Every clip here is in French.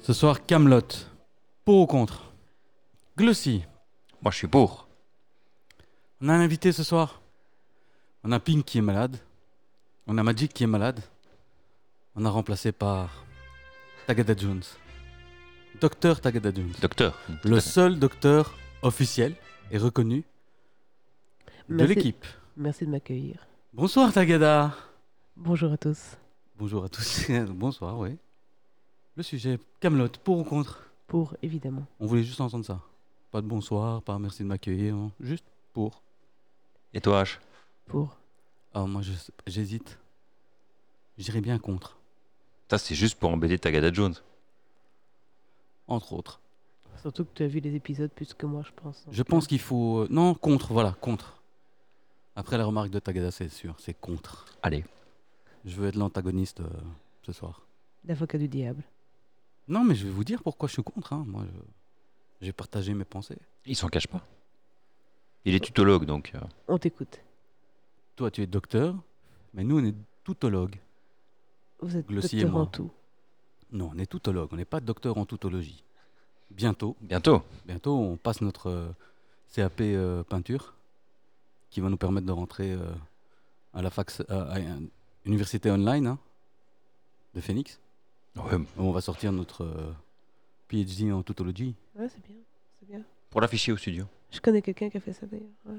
Ce soir, Camelot. Pour ou contre Glossy. Moi, je suis pour. On a un invité ce soir. On a Pink qui est malade. On a Magic qui est malade. On a remplacé par Tagada Jones. Docteur Tagada Jones. Docteur. Mm, tout Le à fait. seul docteur officiel et reconnu de Merci- l'équipe. Merci de m'accueillir. Bonsoir Tagada. Bonjour à tous. Bonjour à tous. Bonsoir, oui. Le sujet, Camelot, pour ou contre Pour, évidemment. On voulait juste entendre ça. Pas de bonsoir, pas merci de m'accueillir, hein. juste pour. Et toi, H Pour. Ah, moi, je- j'hésite. J'irais bien contre, Ça, c'est juste pour embêter Tagada Jones. entre autres. Surtout que tu as vu les épisodes plus que moi, je pense. Je pense qu'il faut. euh, Non, contre, voilà, contre. Après la remarque de Tagada, c'est sûr, c'est contre. Allez. Je veux être l'antagoniste euh, ce soir. L'avocat du diable. Non, mais je vais vous dire pourquoi je suis contre. hein. Moi, je- j'ai partagé mes pensées. Il s'en cache pas. Il est tutologue, donc. euh, On t'écoute. Toi, tu es docteur, mais nous, on est toutologues. Vous êtes Glossy et docteur en moi. tout. Non, on est toutologue, on n'est pas docteur en toutologie. Bientôt, Bientôt. bientôt, on passe notre euh, CAP euh, peinture, qui va nous permettre de rentrer euh, à la fac, à, à un- université online hein, de Phoenix. Ouais, On va sortir notre euh, PhD en toutologie. Ouais, c'est bien. C'est bien. pour l'afficher au studio. Je connais quelqu'un qui a fait ça d'ailleurs. Ouais.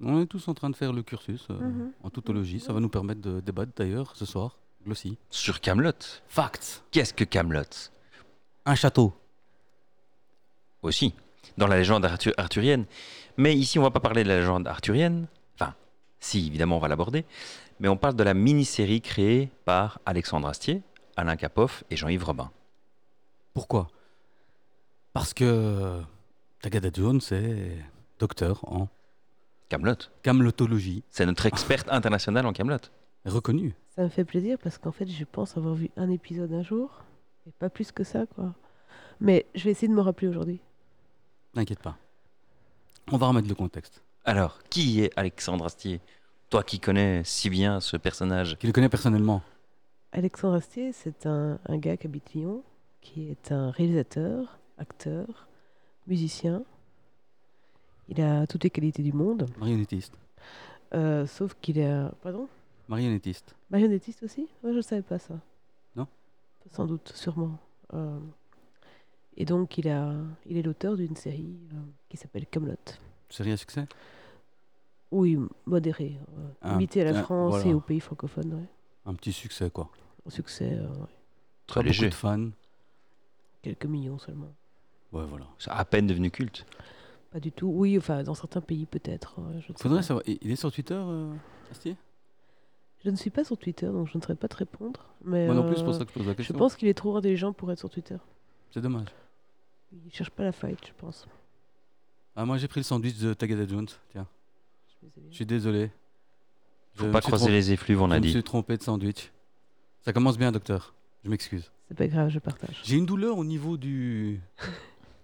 On est tous en train de faire le cursus euh, Mhm. en toutologie. Ça va nous permettre de débattre d'ailleurs ce soir, glossy. Sur Camelot. Facts Qu'est-ce que Camelot Un château. Aussi, dans la légende arthu- arthurienne. Mais ici, on va pas parler de la légende arthurienne. Enfin, si, évidemment, on va l'aborder. Mais on parle de la mini-série créée par Alexandre Astier, Alain Capoff et Jean-Yves Robin. Pourquoi Parce que euh, Tagada Jones est docteur en Camelot. camelotologie, C'est notre experte internationale en Camelot. reconnu. Ça me fait plaisir parce qu'en fait, je pense avoir vu un épisode un jour. Et pas plus que ça, quoi. Mais je vais essayer de me rappeler aujourd'hui. T'inquiète pas. On va remettre le contexte. Alors, qui est Alexandre Astier Toi qui connais si bien ce personnage. Qui le connaît personnellement Alexandre Astier, c'est un, un gars qui habite Lyon, qui est un réalisateur, acteur, musicien. Il a toutes les qualités du monde, Marionnettiste. euh, sauf qu'il a... Pardon Marionnettiste. Marionnettiste aussi Moi, je ne savais pas ça. Non Sans doute, sûrement. Euh, et donc, il, a, il est l'auteur d'une série euh, qui s'appelle Camelot. Série à succès Oui, modéré, euh, Ah, limité à la ah, France voilà. et aux pays francophones. ouais. Un petit succès, quoi. Au succès, euh, ouais, Très pas léger. beaucoup de fans. quelques millions seulement. Ouais, voilà. C'est à peine devenu culte. Pas du tout. Oui, enfin, dans certains pays peut-être. ouais, je ne sais Faudrait pas. savoir. Il il est sur Twitter, euh, Astier Je ne suis pas sur Twitter, donc je ne saurais pas te répondre. Mais Moi non plus, euh, c'est pour ça que je pose la je question. pense qu'il est trop intelligent pour être sur Twitter. C'est dommage. Il cherche pas la fight, je pense. Ah, moi, j'ai pris le sandwich de Tagada Jones. Tiens, je suis désolé. Je Faut me pas suis croiser trompé- les effluves, on a Je me dit. suis trompé de sandwich. Ça commence bien, docteur. Je m'excuse. C'est pas grave, je partage. J'ai une douleur au niveau du.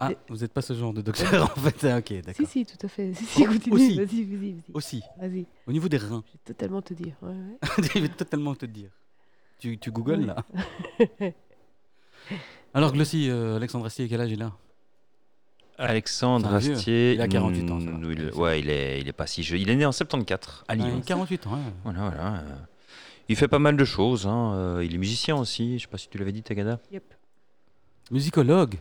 Ah, Et- vous n'êtes pas ce genre de docteur en fait. Ah, ok, Si, d'accord. Oh, si, tout à fait. Si, si, continue. aussi. Vas-y, vas-y, vas-y. Aussi, Ah. Vas-y, au niveau des reins. je vais totalement te dire. ouais, ouais. Je vais totalement te dire. Tu, tu googles Oui. là Alors, Glossy, euh, Alexandre Astier, quel âge il a Alexandre C'est un vieux. Astier. Il a 48 ans, ça va. mm, il- ouais, il est, il est pas si jeune. Il est né en 74 à Ah, Il Lyon. a 48 ans. ouais. Voilà, voilà. euh, Il fait pas mal de choses. hein, euh, Il est musicien aussi. Je sais pas si tu l'avais dit, Tagada. Yep. Musicologue.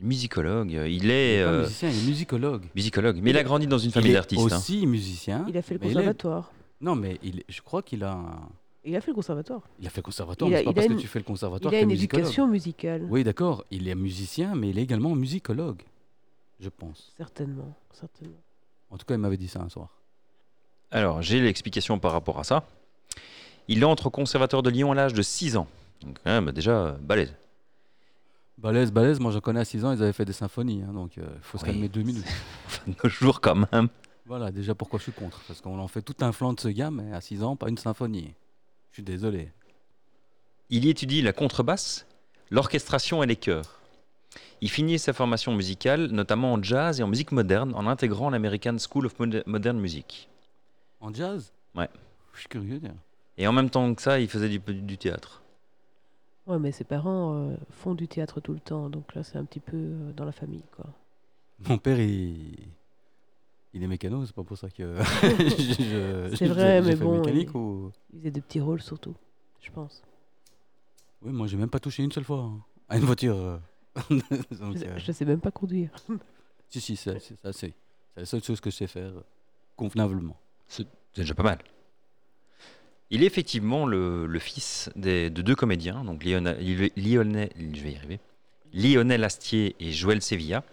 Musicologue. euh, Il Il est est pas euh, musicien, il est musicologue. musicologue. Mais il a grandi dans une il famille est d'artistes. hein. aussi musicien. Il a fait le mais il est- conservatoire. Non, mais il... je crois qu'il a. un- Il a fait le conservatoire. Il a fait le conservatoire. Il mais a- c'est pas il a parce une- que tu fais le Il conservatoire que a t'es une musicologue. éducation musicale. Oui, d'accord. Il est musicien, mais il est également musicologue, je pense. Certainement, certainement. En tout cas, il m'avait dit ça un soir. Alors, j'ai l'explication par rapport à ça. Il entre au conservatoire de Lyon à l'âge de 6 ans. Donc, quand même, déjà, euh, balèze. Balèze, balèze, moi j'en connais à 6 ans, ils avaient fait des symphonies, hein, donc il faut se Oui. calmer deux minutes. Enfin, de nos jours, quand même. Voilà, déjà pourquoi je suis contre, parce qu'on en fait tout un flanc de ce gars, mais à 6 ans, pas une symphonie. Je suis désolé. Il y étudie la contrebasse, l'orchestration et les chœurs. Il finit sa formation musicale, notamment en jazz et en musique moderne, en intégrant l'American School of Mod- Modern Music. En jazz Ouais. Je suis curieux, tiens. Et en même temps que ça, il faisait du, du théâtre. Ouais, mais ses parents euh, font du théâtre tout le temps, donc là c'est un petit peu euh, dans la famille, quoi. Mon père, il, il est mécano, c'est pas pour ça que. je- je- C'est vrai, j'ai mais fait bon, mécanique il- ou- Ils faisaient des petits rôles surtout, je pense. Oui, moi, j'ai même pas touché une seule fois hein, à une voiture. euh. Donc, Je sais- euh, je sais même pas conduire. Si, si, c'est c'est- ça, c'est c'est la seule chose que je sais faire euh, convenablement. C'est déjà pas mal. Il est effectivement le, le fils des- de deux comédiens, donc Lionel, Lionel- je vais y arriver, Lionel Astier et Joël Sevilla,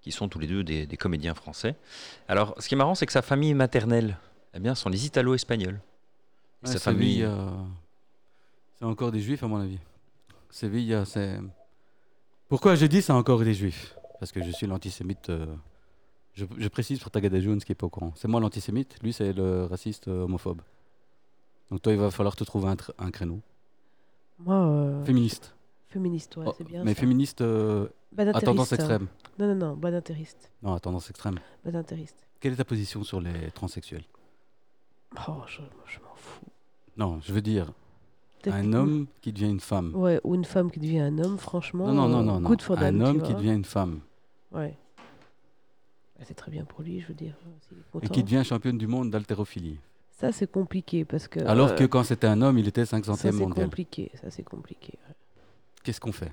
qui sont tous les deux des, des comédiens français. Alors, ce qui est marrant, c'est que sa famille maternelle, eh bien, sont les Italo-Espagnols. Et Ouais, sa famille, Séville, euh, c'est encore des juifs, à mon avis. Séville, euh, c'est. Pourquoi j'ai dit c'est encore des juifs Parce que je suis l'antisémite. euh, Je, je précise pour Tagada Jones qui est pas au courant. C'est moi l'antisémite, lui c'est le raciste euh, homophobe. Donc toi, il va falloir te trouver un, tr- un créneau. Moi, euh, Féministe. féministe, ouais, Oh, c'est bien. mais ça. féministe euh, à Badintériste, tendance hein. extrême. Non, non, non, badintériste. Non, à tendance extrême. Badintériste. Quelle est ta position sur les transsexuels Oh, je, je m'en fous. Non, je veux dire, un Techniquement- homme qui devient une femme. Ouais, ou une femme qui devient un homme, franchement. Non, non, non, euh, non. non. good for Un them, tu homme qui vois. devient une femme Ouais. Bah, C'est très bien pour lui, je veux dire. euh, s'il est et content. qui devient championne du monde d'haltérophilie. Ça, c'est compliqué parce que. Alors euh, que quand c'était un homme, il était ça, 500e c'est mondial. compliqué. Ça, c'est compliqué. ouais. Qu'est-ce qu'on fait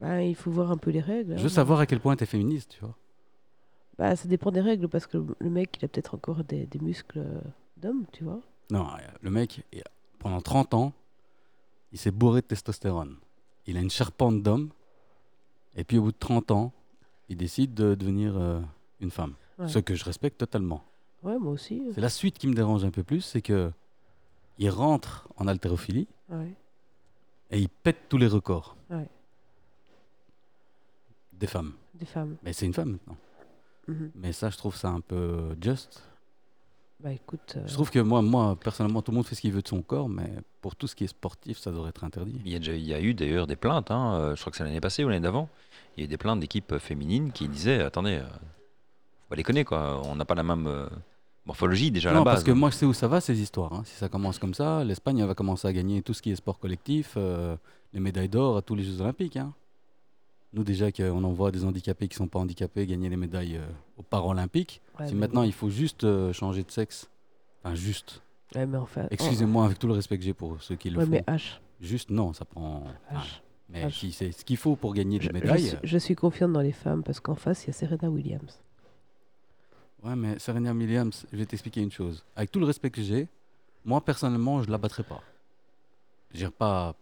Bah, il faut voir un peu les règles. Je veux hein. savoir à quel point t'es féministe, tu vois. Bah, ça dépend des règles parce que le mec, il a peut-être encore des, des muscles euh, d'homme, tu vois. Non, euh, le mec, il- pendant 30 ans, il s'est bourré de testostérone. Il a une charpente d'homme. Et puis au bout de 30 ans, il décide de devenir euh, une femme. Ouais. Ce que je respecte totalement. Ouais, moi aussi. euh, C'est la suite qui me dérange un peu plus, c'est que il rentre en haltérophilie ouais. et il pète tous les records. Ouais. Des femmes. Des femmes. Mais c'est une femme maintenant. Mhm. Mais ça, je trouve ça un peu juste. Bah, écoute. euh, Je trouve que moi, moi, personnellement, tout le monde fait ce qu'il veut de son corps, mais pour tout ce qui est sportif, ça devrait être interdit. Il y a, déjà- il y a eu d'ailleurs des plaintes, hein, euh, je crois que c'est l'année passée ou l'année d'avant, il y a eu des plaintes d'équipes féminines qui disaient, attendez, euh, faut pas déconner, quoi, on n'a pas la même euh, morphologie déjà à la non, base. parce que hein. moi, je sais où ça va, ces histoires. hein. Si ça commence comme ça, l'Espagne elle va commencer à gagner tout ce qui est sport collectif, euh, les médailles d'or à tous les Jeux Olympiques. hein. Nous, déjà, qu'on envoie des handicapés qui sont pas handicapés gagner les médailles euh, aux Paralympiques. ouais, si mais maintenant, bon. il faut juste euh, changer de sexe, enfin, juste, Ouais, mais enfin. oh, excusez-moi, avec tout le respect que j'ai pour ceux qui le Ouais, font, Ah, mais euh, H. juste, non, ça prend. enfin, H. mais H. si c'est ce qu'il faut pour gagner des Je, je médailles. suis, je suis confiante dans les femmes parce qu'en face, il y a Serena Williams. Ouais, mais Serena Williams, je vais t'expliquer une chose. Avec tout le respect que j'ai, moi personnellement, je la battrai pas. Je veux pas.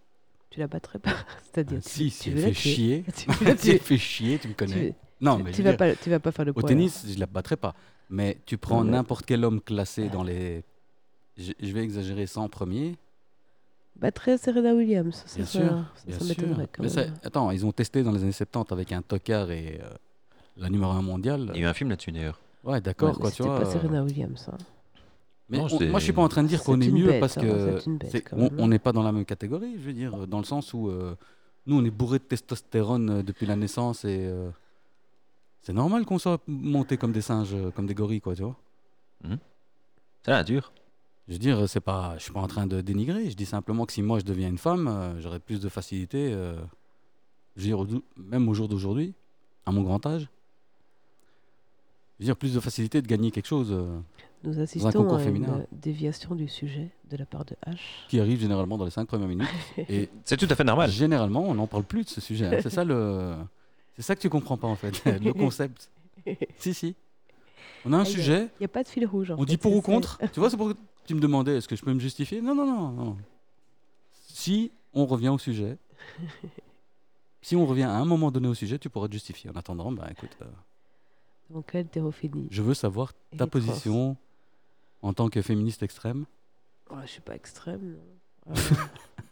Tu la battrais pas C'est-à-dire. tu- Ah, si, tu si veux elle la fait tuer. chier. Tu veux la si elle tuer. fait chier, tu me Tu- connais. non, tu- mais je tu veux vas dire, pas, tu vas pas faire le au poids, hein. tennis, je la battrai pas. Mais tu prends mais- n'importe quel homme classé Ouais. dans les. Je, je vais exagérer 100 premiers. là. Battrait Serena Williams, ça, Bien ça, sûr, ça, Bien ça sûr. m'étonnerait quand Mais ça- même. hein. attends, ils ont testé dans les années 70 avec un tocard et euh, la numéro 1 mondiale. Il y a eu un film là-dessus d'ailleurs. Ouais, Ouais, d'accord, mais quoi, tu c'était vois. pas euh, Serena Williams. hein. Mais Non, on- c'est- moi, je suis pas en train de dire qu'on c'est est une mieux bête, parce hein, que c'est une bête, c'est- quand on même. on n'est pas dans la même catégorie. Je veux dire, dans le sens où euh, nous, on est bourré de testostérone euh, depuis la naissance et euh, c'est normal qu'on soit monté comme des singes, euh, comme des gorilles, quoi, tu vois. C'est la nature. Je veux dire, c'est pas, je suis pas en train de dénigrer. Je dis simplement que si moi je deviens une femme, euh, j'aurais plus de facilité. euh, je veux dire, au dou- même au jour d'aujourd'hui, à mon grand âge, je veux dire plus de facilité de gagner quelque chose euh, Nous concours assistons à une féminin. euh, déviation du sujet de la part de H. qui arrive généralement dans les cinq premières minutes et C'est tout à fait normal. Généralement, on n'en parle plus de ce sujet. hein. C'est ça le, c'est ça que tu comprends pas en fait, le concept. Si si. On a un Aïe, aïe. sujet, Il n'y a pas de fil rouge. en on fait, dit pour c'est- ou c'est- contre. Tu vois, c'est pour tu me demandais est-ce que je peux me justifier Non non non non. Si on revient au sujet, si on revient à un moment donné au sujet, tu pourras te justifier. En attendant, bah écoute, euh, Donc l'haltérophilie. je veux savoir Et ta les trans. position en tant que féministe extrême. Ouais, Oh, je suis pas extrême. non.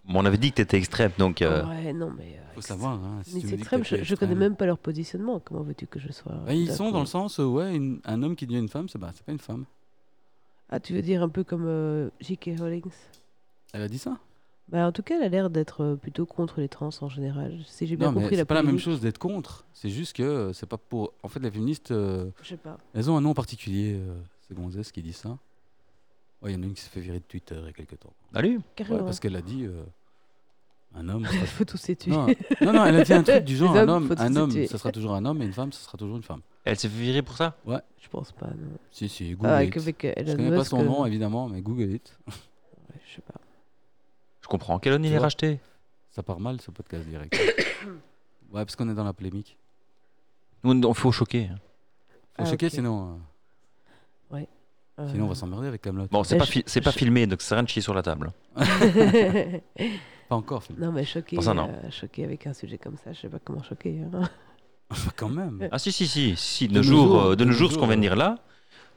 Bon, on avait dit que tu étais extrême, donc Euh, euh, ouais, non, mais. euh, Faut savoir. Hein, si Mais tu me c'est dis que extrême, t'es je, je connais extrême. même pas leur positionnement. Comment veux-tu que je sois Ouais, ils tout à sont coup- dans le sens, euh, ouais, une- un homme qui devient une femme, c'est bah, c'est pas une femme. Ah, tu veux dire un peu comme euh, J.K. Rowling Elle a dit ça bah, En tout cas, elle a l'air d'être euh, plutôt contre les trans en général. Si j'ai bien Non, mais compris la c'est pas la même polémique. chose d'être contre. C'est juste que euh, c'est pas pour. En fait, les féministes, euh, Je sais pas. elles ont un nom particulier. euh, c'est Gonzès qui dit ça. Ouais, Il y en a une qui s'est fait virer de Twitter il y a quelque temps. salut. Ouais, Carrément. parce qu'elle a dit. euh, Un homme. Il faut tous les tuer. Non, non, non, elle a dit un truc du Les genre un hommes, homme, faut tous un les homme, tuer. ça sera toujours un homme, et une femme, ça sera toujours une femme. Elle s'est fait virer pour ça Je pense pas, non. Si, si, Google. Ah, it. avec, avec Je Elon connais pas Musk. son euh, nom, évidemment, mais Google it. ouais, je sais pas. Je comprends. Quel homme Tu il est vois racheté Ça part mal, ce podcast direct. ouais, parce qu'on est dans la polémique. Nous, on- on faut choquer. Faut Ah, checker, ok. sinon, euh, Euh, sinon on va s'emmerder avec Camelot. Bon, c'est Mais pas, je- fi- c'est pas je- filmé, donc ça sert à rien de chier sur la table. Pas encore, Philippe. non, mais choqué, Pour ça, non. euh, choqué avec un sujet comme ça, je sais pas comment choquer. hein. Quand même. Ah si, si, si. si De de, nos nos jours, jours, euh, de nos jours, ce qu'on euh, vient de dire là,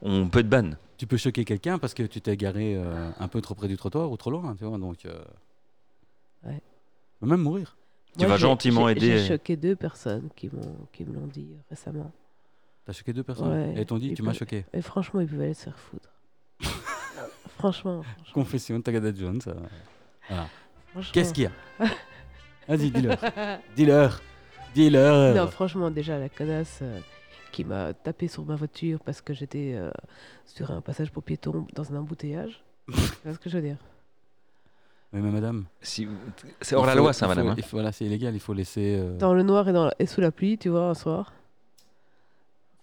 on peut être ban. Tu peux choquer quelqu'un parce que tu t'es garé euh, un peu trop près du trottoir ou trop loin, tu vois. Donc, euh, Ouais. peut même mourir. Tu vas j'ai- gentiment j'ai- aider. J'ai choqué deux personnes qui, m'ont, qui me l'ont dit récemment. T'as choqué deux personnes. Ouais, et t'ont dit, il tu m'as peut- choqué. Et franchement, ils pouvaient aller se faire foutre. franchement, franchement. Confession de Tagada Jones. euh. franchement. Qu'est-ce qu'il y a Vas-y, dis-leur. Dis-leur. Dis-leur. Non, franchement, déjà, la connasse euh, qui m'a tapé sur ma voiture parce que j'étais euh, sur un passage pour piétons dans un embouteillage. tu vois ce que je veux dire Oui, mais madame. Si- C'est hors il la faut- loi, ça, il faut- madame. hein. il faut- Voilà, c'est illégal, il faut laisser. euh, Dans le noir et, dans la- et sous la pluie, tu vois, un soir.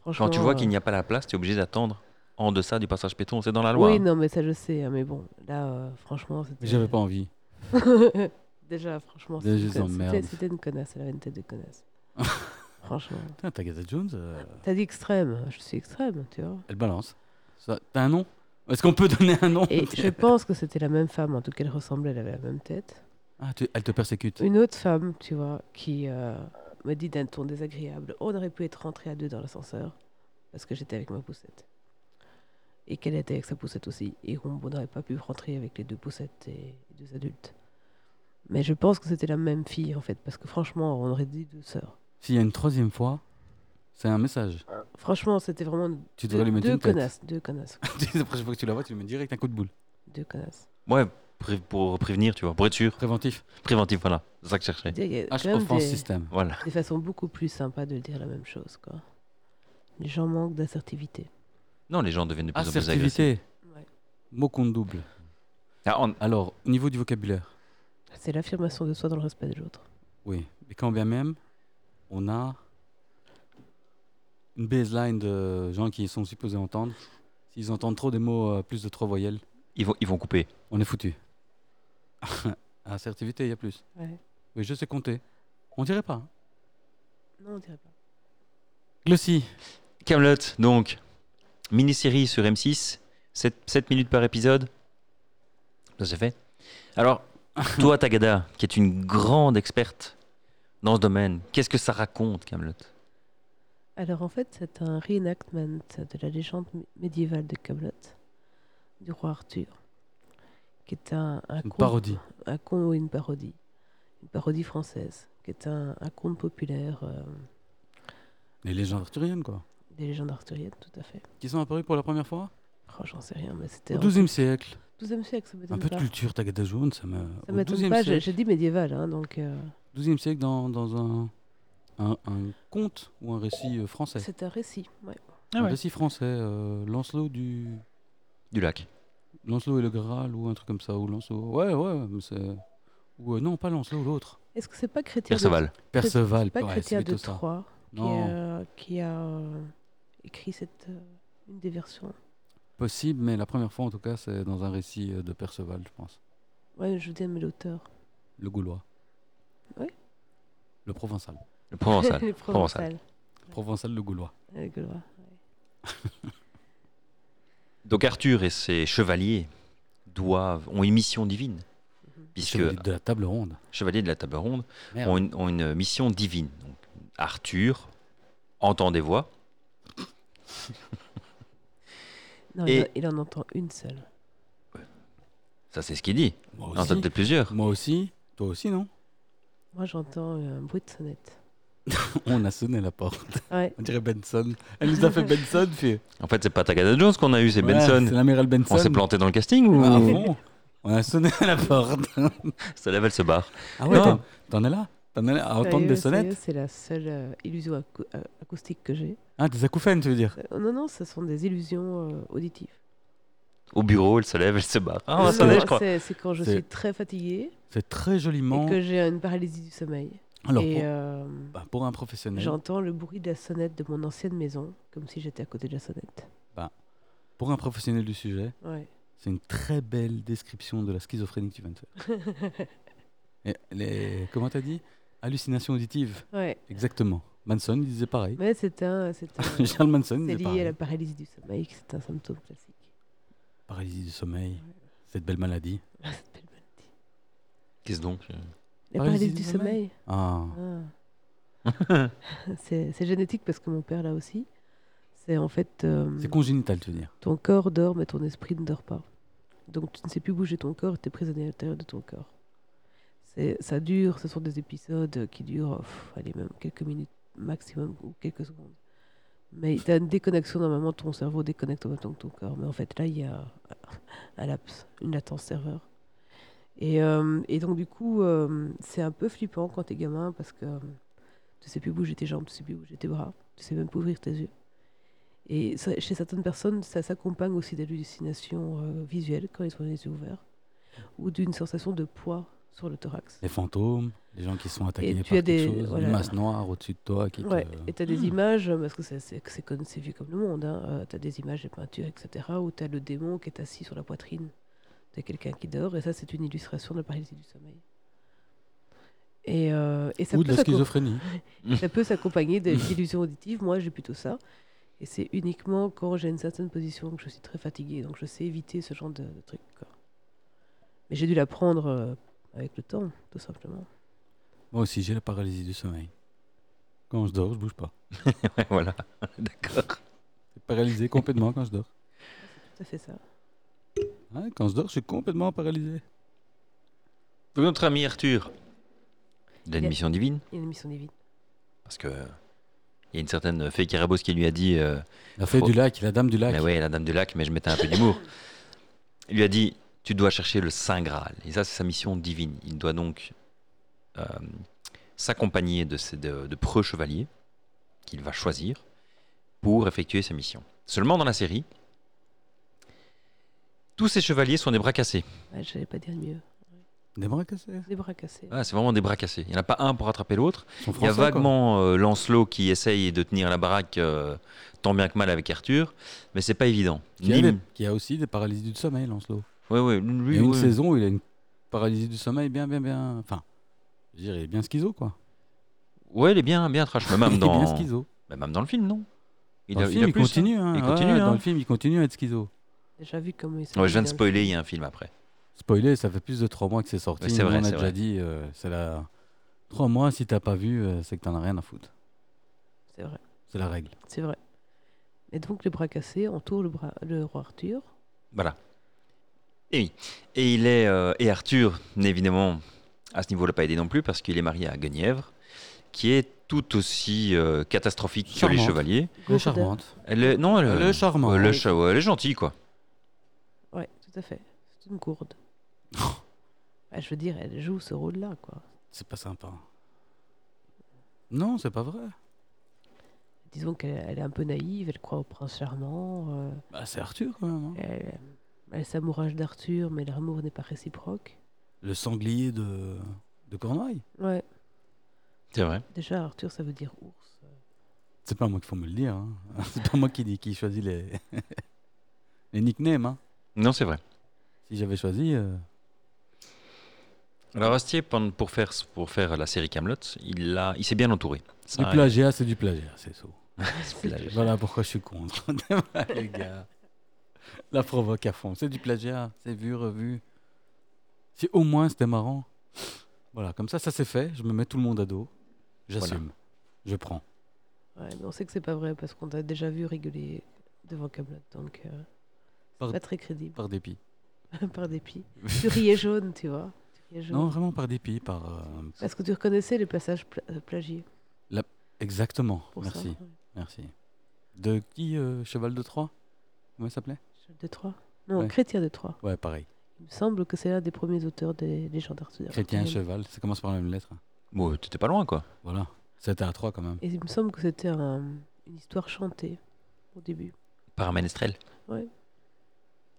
euh, Quand tu vois qu'il a n'y a pas la place, tu es obligé d'attendre en deçà du passage péton. C'est dans la loi. Oui, hein. non, mais ça, je sais. hein, Mais bon, là, euh, franchement, c'était... Mais j'avais pas envie. Déjà, franchement, Déjà, je c'était une les connasse. emmerde. C'était- c'était une connasse. Elle avait une tête de connasse. franchement. Putain, Tagada Jones, euh, T'as dit extrême. Je suis extrême, tu vois. elle balance. Ça- T'as un nom Est-ce qu'on peut donner un nom Et je pense que c'était la même femme. En tout cas, elle ressemblait. Elle avait la même tête. Ah, tu- elle te persécute. une autre femme, tu vois, qui euh, me dit d'un ton désagréable On aurait pu être rentrés à deux dans l'ascenseur parce que j'étais avec ma poussette. Et qu'elle était avec sa poussette aussi. Et qu'on n'aurait pas pu rentrer avec les deux poussettes et les deux adultes. Mais je pense que c'était la même fille en fait, parce que franchement, on aurait dit deux sœurs. S'il y a une troisième fois, c'est un message. Franchement, c'était vraiment Tu devrais deux, lui mettre deux une tête. connasses. Deux connasses. La prochaine fois que tu la vois, tu lui mets direct un coup de boule. deux connasses. Ouais, pré- pour prévenir, tu vois, pour être sûr. Préventif. Préventif, voilà. C'est ça que je cherchais. Il y a H quand même offense des- système. Voilà. des façons beaucoup plus sympas de dire la même chose. Quoi. Les gens manquent d'assertivité. Non, les gens deviennent de plus en plus agressifs. Assertivité. Ouais. Mot compte double. Ah, en- Alors, au niveau du vocabulaire, C'est l'affirmation de soi dans le respect de l'autre. oui. Et quand bien même, on a une baseline de gens qui sont supposés entendre. S'ils entendent trop des mots euh, plus de trois voyelles, ils, vont, ils vont couper. on est foutu. Assertivité, il y a plus. Ouais. Oui, je sais compter. On dirait pas. hein. Non, on dirait pas. Glossy. Camelot, donc, mini-série sur M6, 7, minutes par épisode. Ça c'est fait. Alors, toi, Tagada, qui est une grande experte dans ce domaine, qu'est-ce que ça raconte, Camelot Alors en fait, c'est un reenactment de la légende mé- médiévale de Camelot, du roi Arthur, qui est un, un Une conte- parodie. un conte ou une parodie, une parodie française, qui est un, un conte populaire euh, Les légendes arthuriennes, quoi. des légendes arthuriennes, tout à fait. Qui sont apparues pour la première fois Oh, j'en sais rien, mais c'était Au en- XIIe siècle. 12e siècle, ça Un m'étonne peu de pas. culture, Tagada jaune, ça me. Ça Au m'étonne 12e pas, j'ai siècle, j'ai dit médiéval, hein, donc euh, 12e siècle dans, dans un, un, un conte ou un récit euh, français. c'est un récit. ouais. Ah ouais. Un récit français. euh, Lancelot du. Du lac. Lancelot et le Graal ou un truc comme ça. Ou Lancelot. Ouais, ouais, mais c'est. Ou euh, non, pas Lancelot, l'autre. Est-ce que c'est pas chrétien Perceval. Perceval. C'est pas ouais, Chrétien c'est de plutôt ça. Troyes qui, Non. euh, qui a euh, écrit cette, euh, une des versions. Possible, mais la première fois en tout cas, c'est dans un récit euh, de Perceval, je pense. Ouais, je vous aime l'auteur. Le Gaulois. Oui. Le Provençal. Le Provençal. Les Provençal. Provençal. Provençal, le Gaulois. Les Gaulois. Donc Arthur et ses chevaliers doivent, ont une mission divine, puisque Mhm. Chevalier de la table ronde. chevaliers de la table ronde Merde. ont une, ont une mission divine. Donc, Arthur entend des voix. Non, Et- il, en- il en entend une seule. Ça, c'est ce qu'il dit. Moi Il en entend aussi. peut-être plusieurs. Moi aussi. Toi aussi, non Moi, j'entends euh, un bruit de sonnette. On a sonné la porte. Ouais. On dirait Benson. Elle nous a fait Benson, puis. En fait, c'est pas Tagada Jones qu'on a eu, c'est Ouais, Benson. C'est l'amiral Benson. On s'est planté dans le casting ou Ah bon On a sonné à la porte. Ah Ça lève, elle se barre. Ah ouais, Non. t'en- t'en es là T'en es là à entendre Sérieux, des sérieux, sonnettes C'est la seule euh, illusion acou- euh, acoustique que j'ai. Ah, des acouphènes, tu veux dire Euh, non, non, ce sont des illusions euh, auditives. au bureau, elle se lève, elle se barre. Ah, on va Non, sonner, je crois. c'est c'est quand je C'est- suis très fatiguée C'est très et joliment. que j'ai une paralysie du sommeil. Alors, et pour, euh, bah, pour un professionnel, j'entends le bruit de la sonnette de mon ancienne maison, comme si j'étais à côté de la sonnette. pour un professionnel du sujet, Ouais. c'est une très belle description de la schizophrénie que tu viens de faire. Et les, comment t'as dit Hallucination auditive. ouais. Exactement. Manson il disait pareil. Mais c'est un, c'est un- c'est Charles Manson disait lié à pareil. la paralysie du sommeil, que c'est un symptôme classique. Paralysie du sommeil, cette belle maladie. Cette belle maladie. Qu'est-ce donc euh La paralysie du sommeil. Ah, Ah. c'est c'est génétique parce que mon père là aussi. C'est en fait euh, c'est congénital, tu veux dire. ton corps dort mais ton esprit ne dort pas. Donc tu ne sais plus bouger ton corps, tu es prisonnier à l'intérieur de ton corps. C'est- Ça dure, ce sont des épisodes qui durent pff, allez, même quelques minutes maximum ou quelques secondes. Mais tu as une déconnexion, normalement ton cerveau déconnecte en même temps que ton corps. Mais en fait là, il y a un laps, une latence serveur. Et, euh, et donc, du coup, euh, c'est un peu flippant quand t'es gamin parce que euh, tu sais plus bouger tes jambes, tu sais plus bouger tes bras, tu sais même pas ouvrir tes yeux. Et ça- chez certaines personnes, ça s'accompagne aussi d'hallucinations euh, visuelles quand ils ont les yeux ouverts ou d'une sensation de poids sur le thorax. Les fantômes, les gens qui sont attaqués tu par as des- quelque chose, voilà. une masse noire au-dessus de toi qui te- Ouais, et t'as Hmm. des images, parce que c'est- c'est c'est con- c'est vieux comme le monde, hein. euh, t'as des images, des peintures, etc., où t'as le démon qui est assis sur la poitrine de quelqu'un qui dort, et ça, c'est une illustration de la paralysie du sommeil. Et, euh, et ça, ou de peut la s'accom- schizophrénie. ça peut s'accompagner de- d'illusions auditives, moi j'ai plutôt ça, et c'est uniquement quand j'ai une certaine position que je suis très fatiguée, donc je sais éviter ce genre de, de truc. quoi. Mais j'ai dû l'apprendre euh, avec le temps, tout simplement. Moi aussi, j'ai la paralysie du sommeil. Quand je dors, je bouge pas. Ouais, voilà, d'accord. Je suis paralysé complètement quand je dors. Ça fait ça. Hein, quand je dors, je suis complètement paralysé. Donc notre ami Arthur, il a une Il- mission divine, Il y a une mission divine. parce que euh, il y a une certaine fée Carabos qui lui a dit, euh, La fée Faut- du lac, la dame du lac. mais ouais, la dame du lac, mais je mettais un peu d'humour. Il lui a dit, tu dois chercher le Saint Graal, et ça c'est sa mission divine. Il doit donc euh, s'accompagner de, ses- de, de preux chevaliers qu'il va choisir pour effectuer sa mission. Seulement dans la série, tous ces chevaliers sont des bras cassés. Ouais, je pas dire mieux. Des bras cassés. Des bras cassés. Ah, c'est vraiment des bras cassés. Il n'y en a pas un pour attraper l'autre. Ils sont Il y a français, quoi. vaguement euh, Lancelot qui essaye de tenir la baraque euh, tant bien que mal avec Arthur, mais c'est pas évident. Qui a, des- Nîmes- qui a aussi des paralysies du sommeil, Lancelot. ouais, ouais, il lui, y a une ouais. saison où il a une paralysie du sommeil bien, bien, bien. Enfin, je dirais bien schizo, quoi. Ouais, il est bien, bien trash, mais Il même est dans, bien schizo. mais même dans le film, non Dans le film, il plus, hein. continue. hein. Il Ouais, continue, ouais, hein. Dans le film, il continue à être schizo. Déjà vu comment il se Ouais, je viens de regarde. spoiler, hein. il y a un film après. Spoiler, ça fait plus de 3 mois que c'est sorti. Ouais, c'est nous, vrai, on a c'est déjà vrai. dit, euh, c'est la. 3 mois, si t'as pas vu, euh, c'est que t'en as rien à foutre. C'est vrai, C'est la règle. c'est vrai. Et donc les bras cassés entourent le, bras, le roi Arthur. Voilà. Et oui. Et il est euh, et Arthur n'est évidemment à ce niveau-là pas aidé non plus parce qu'il est marié à Guenièvre, qui est tout aussi euh, catastrophique que les Charmante. chevaliers. Elle est charmante. Elle est- non, elle, Elle est charmante. elle est cha- Euh, ouais, elle est gentille quoi. Ouais, tout à fait. C'est une gourde. Ouais, je veux dire, elle joue ce rôle-là, quoi. C'est pas sympa. Non, c'est pas vrai. Disons qu'elle elle est un peu naïve, elle croit au prince charmant, euh, Bah, c'est Arthur quand même. hein. elle, elle s'amourage d'Arthur, mais leur amour n'est pas réciproque. Le sanglier de, de Cornouailles. Ouais, C'est vrai. déjà Arthur, ça veut dire ours. C'est pas moi qu'il faut me le dire. hein. C'est pas moi qui, dis- qui choisis les, les nicknames. hein. Non, c'est vrai. Si j'avais choisi. euh, Alors Astier, pen- pour faire, pour faire la série Camelot, il, l'a- il s'est bien entouré. Du Ça, plagiat, c'est du plagiat, c'est ça. c'est la- Voilà pourquoi je suis contre. les gars. La provoque à fond. C'est du plagiat. C'est vu, revu. Si au moins c'était marrant. Voilà, comme ça, ça c'est fait. Je me mets tout le monde à dos. J'assume. Je prends. Ouais, mais on sait que c'est pas vrai parce qu'on t'a déjà vu rigoler devant Camelot, donc euh, c'est Par- pas très crédible Par dépit. par dépit. tu riais jaune, tu vois. Tu riais jaune. Non, vraiment par dépit. Par, euh, Parce que tu reconnaissais les passages pla- euh, plagiés. Exactement. Pour Merci. Ça. Merci. De qui euh, Cheval de Troie Comment il s'appelait Cheval de Troie. Non, Ouais. Chrétien de Troie. Ouais, pareil. Il me semble que c'est l'un des premiers auteurs des légendes arthuriennes. Chrétien, cheval, ça commence par la même lettre. Bon, t'étais pas loin, quoi. Voilà. C'était à trois quand même. Et il me semble que c'était un- une histoire chantée au début. Par un ménestrel. Mais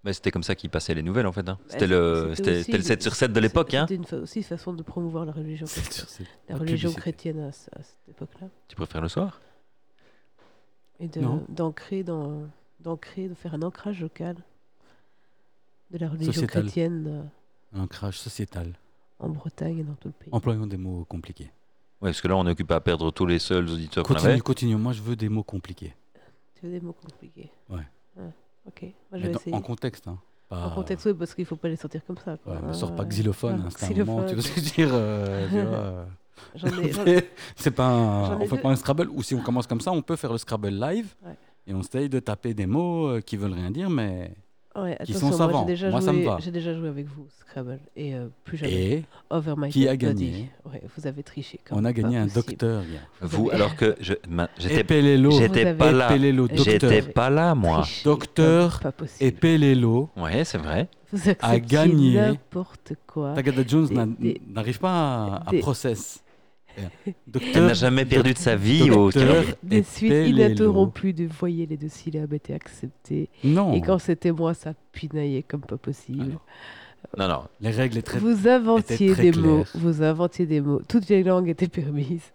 Bah, c'était comme ça qu'ils passaient les nouvelles en fait. hein. Bah, C'était le, c'était c'était- aussi c'était le le- 7 sur 7 de l'époque. hein. C'était une fa- aussi une façon de promouvoir la religion, chrétienne- la la religion publicité. chrétienne à, ce- à cette époque-là. Tu préfères le soir Et Non. de- d'ancrer, dans, d'ancrer, de faire un ancrage local de la religion Sociétal. chrétienne euh, Un ancrage sociétal, en Bretagne et dans tout le pays. employons des mots compliqués. Ouais, parce que là, on est occupé à perdre tous les seuls auditeurs qu'on Continue, avait. continue, moi je veux des mots compliqués. Tu veux des mots compliqués Ah, Ouais. Ok, moi je Mais vais dans- essayer. en contexte. Hein. Pas- En contexte, oui, parce qu'il faut pas les sortir comme ça. Ouais, quoi. mais sors pas Ouais. xylophone, Ah, hein, c'est un moment, tu xylophone. veux ce que je veux dire euh, tu vois, euh. J'en ai- j'en- c'est pas un, J'en ai on fait deux. pas un Scrabble ou si on commence comme ça on peut faire le Scrabble live Ouais. et on essaye de taper des mots euh, qui veulent rien dire mais ouais, qui attention, sont moi, j'ai savants. déjà Moi, ça me joué- va. J'ai déjà joué avec vous, Scrabble, et euh, plus jamais. et Over my qui a dead body. gagné Ouais, Vous avez triché. Comme on a gagné pas un possible. docteur hier. Vous, avez- alors que je- ma- j'étais Epelelo j'ai- j'étais Vous pas avez- là. Epelelo J'ai- J'étais docteur Docteur. pas là, moi. Triché Docteur comme Pas possible. Epelelo Ouais, c'est vrai. Vous acceptiez gagné. n'importe quoi. Tagada Jones Des- n'a- des- n'arrive pas à, à des- process Eh, Elle n'a docteur jamais perdu de sa vie au docteur Scrabble. Des suites Epelelo. ininterrompues de voyez les deux syllabes étaient acceptées. non Et quand c'était moi, ça pinaillait comme pas possible. Alors, Non, non. les règles étaient très Vous inventiez très des mots. claires. Vous inventiez des mots. Toutes les langues étaient permises.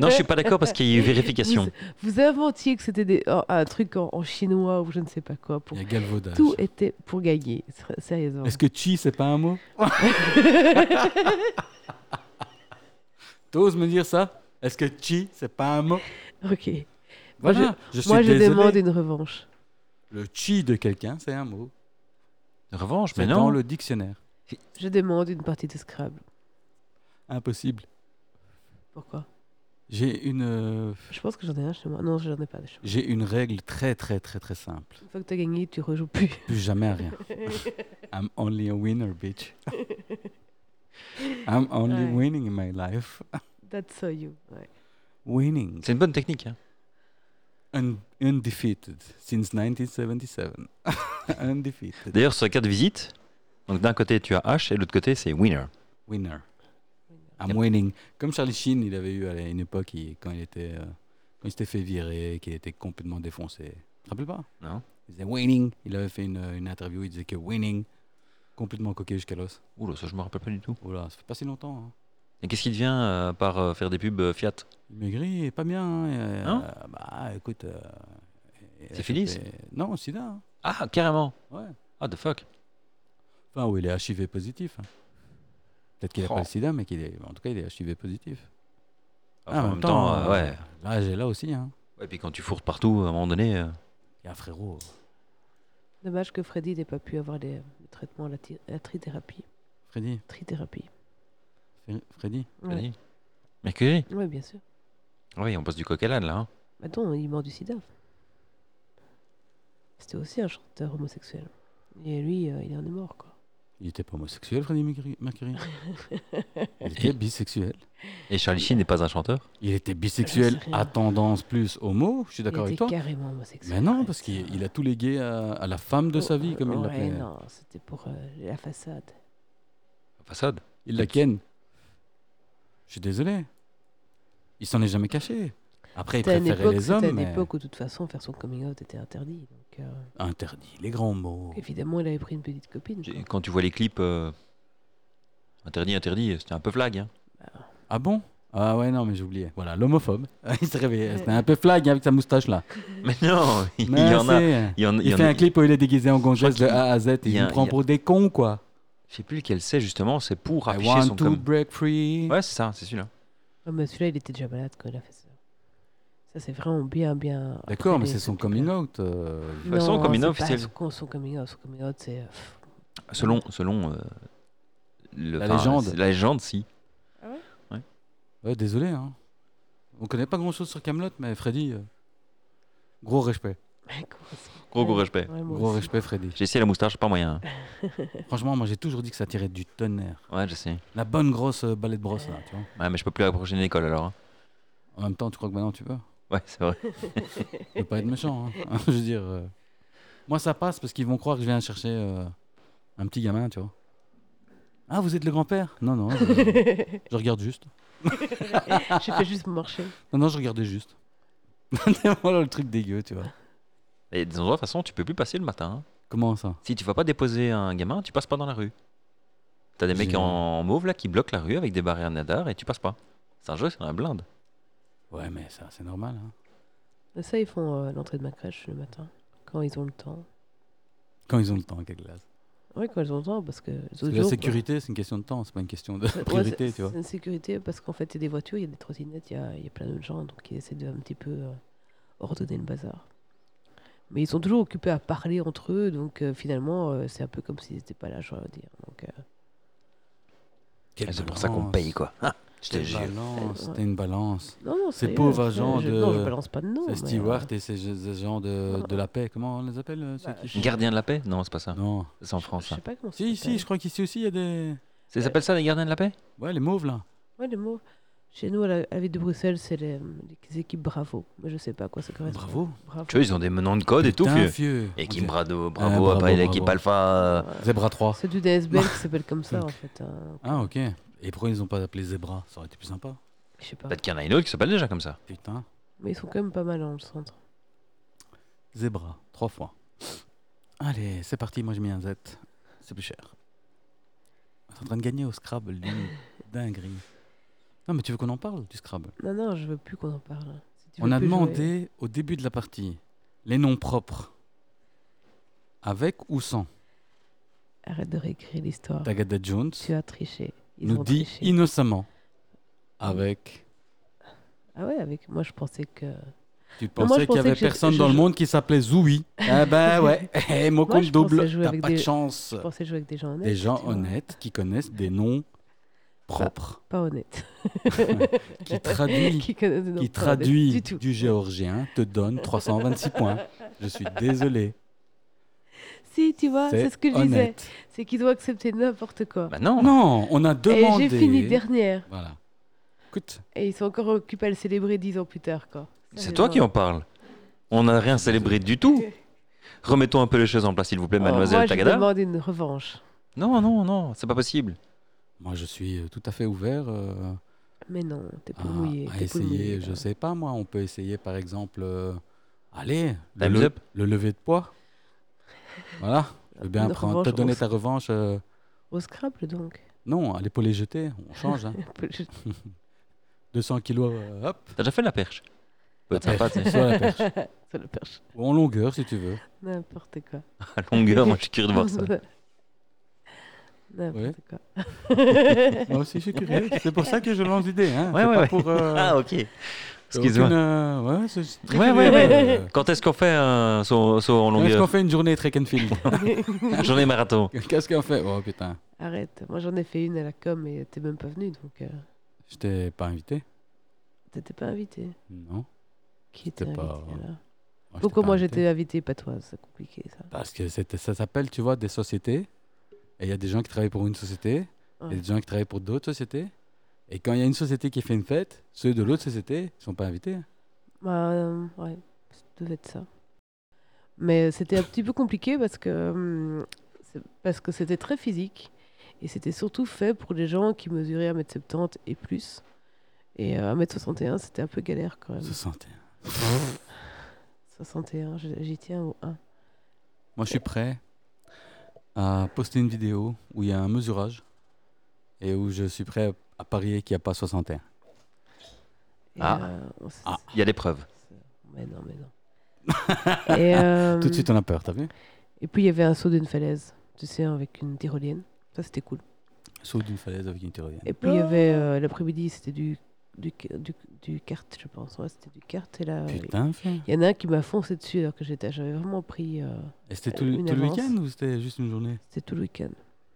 Non, je suis pas d'accord parce qu'il y a eu vérification. Vous inventiez que c'était des- un, un truc en, en chinois ou je ne sais pas quoi. Pour... il y a galvaudage Tout était pour gagner. Ser- Sérieusement. est-ce que chi c'est pas un mot t'oses me dire ça est-ce que chi c'est pas un mot Ok. voilà Moi, je, suis Moi, je désolé. demande une revanche. Le chi de quelqu'un, c'est un mot. Revanche, mais C'est dans non. le dictionnaire. Je demande une partie de Scrabble. Impossible. Pourquoi J'ai une, euh, Je pense que j'en ai un chez moi. Non, j'en ai pas de chez moi. j'ai une règle très très très très simple. Une fois que t'as gagné, tu rejoues plus. Plus jamais à rien. I'm only a winner, bitch. I'm only Ouais. winning in my life. That's so you. Ouais. Winning. C'est une bonne technique. hein. Un- undefeated since 1977. undefeated. D'ailleurs, sur les cartes de visite, donc d'un côté tu as H et de l'autre côté c'est Winner. Winner. I'm winning. Comme Charlie Sheen, il avait eu à une époque il- quand il était euh, quand il s'était fait virer, qu'il était complètement défoncé. Tu te rappelles pas Non. Il disait winning. Il avait fait une, euh, une interview, il disait que winning, complètement coqué jusqu'à l'os. Oula, ça je me rappelle pas du tout. Oula, ça fait pas si longtemps. hein. Et qu'est-ce qui devient euh, par euh, faire des pubs euh, Fiat Il maigrit, il est pas bien. hein, et, euh, Non Bah écoute. euh, il a C'est fini, chopé- Non, sida. hein. Ah, carrément. Ouais. Ah, the fuck. Enfin, oui, il est HIV positif. hein. Peut-être qu'il a Oh. pas le sida, mais qu'il est. En tout cas, il est HIV positif. Enfin, Ah, en même temps, euh, ouais. Là, j'ai là aussi. Hein. Et puis quand tu fourres partout, à un moment donné, euh, Il y a un frérot. Dommage que Freddy n'ait pas pu avoir les, le traitement, la, thi- la trithérapie. Freddy. Trithérapie. Fre- Freddy. Ouais. vas-y. Mercury. Ouais, bien sûr. Oui, on passe du coq à l'âne là. hein. Attends, il meurt du sida. C'était aussi un chanteur homosexuel. Et lui, euh, il en est mort, quoi. Il était pas homosexuel, Freddie Mercury. Mercury. Il était bisexuel. Et Charlie Sheen n'est pas un chanteur Il était bisexuel J'en sais rien. à tendance plus homo, je suis Il d'accord avec était toi. carrément homosexuel. Mais non, ouais, parce ça. qu'il il a tous les gays à, à la femme de sa vie, comme il Ouais, l'appelait. non, c'était pour euh, la façade. La Façade. Il la ken. Je suis désolé. Il s'en est jamais caché. Après, il C'était à une préférait époque- les c'était à hommes, une mais époque où, de toute façon, faire son coming out était interdit. Donc, euh, interdit, les grands mots. Évidemment, il avait pris une petite copine. J'ai- quoi. Quand tu vois les clips euh, interdit, interdit, c'était un peu flag. hein. Ah bon Ah ouais, non, mais j'oubliais. Voilà, l'homophobe. il s'est réveillé. C'était un peu flag avec sa moustache là. Mais non, il Mais y en a. c'est- Il, y en, il Il y en fait a- un clip où il est déguisé en gonzesse de qu'il- A à Z et il y il a- nous prend il y a- pour des cons, quoi. Je sais plus lequel c'est justement, c'est pour I afficher want son to com- break free. Ouais, c'est ça, c'est celui-là. Ah, mais celui-là, il était déjà malade quand il a fait ça. Ça, c'est vraiment bien, bien. D'accord, après mais les- c'est son cette coming époque-là. out. euh, Ouais, son Non, coming c'est out, pas c'est- Son, son coming out, son coming out, c'est. euh, pff, Selon, selon euh, le- La enfin, légende. c'est- La légende, si. Ouais, désolé. Hein. On connaît pas grand chose sur Camelot, mais Freddy, euh, gros respect. comment ça- Gros, gros Mm. Ouais, respect. ouais, moi Gros aussi. respect, Freddy. J'ai essayé la moustache, pas moyen. hein. Franchement, moi j'ai toujours dit que ça tirait du tonnerre. Ouais, je sais. La bonne grosse euh, balai de brosse, là, tu vois. Ouais, mais je peux plus approcher une école alors. hein. En même temps, tu crois que maintenant tu peux Ouais, c'est vrai. Je veux pas être méchant. hein. Je veux dire, euh, moi ça passe parce qu'ils vont croire que je viens chercher euh, un petit gamin, tu vois. Ah, vous êtes le grand-père Non, non, je, je regarde juste. J'ai fait juste marcher. Non, non, je regardais juste. voilà le truc dégueu, tu vois. Et des endroits, de toute façon, tu peux plus passer le matin. hein. Comment ça Si tu vas pas déposer un gamin, tu passes pas dans la rue. T'as des mecs Génial. en, en mauve là qui bloquent la rue avec des barrières nadar et tu passes pas. C'est un jeu, c'est un blinde. Ouais, mais ça, c'est normal. hein. Ça, ils font euh, l'entrée de ma crèche le matin, quand ils ont le temps. Quand ils ont le temps, avec la glace. Oui, quand ils ont le temps, parce que les Parce autres que la jours, sécurité, c'est une question de temps, c'est pas une question de Ouais, priorité, c'est- tu vois. C'est une sécurité parce qu'en fait, il y a des voitures, il y a des trottinettes, il y a, il y a plein de gens, donc ils essaient de un petit peu euh, ordonner le bazar. Mais ils sont toujours occupés à parler entre eux, donc euh, finalement, euh, c'est un peu comme s'ils n'étaient pas là, je dois dire. Donc, euh, Quelle Et C'est pour ça qu'on balance. paye quoi. Ah, je te Quelle jure. balance, Ouais. C'était une balance. non, non, Ces sérieux, pauvres je- agents je- de- Non, je balance pas de nom. C'est mais, Stewart euh, et ces, ces gens de, de la paix, comment on les appelle euh, ceux Bah, qui... Gardiens de la paix Non, c'est pas ça. Non. C'est en euh, je France. ça. sais pas comment ça hein. Si, si, s'appelle. je crois qu'ici aussi, il y a des... Ça s'appelle ça les gardiens de la paix Ouais, les mauves, là. Ouais, les mots. Chez nous, à la, à la ville de Bruxelles, c'est les, euh, les équipes Bravo. Mais je sais pas à quoi ça correspond. Bravo. Bravo. Tu vois, ils ont des noms de Oh, code et tout. Putain, Fieu. fieu. Et On Kim dirait- Brado, Ah, bravo, bravo, après bravo. l'équipe Alpha. euh, Ouais. Zebra 3. C'est du DSBL qui s'appelle comme ça, en fait. hein. Ah, ok. Et pourquoi ils ont pas appelé Zebra Ça aurait été plus sympa. Je sais pas. Bah, Peut-être qu'il y en a une autre qui s'appelle déjà comme ça. Putain. Mais ils sont quand même pas mal dans le centre. Zebra, trois fois. Allez, c'est parti, moi je mets un Z. C'est plus cher. On est en train de gagner au Scrabble, lui. Dinguerie. Non, mais tu veux qu'on en parle du Scrabble Non, non, je veux plus qu'on en parle. hein. Si tu On veux a plus jouer- demandé au début de la partie les noms propres. Avec ou sans Arrête de réécrire l'histoire. Tagada Jones Tu as triché. Ah. Ils nous ont dit triché. innocemment. Avec. Ah ouais, avec moi, je pensais que. Tu moi, je pensais qu'il y pensais avait que je- personne je- dans le je- monde qui s'appelait Zoui. ah ben ouais, Eh, mot Moi, compte je pensais double. jouer T'as avec pas de des- chance. Je pensais jouer avec des gens honnêtes. Des gens tu vois. honnêtes qui connaissent des noms propres. Pas honnêtes. qui traduit, Bah. qui connaissent des noms qui pas honnêtes traduit Du tout. du, géorgien te donne 326 points. Je suis désolé. Si, tu vois, c'est ce que je disais. honnête. C'est qu'ils doivent accepter n'importe quoi. Bah non. Non, on a et demandé. j'ai fini dernière. Voilà. Écoute, Et ils sont encore occupés à le célébrer dix ans plus tard, quoi. C'est toi qui en parles. On n'a rien célébré du tout. Remettons un peu les choses en place, s'il vous plaît, Oh, mademoiselle moi, Je Tagada. vous demande une revanche. Non, non, non, c'est pas possible. moi je suis euh, tout à fait ouvert euh, Mais non, t'es à, pas mouillé. Ah, à t'es euh. pas mouillé, essayer. là. Je sais pas moi, on peut essayer par exemple. euh, allez, le, Time's Bah, le- up. le lever de poids. Voilà. Je veux bien Une prendre, revanche, te donner on- ta revanche. euh, Au Scrabble, donc. non, à l'épaule jetée, on change. hein. 200 kilos, euh, hop, T'as déjà fait de la perche Peut être La sympa, soit la perche. Ça le perche. Ou en longueur si tu veux. N'importe quoi. à longueur, moi je suis curieux de voir ça. N'importe Ouais. quoi. Moi aussi, je suis curieux. C'est pour ça que je lance l'idée. Hein. Ouais, C'est ouais, pas ouais. pour. euh, Ah, ok. Excuse-moi. Ah, aucune, euh, ouais, c'est- c'est très Ouais, curieux, ouais, euh, Quand est-ce qu'on fait un saut, saut Est-ce en qu'on longueur fait une journée track and field J'en ai marathon. Qu'est-ce qu'on fait Oh putain, Arrête. Moi, j'en ai fait une à la com et t'es même pas venu, donc euh, je t'ai pas invité t'étais pas invité. Non. Qui était C'était pas- invité alors Moi, je t'ai Pourquoi pas moi invité. j'étais invité, pas toi C'est compliqué ça. Parce que c'était- ça s'appelle, tu vois, des sociétés. Et il y a des gens qui travaillent pour une société. Il y Ouais. a des gens qui travaillent pour d'autres sociétés. Et quand il y a une société qui fait une fête, ceux de l'autre société ne sont pas invités. hein. Bah, euh, ouais, ça devait être ça. Mais c'était un petit peu compliqué parce que hum, c'est- parce que c'était très physique et c'était surtout fait pour les gens qui mesuraient 1m70 et plus. Et euh, 1m61, c'était un peu galère quand même. 61. 61, je- j'y tiens au 1. Moi, je suis prêt à poster une vidéo où il y a un mesurage et où je suis prêt à parier qu'il n'y a pas 61. Et, Ah. euh, on s- Ah. Il y a des preuves. Mais non, mais non. et, euh, Tout de suite, hein. on a peur, t'as vu et puis il y avait un saut d'une falaise, tu sais, avec une tyrolienne. Ça, c'était cool. Saut d'une falaise avec une tyrolienne. Et puis il y avait euh, l'après-midi, c'était du, du, du, du kart, je pense. Ouais, c'était du kart. bah, Et là, Putain, frère. il y en a un qui m'a foncé dessus alors que j'étais, j'avais vraiment pris. euh, Et c'était tout, Une tout le avance. week-end ou c'était juste une journée c'était tout le week-end.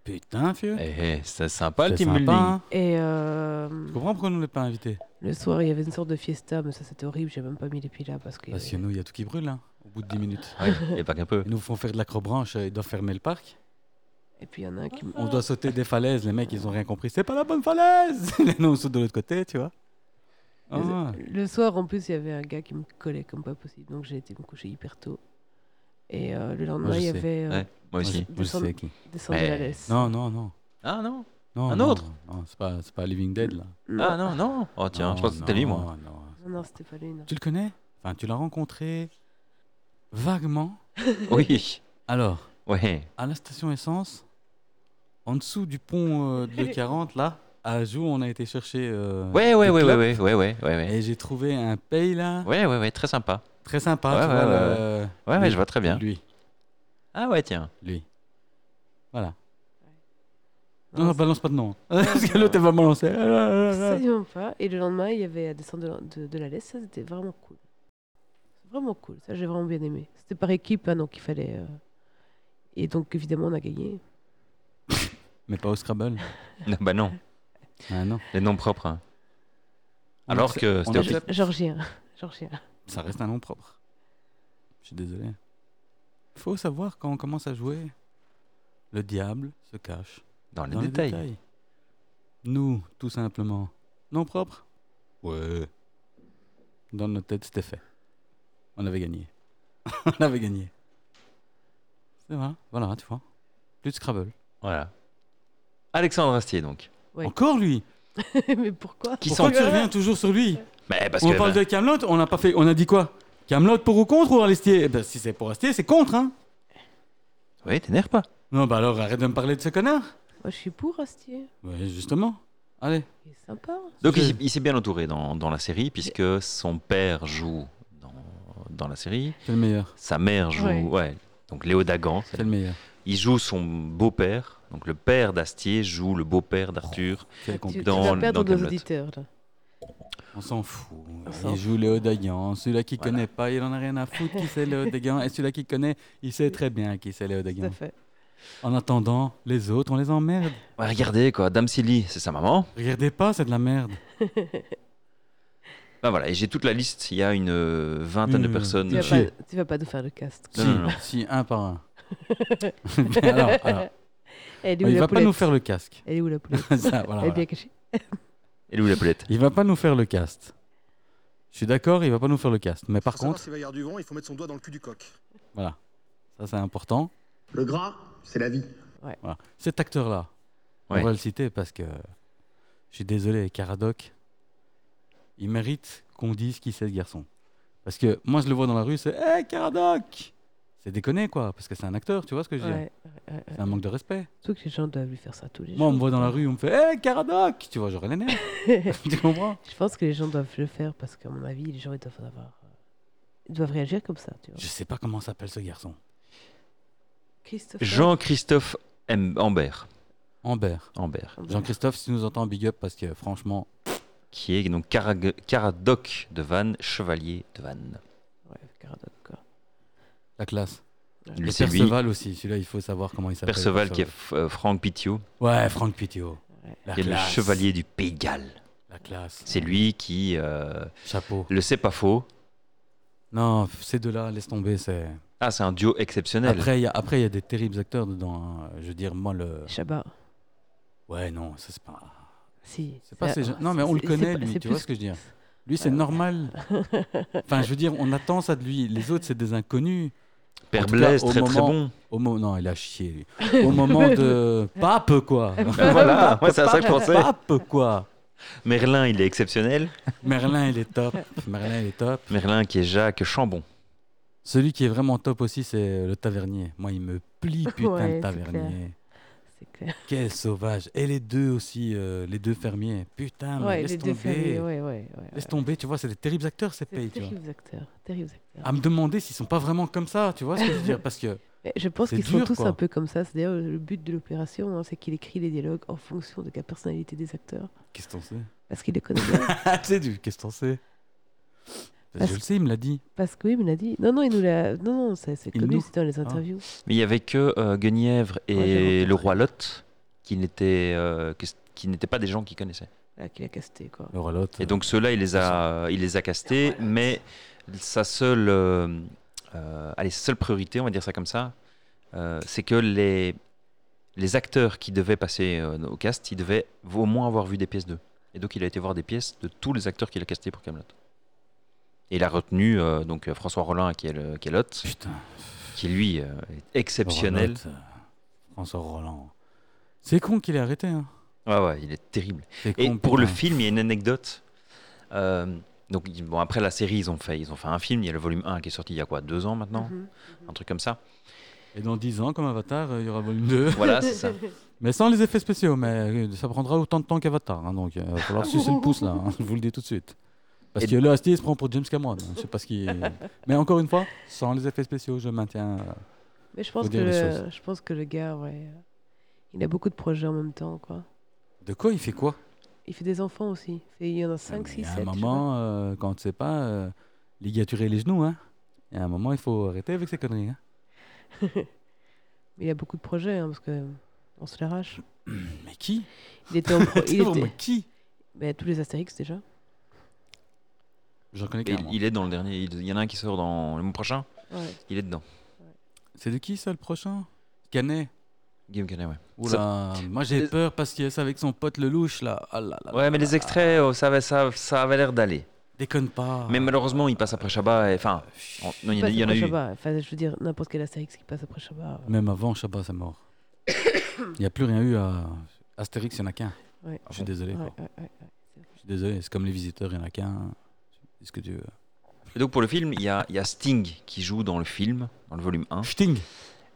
Putain, fieu. Eh, eh, c'est sympa le Hum. C'est team sympa, building. hein. Et euh, Je comprends pourquoi on ne l'a pas invité. le soir, il y avait une sorte de fiesta, mais ça c'était horrible. J'ai même pas mis les pieds là parce que. Parce que nous, il y a tout qui brûle, hein, au bout de 10 minutes. Ouais, et pas qu'un peu. Ils nous font faire de l'acrobranche, euh, ils doivent fermer le parc. Et puis il y en a un qui. m- On doit sauter des falaises, les mecs, ils ont rien compris. C'est pas la bonne falaise Nous, on saute de l'autre côté, tu vois. Ah. Le soir, en plus, il y avait un gars qui me collait comme pas possible, donc j'ai été me coucher hyper tôt. Et euh, le lendemain, je il y sais. avait euh, Ouais, moi aussi. Je, je Descendre- sais qui. descendre Mais- de la laisse. Non, non, non. Ah non Non, Un non, autre Non, c'est pas, c'est pas Living Dead là. non, Ah non, non Oh tiens, Non, je pense que c'était lui, moi. non, non. non, non, c'était pas lui. non. Tu le connais Enfin, tu l'as rencontré vaguement. Oui. Alors, Ouais. à la station essence, en dessous du pont euh, de 40, là, à Joux, on a été chercher. euh, Ouais, ouais, des ouais, ouais, clopes. ouais, ouais, ouais, ouais, ouais. Et j'ai trouvé un paye là, Ouais, ouais, ouais, très sympa. très sympa. Ouais, tu ouais, vois, ouais, le- Ouais, ouais, lui, je vois très bien. Lui, Ah ouais, tiens. lui. Voilà. Non, Ah, Non, non, c'est- balance pas de nom. Parce que l'autre, elle va me lancer. Ah, ah, ah, ah. Absolument pas. Et le lendemain, il y avait à descendre de, la- de, de la laisse. Ça, c'était vraiment cool. C'est vraiment cool. Ça, j'ai vraiment bien aimé. C'était par équipe, hein, donc il fallait. euh, Et donc, évidemment, on a gagné. Mais pas au Scrabble. Non, bah non, Ah non. Ah, les noms propres. hein. Alors accepte- que on c'était au- accepte. Georgien. Georgien. Ça reste un nom propre. Je suis désolé. Faut savoir quand on commence à jouer, le diable se cache dans les dans les détails. détails. Nous, tout simplement. Nom propre Ouais. Dans notre tête, c'était fait. On avait gagné. on avait gagné. C'est vrai. Voilà, tu vois. Plus de Scrabble. Voilà. Alexandre Astier, donc. Ouais. Encore lui Mais pourquoi Qui Pourquoi sont. tu reviens toujours sur lui Mais parce On que. bah, parle de Camelot, on n'a pas fait. On a dit quoi Camelot pour ou contre ou Alestier Eh ben, Si c'est pour Alestier, c'est contre, hein Oui, t'énerve pas. Non, bah alors arrête de me parler de ce connard. Moi, Oh, je suis pour Astier. Ouais, justement. Allez. Il est sympa. Donc il Je- s'est- il s'est bien entouré dans, dans la série, puisque son père joue dans, dans la série, C'est le meilleur. sa mère joue. Ouais. Ouais. Donc Léo Dagan, C'est le meilleur. il joue son beau-père. Donc le père d'Astier joue le beau-père d'Arthur. C'est Ah, Tu, tu compl- Dans- vas perdre dans nos Kaamelott. auditeurs. Là. On s'en fout. s'en Il joue Léo Dagan. Celui-là qui Voilà. connaît pas, il en a rien à foutre qui c'est Léo Dagan. Et celui-là qui connaît, il sait très bien qui c'est Léo Tout à Dagan. fait. En attendant, les autres, on les emmerde. Oh. Ouais, regardez quoi, Dame Silly, c'est sa maman. Regardez pas, c'est de la merde. Ben voilà, et j'ai toute la liste. Il y a une euh, vingtaine de Euh, personnes. Tu vas, Chier. pas, tu vas pas nous faire le cast. Non, si, non, non. si, un par un. alors, alors, Elle est où Oh, il va la pas poulette nous faire le casque. Elle est où la poulette Ça, voilà, Elle est voilà. Eh bien cachée. Et où la poulette Il va pas nous faire le cast. Je suis d'accord, il va pas nous faire le cast. Mais par Pour savoir contre, s'il va y avoir du vent, il faut mettre son doigt dans le cul du coq. voilà, ça c'est important. Le gras, c'est la vie. Voilà. Cet acteur-là, Ouais. on va le citer parce que je suis désolé, Caradoc, il mérite qu'on dise qui c'est ce garçon. Parce que moi, je le vois dans la rue, c'est Hé, Caradoc C'est déconné, quoi, parce que c'est un acteur, tu vois ce que je veux dire Ouais, ouais, ouais, ouais. C'est un manque de respect. Surtout que les gens doivent lui faire ça tous les Moi, on jours. me voit dans la rue, on me fait Hé, Caradoc Tu vois, j'aurais les nerfs. tu comprends Je pense que les gens doivent le faire parce qu'à mon avis, les gens ils doivent en avoir. euh, Ils doivent réagir comme ça, tu vois. Je sais pas comment s'appelle ce garçon. Christophe. Jean-Christophe M- Ambert. Ambert. Ambert, Jean-Christophe, si tu nous entends, big up, parce que franchement, qui est donc Carag- Caradoc de Vannes, chevalier de Vannes. Ouais, Caradoc, quoi. la classe. Lui, Le c'est lui. Perceval aussi, celui-là, il faut savoir comment il s'appelle. Perceval, qui est F- euh, Franck Pitiot, Ouais, Franck Pitio. Ouais. La qui est le classe. chevalier du Pays de Galles. La classe. C'est lui qui euh, Chapeau. le sait pas faux. Non, ces deux-là, laisse tomber. C'est... Ah, c'est un duo exceptionnel. Après, il y, a- après, il y a des terribles acteurs dedans. hein. Je veux dire, moi, le. Chabat. Ouais, non, ça, c'est pas. Si. C'est pas ces gens- non, Euh, c'est- mais on le c'est- connaît, c'est pas- lui, c'est tu vois plus- ce que je veux dire. Lui, c'est normal. enfin, je veux dire, on attend ça de lui. Les autres, c'est des inconnus. en Père tout cas, Blaise, au très très moment- bon. Au moment. Non, il a chié, lui. Au moment de. Pape, quoi. Ben voilà, moi c'est à ça que je pensais. Pape, quoi. Merlin, il est exceptionnel. Merlin, il est top. Merlin, il est top. Merlin qui est Jacques Chambon. Celui qui est vraiment top aussi, c'est le tavernier. Moi, il me plie, putain, Ouais, le c'est tavernier. C'est clair. Quel sauvage Et les deux aussi, euh, les deux fermiers. Putain, Ah, mais Ouais, laisse les tomber. deux familles. Ouais, ouais, ouais. Laisse ouais. tomber, tu vois, c'est des terribles acteurs ces C'est pays, tu vois. Ah, terribles acteurs. Terribles acteurs. À me demander s'ils sont pas vraiment comme ça, tu vois ce que je veux dire Parce que Mais je pense c'est qu'ils sont dur, tous quoi. un peu comme ça. C'est d'ailleurs le but de l'opération, hein, c'est qu'il écrit les dialogues en fonction de la personnalité des acteurs. qu'est-ce qu'on sait Parce qu'il les connaît bien. Ah, tu sais du qu'est-ce qu'on sait Parce- Je le sais, il me l'a dit. Parce que oui, il me l'a dit. Non, non, il nous l'a. Non, non, c'est c'est Il connu, nous- Ah. c'est dans les interviews. Mais il y avait que euh, Guenièvre Ouais, j'ai et rencontré. le roi Lot qui n'étaient euh, que- qui n'étaient pas des gens qu'il connaissait. Voilà, qu'il a casté, quoi. Le roi Lot, Et donc ceux-là, il les a, il les a castés, mais sa seule, euh, euh, allez, sa seule priorité, on va dire ça comme ça, euh, c'est que les, les acteurs qui devaient passer euh, au cast, ils devaient au moins avoir vu des pièces d'eux. Et donc il a été voir des pièces de tous les acteurs qu'il a castés pour Camelot. Et il a retenu euh, donc euh, François Rollin qui est le qui est Lot, euh, putain, qui lui euh, est le roi exceptionnel. Lot, euh, François Roland. C'est con qu'il ait arrêté. Hein. Ouais ouais, il est terrible. C'est Et con, pour le putain. film, il y a une anecdote. Euh, donc, ils- bon, après la série, ils ont, fait, ils ont fait un film. Il y a le volume 1 qui est sorti il y a quoi Deux ans maintenant Mhm. Un truc comme ça. Et dans 10 ans, comme Avatar, euh, il y aura volume 2. Voilà, c'est ça. Mais sans les effets spéciaux, mais euh, ça prendra autant de temps qu'Avatar. hein, donc, il va falloir sucer le pouce, là. hein, je vous le dis tout de suite. Parce Et- que là, Asti se prend pour James Cameron. hein, Je sais pas ce qui. Mais encore une fois, sans les effets spéciaux, je maintiens. euh, Mais je pense, Faut que dire les le, choses. je pense que le gars, ouais, euh, il a beaucoup de projets en même temps. quoi. De quoi il fait quoi Il fait des enfants aussi. Fait- Il y en a 5, Il 6, y 7. a un moment, euh, quand tu sais pas, euh, ligaturer les genoux. Hein. Il y a un moment, il faut arrêter avec ces conneries. hein. Il a beaucoup de projets hein, parce que on se l'arrache. Mais qui Il était en pro- il Toujours, était- mais qui Mais tous les Astérix déjà. J'en connais Et qu'un. Il, moi. il est dans le dernier. Il, il y en a un qui sort dans le mois prochain. Ouais. Il est dedans. C'est de qui ça le prochain Canet Guillaume Canet, ouais. Oula, moi j'ai Les- peur parce que c'est avec son pote le louche là. Ah là là. Ouais, mais les extraits, euh, ça, avait- ça, ça avait l'air d'aller. Déconne pas. Mais malheureusement, il passe après Shabbat. et- Enfin, on- non, il y en a- Passe il y en a après eu. Shabbat. Enfin, je veux dire, n'importe quel Astérix qui passe après Shabbat. ouais. Même avant Shabbat, c'est mort. Il n'y a plus rien eu à. Astérix, il n'y en a qu'un. euh, Ouais. Ah, Je suis désolé. Ouais, quoi. ouais, ouais, ouais. Je suis désolé. C'est comme les visiteurs, il n'y en a qu'un. C'est ce que tu veux. Et donc pour le film, il y a, il y a Sting qui joue dans le film, dans le volume 1. Sting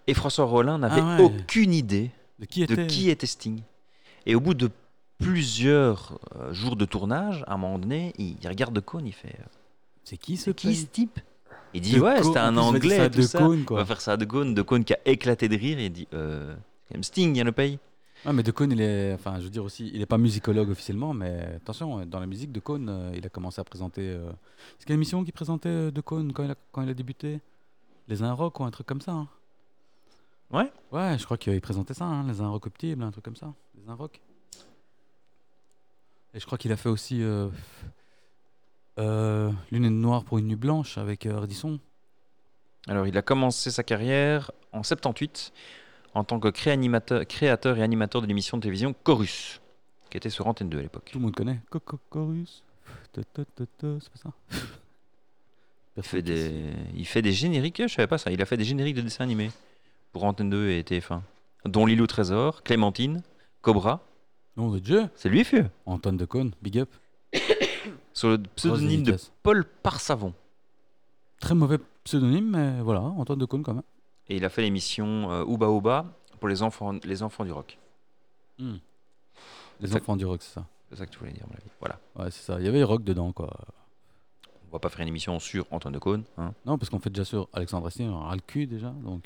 Et François Rollin n'avait Ah ouais. aucune idée De qui de était qui était Sting. Et au bout de plusieurs euh, jours de tournage, à un moment donné, il, il regarde de Cohn, il fait euh, C'est qui ce C'est qui ce pays type Il dit De Ouais, Cohn, c'était en un plus, il va dire anglais. ça et de tout ça. Bah, Cohn, On quoi. va faire ça à De Cohn. De Cohn qui a éclaté de rire et il dit euh, C'est quand même Sting, il y en a pays. Ouais, mais De Cohn, il est. Enfin, je veux dire aussi, il n'est pas musicologue officiellement, mais attention, dans la musique, De Cohn, euh, il a commencé à présenter. euh, C'est quelle émission qui présentait euh, De Cohn quand il a, quand il a débuté Les Un Rock ou un truc comme ça. hein. Ouais. Ouais, je crois qu'il présentait ça, hein, Les Un Rock Optibles, un truc comme ça. Les Un Rock. Et je crois qu'il a fait aussi euh, euh, Lunettes noires pour une nuit blanche avec euh, Ardisson. Alors, il a commencé sa carrière en 78 en tant que créanimateur- créateur et animateur de l'émission de télévision Chorus, qui était sur Antenne 2 à l'époque. Tout le monde connaît. Cococorus. Ta, ta, ta, ta, C'est pas ça Il fait, des... il fait des génériques, je savais pas ça, il a fait des génériques de dessins animés pour Antenne 2 et TF1, dont Lilo Trésor, Clémentine, Cobra, Nom de Dieu c'est lui, fieu, Antoine de Caunes, big up. sur le pseudonyme de Grosse dédicace. Paul Parsavon. Très mauvais pseudonyme, mais voilà, hein, Antoine de Caunes quand même. Et il a fait l'émission euh, Ouba Ouba pour les enfants, les enfants du rock. Les Ça- enfants du rock, c'est ça. C'est ça que tu voulais dire, à mon avis. Voilà. Ouais, c'est ça. Il y avait rock dedans, quoi. On va pas faire une émission sur Antoine de Caunes, hein. Non, parce qu'on fait déjà sur Alexandre Astier, on a le cul déjà. Donc,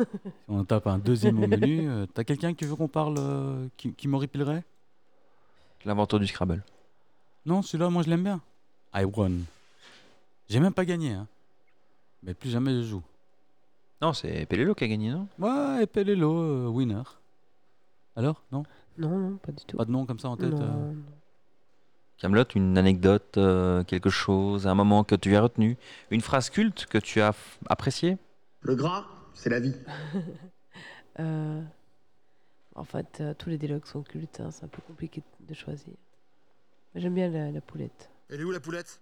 euh, si on tape un deuxième au menu, euh, t'as quelqu'un que tu veux qu'on parle euh, qui, qui m'horripilerait l'inventeur du Scrabble. Non, celui-là, moi, je l'aime bien. I won. J'ai même pas gagné, hein. Mais plus jamais je joue. Non, c'est Pellélo qui a gagné, non Ouais, et Pelelo, euh, winner. Alors Non Non, non, pas du tout. Pas de nom comme ça en tête non, euh non. Camelot, une anecdote, euh, quelque chose, un moment que tu as retenu, une phrase culte que tu as f- appréciée Le gras, c'est la vie. Euh, En fait, euh, tous les dialogues sont cultes. hein, C'est un peu compliqué de choisir. Mais J'aime bien la, la poulette. Elle est où la poulette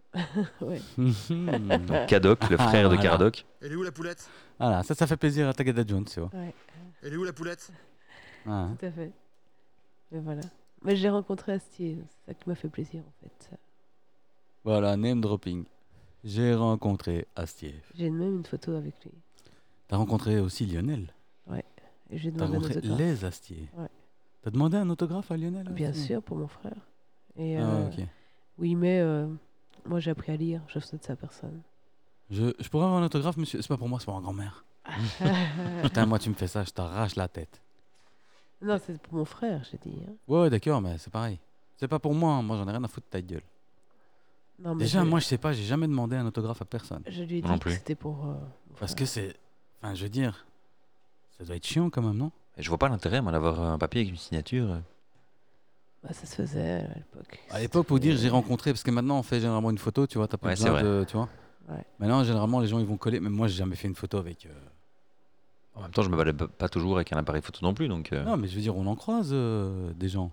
Ouais. Mhm. Cadoc, le Ah, frère de voilà. Cardoc. Elle est où la poulette voilà, ça, ça fait plaisir à Tagada Jones, tu vois. Elle est où la poulette Ah, Tout à fait. Mais voilà. Mais j'ai rencontré Astier, c'est ça qui m'a fait plaisir en fait. Voilà, name dropping. J'ai rencontré Astier. J'ai même une photo avec lui. T'as rencontré aussi Lionel. Et j'ai T'as demandé un rencontré autographe. les Astier. Ouais. T'as demandé un autographe à Lionel Bien aussi sûr, pour mon frère. Et Ah, euh, ok. Oui, mais euh, moi j'ai appris à lire, je faisais de sa personne. Je, je pourrais avoir un autographe, monsieur C'est pas pour moi, c'est pour ma grand-mère. Putain, moi, tu me fais ça, je t'arrache la tête. non, c'est pour mon frère, j'ai dit. hein. Ouais, ouais, d'accord, mais c'est pareil. C'est pas pour moi, hein. moi, j'en ai rien à foutre de ta gueule. Non, mais Déjà, je, moi, je sais pas, j'ai jamais demandé un autographe à personne. je lui ai Moi non dit que plus. c'était pour. euh, mon Parce frère. que c'est. Enfin, je veux dire. Ça doit être chiant quand même, non Et Je vois pas l'intérêt, moi, d'avoir un papier avec une signature. Bah, ça se faisait à l'époque. À l'époque, pour dire j'ai rencontré, parce que maintenant on fait généralement une photo, tu vois, t'as pas Ouais, besoin c'est vrai. de. Tu vois Ouais. Maintenant, généralement, les gens ils vont coller, mais moi j'ai jamais fait une photo avec. euh, En même temps, je me balais p- pas toujours avec un appareil photo non plus, donc... euh, Non, mais je veux dire, on en croise euh, des gens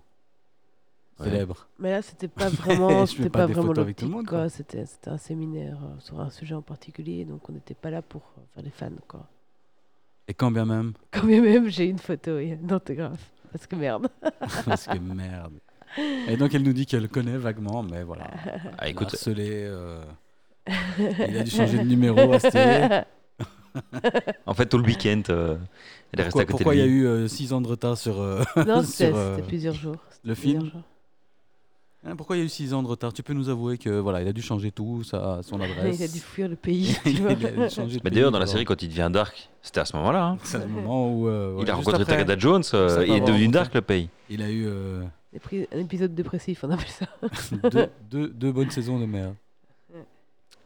Ouais. célèbres. Mais là, c'était pas Je vraiment, fais c'était pas pas des vraiment photos avec tout le l'optique, monde, quoi. quoi. C'était, c'était un séminaire euh, sur un sujet en particulier, donc on n'était pas là pour euh, faire des fans, quoi. Et quand bien même, Quand bien même, j'ai une photo et un autographe. Parce que merde. parce que merde. Et donc elle nous dit qu'elle connaît vaguement, mais voilà. bah, Ah, écoute, Oh, Harcelé, euh, il a dû changer de numéro, Asté. En fait, tout le week-end, euh, elle est Pourquoi restée à côté pourquoi de il y a lui. eu 6 ans de retard sur. euh, Non, sur, c'était euh, c'était plusieurs jours. c'était le plusieurs film jours. hein, Pourquoi il y a eu 6 ans de retard Tu peux nous avouer que voilà, il a dû changer tout, sa, son adresse. Il a dû fuir le pays. tu Il vois. a dû changer de Mais Bah, d'ailleurs, pays, dans la quoi. série, quand il devient Dark, c'était à ce moment-là. hein. C'est le moment où. euh, ouais, il a juste rencontré après, Tagada Jones, euh, Ça peut il est avoir devenu rencontré. Dark le pays. Il a eu euh, Des prises- un épisode dépressif, on appelle ça. deux, deux- deux bonnes saisons de merde.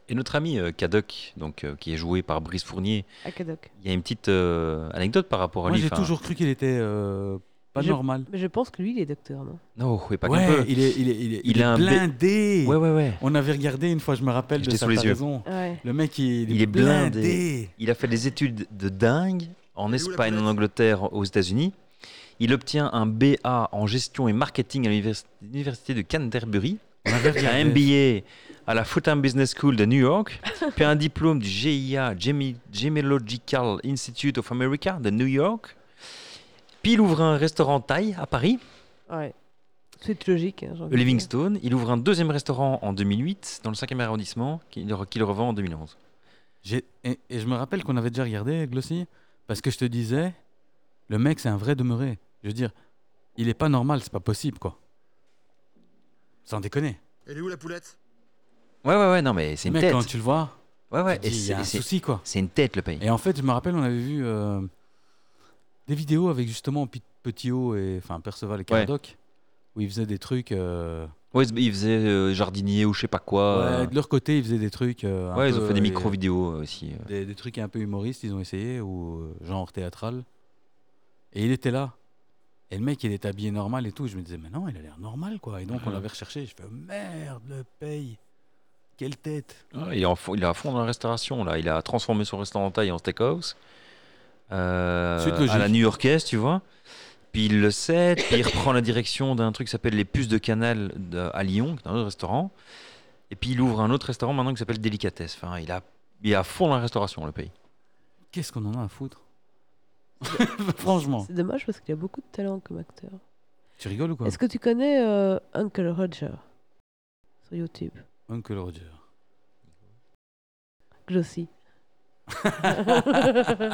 Et notre ami euh, Kadok, donc, euh, qui est joué par Brice Fournier, À Kadok. il y a une petite euh, anecdote par rapport à Moi, lui. j'ai enfin, toujours cru qu'il était euh, pas Je- normal. Mais je pense que lui, il est docteur, non Non, et pas ouais, qu'un peu. il est, il est, il est, Il il est a un bé- blindé. Ouais, ouais, ouais. On avait regardé une fois, je me rappelle de J'étais sa sous les yeux. raison. Ouais. Le mec, il, Il est blindé. blindé. Il a fait des études de dingue en est où la Espagne, en planète Angleterre, aux États-Unis. Il obtient un BA en gestion et marketing à l'univers- l'université de Canterbury, On avait un regardé. MBA à la Fordham Business School de New York, puis un diplôme du GIA, Gemi- Gemological Institute of America de New York. Puis il ouvre un restaurant thaï à Paris, ouais. C'est logique. hein, j'ai envie de dire. Livingstone. Il ouvre un deuxième restaurant en 2008 dans le 5e arrondissement qu'il re- qu'il revend en 2011. J'ai- Et, et je me rappelle qu'on avait déjà regardé Glossy, parce que je te disais, le mec, c'est un vrai demeuré. Je veux dire, il est pas normal, c'est pas possible, quoi. Sans déconner. Elle est où la poulette Ouais, ouais, ouais, non, mais c'est Le une mec, tête. quand tu le vois, Ouais, ouais, tu et te dis, il y c'est- a un c'est- souci, quoi. c'est une tête le pays. Et en fait, je me rappelle, on avait vu euh, des vidéos avec justement Pit- Petit O et enfin Perceval et Caradoc, où ils faisaient des trucs. euh, Ouais, ils faisaient euh, jardinier ou je sais pas quoi. euh. ouais, de leur côté, ils faisaient des trucs. euh, un Ouais, ils ont peu, fait des euh, micro-vidéos euh, aussi. euh. Des, des trucs un peu humoristes, ils ont essayé, ou euh, genre théâtral. Et il était là. Et le mec, il était habillé normal et tout. Je me disais, mais non, il a l'air normal, quoi. Et donc, on Mhm. l'avait recherché. Je fais, merde, le paye. Quelle tête. Ouais, Ah, il, est en fond- il est à fond dans la restauration, là. Il a transformé son restaurant taille en steakhouse. Euh, Suite logique. à la new-yorkaise, tu vois. Puis il le sait, puis il reprend la direction d'un truc qui s'appelle les puces de canal de- à Lyon, qui est un autre restaurant. Et puis il ouvre un autre restaurant maintenant qui s'appelle Délicatesse. Enfin, il, a, il est à fond dans la restauration, le pays. Qu'est-ce qu'on en a à foutre Franchement. C'est dommage parce qu'il a beaucoup de talent comme acteur. Tu rigoles ou quoi Est-ce que tu connais euh, Uncle Roger sur YouTube Uncle Roger. Glossy.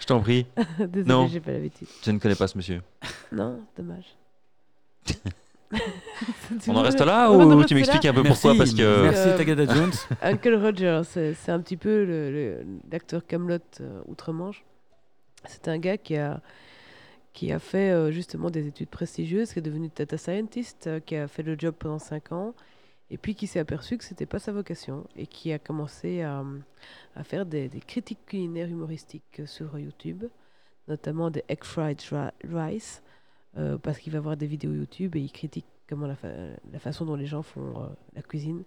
Je t'en prie, Non. Désolé, j'ai pas l'habitude. je ne connais pas ce monsieur. Non, dommage. On en reste là On en ou reste tu là. m'expliques un peu pourquoi Parce que. Merci, Euh, Tagada Jones. Uncle Roger, c'est c'est un petit peu le- le- l'acteur Camelot euh, outre-Manche. C'est un gars qui a, qui a fait euh, justement des études prestigieuses, qui est devenu data scientist, euh, qui a fait le job pendant 5 ans, et puis qui s'est aperçu que c'était pas sa vocation, et qui a commencé à, à faire des, des critiques culinaires humoristiques sur YouTube, notamment des egg fried ra- rice, euh, parce qu'il va voir des vidéos YouTube et il critique comment la, fa- la façon dont les gens font euh, la cuisine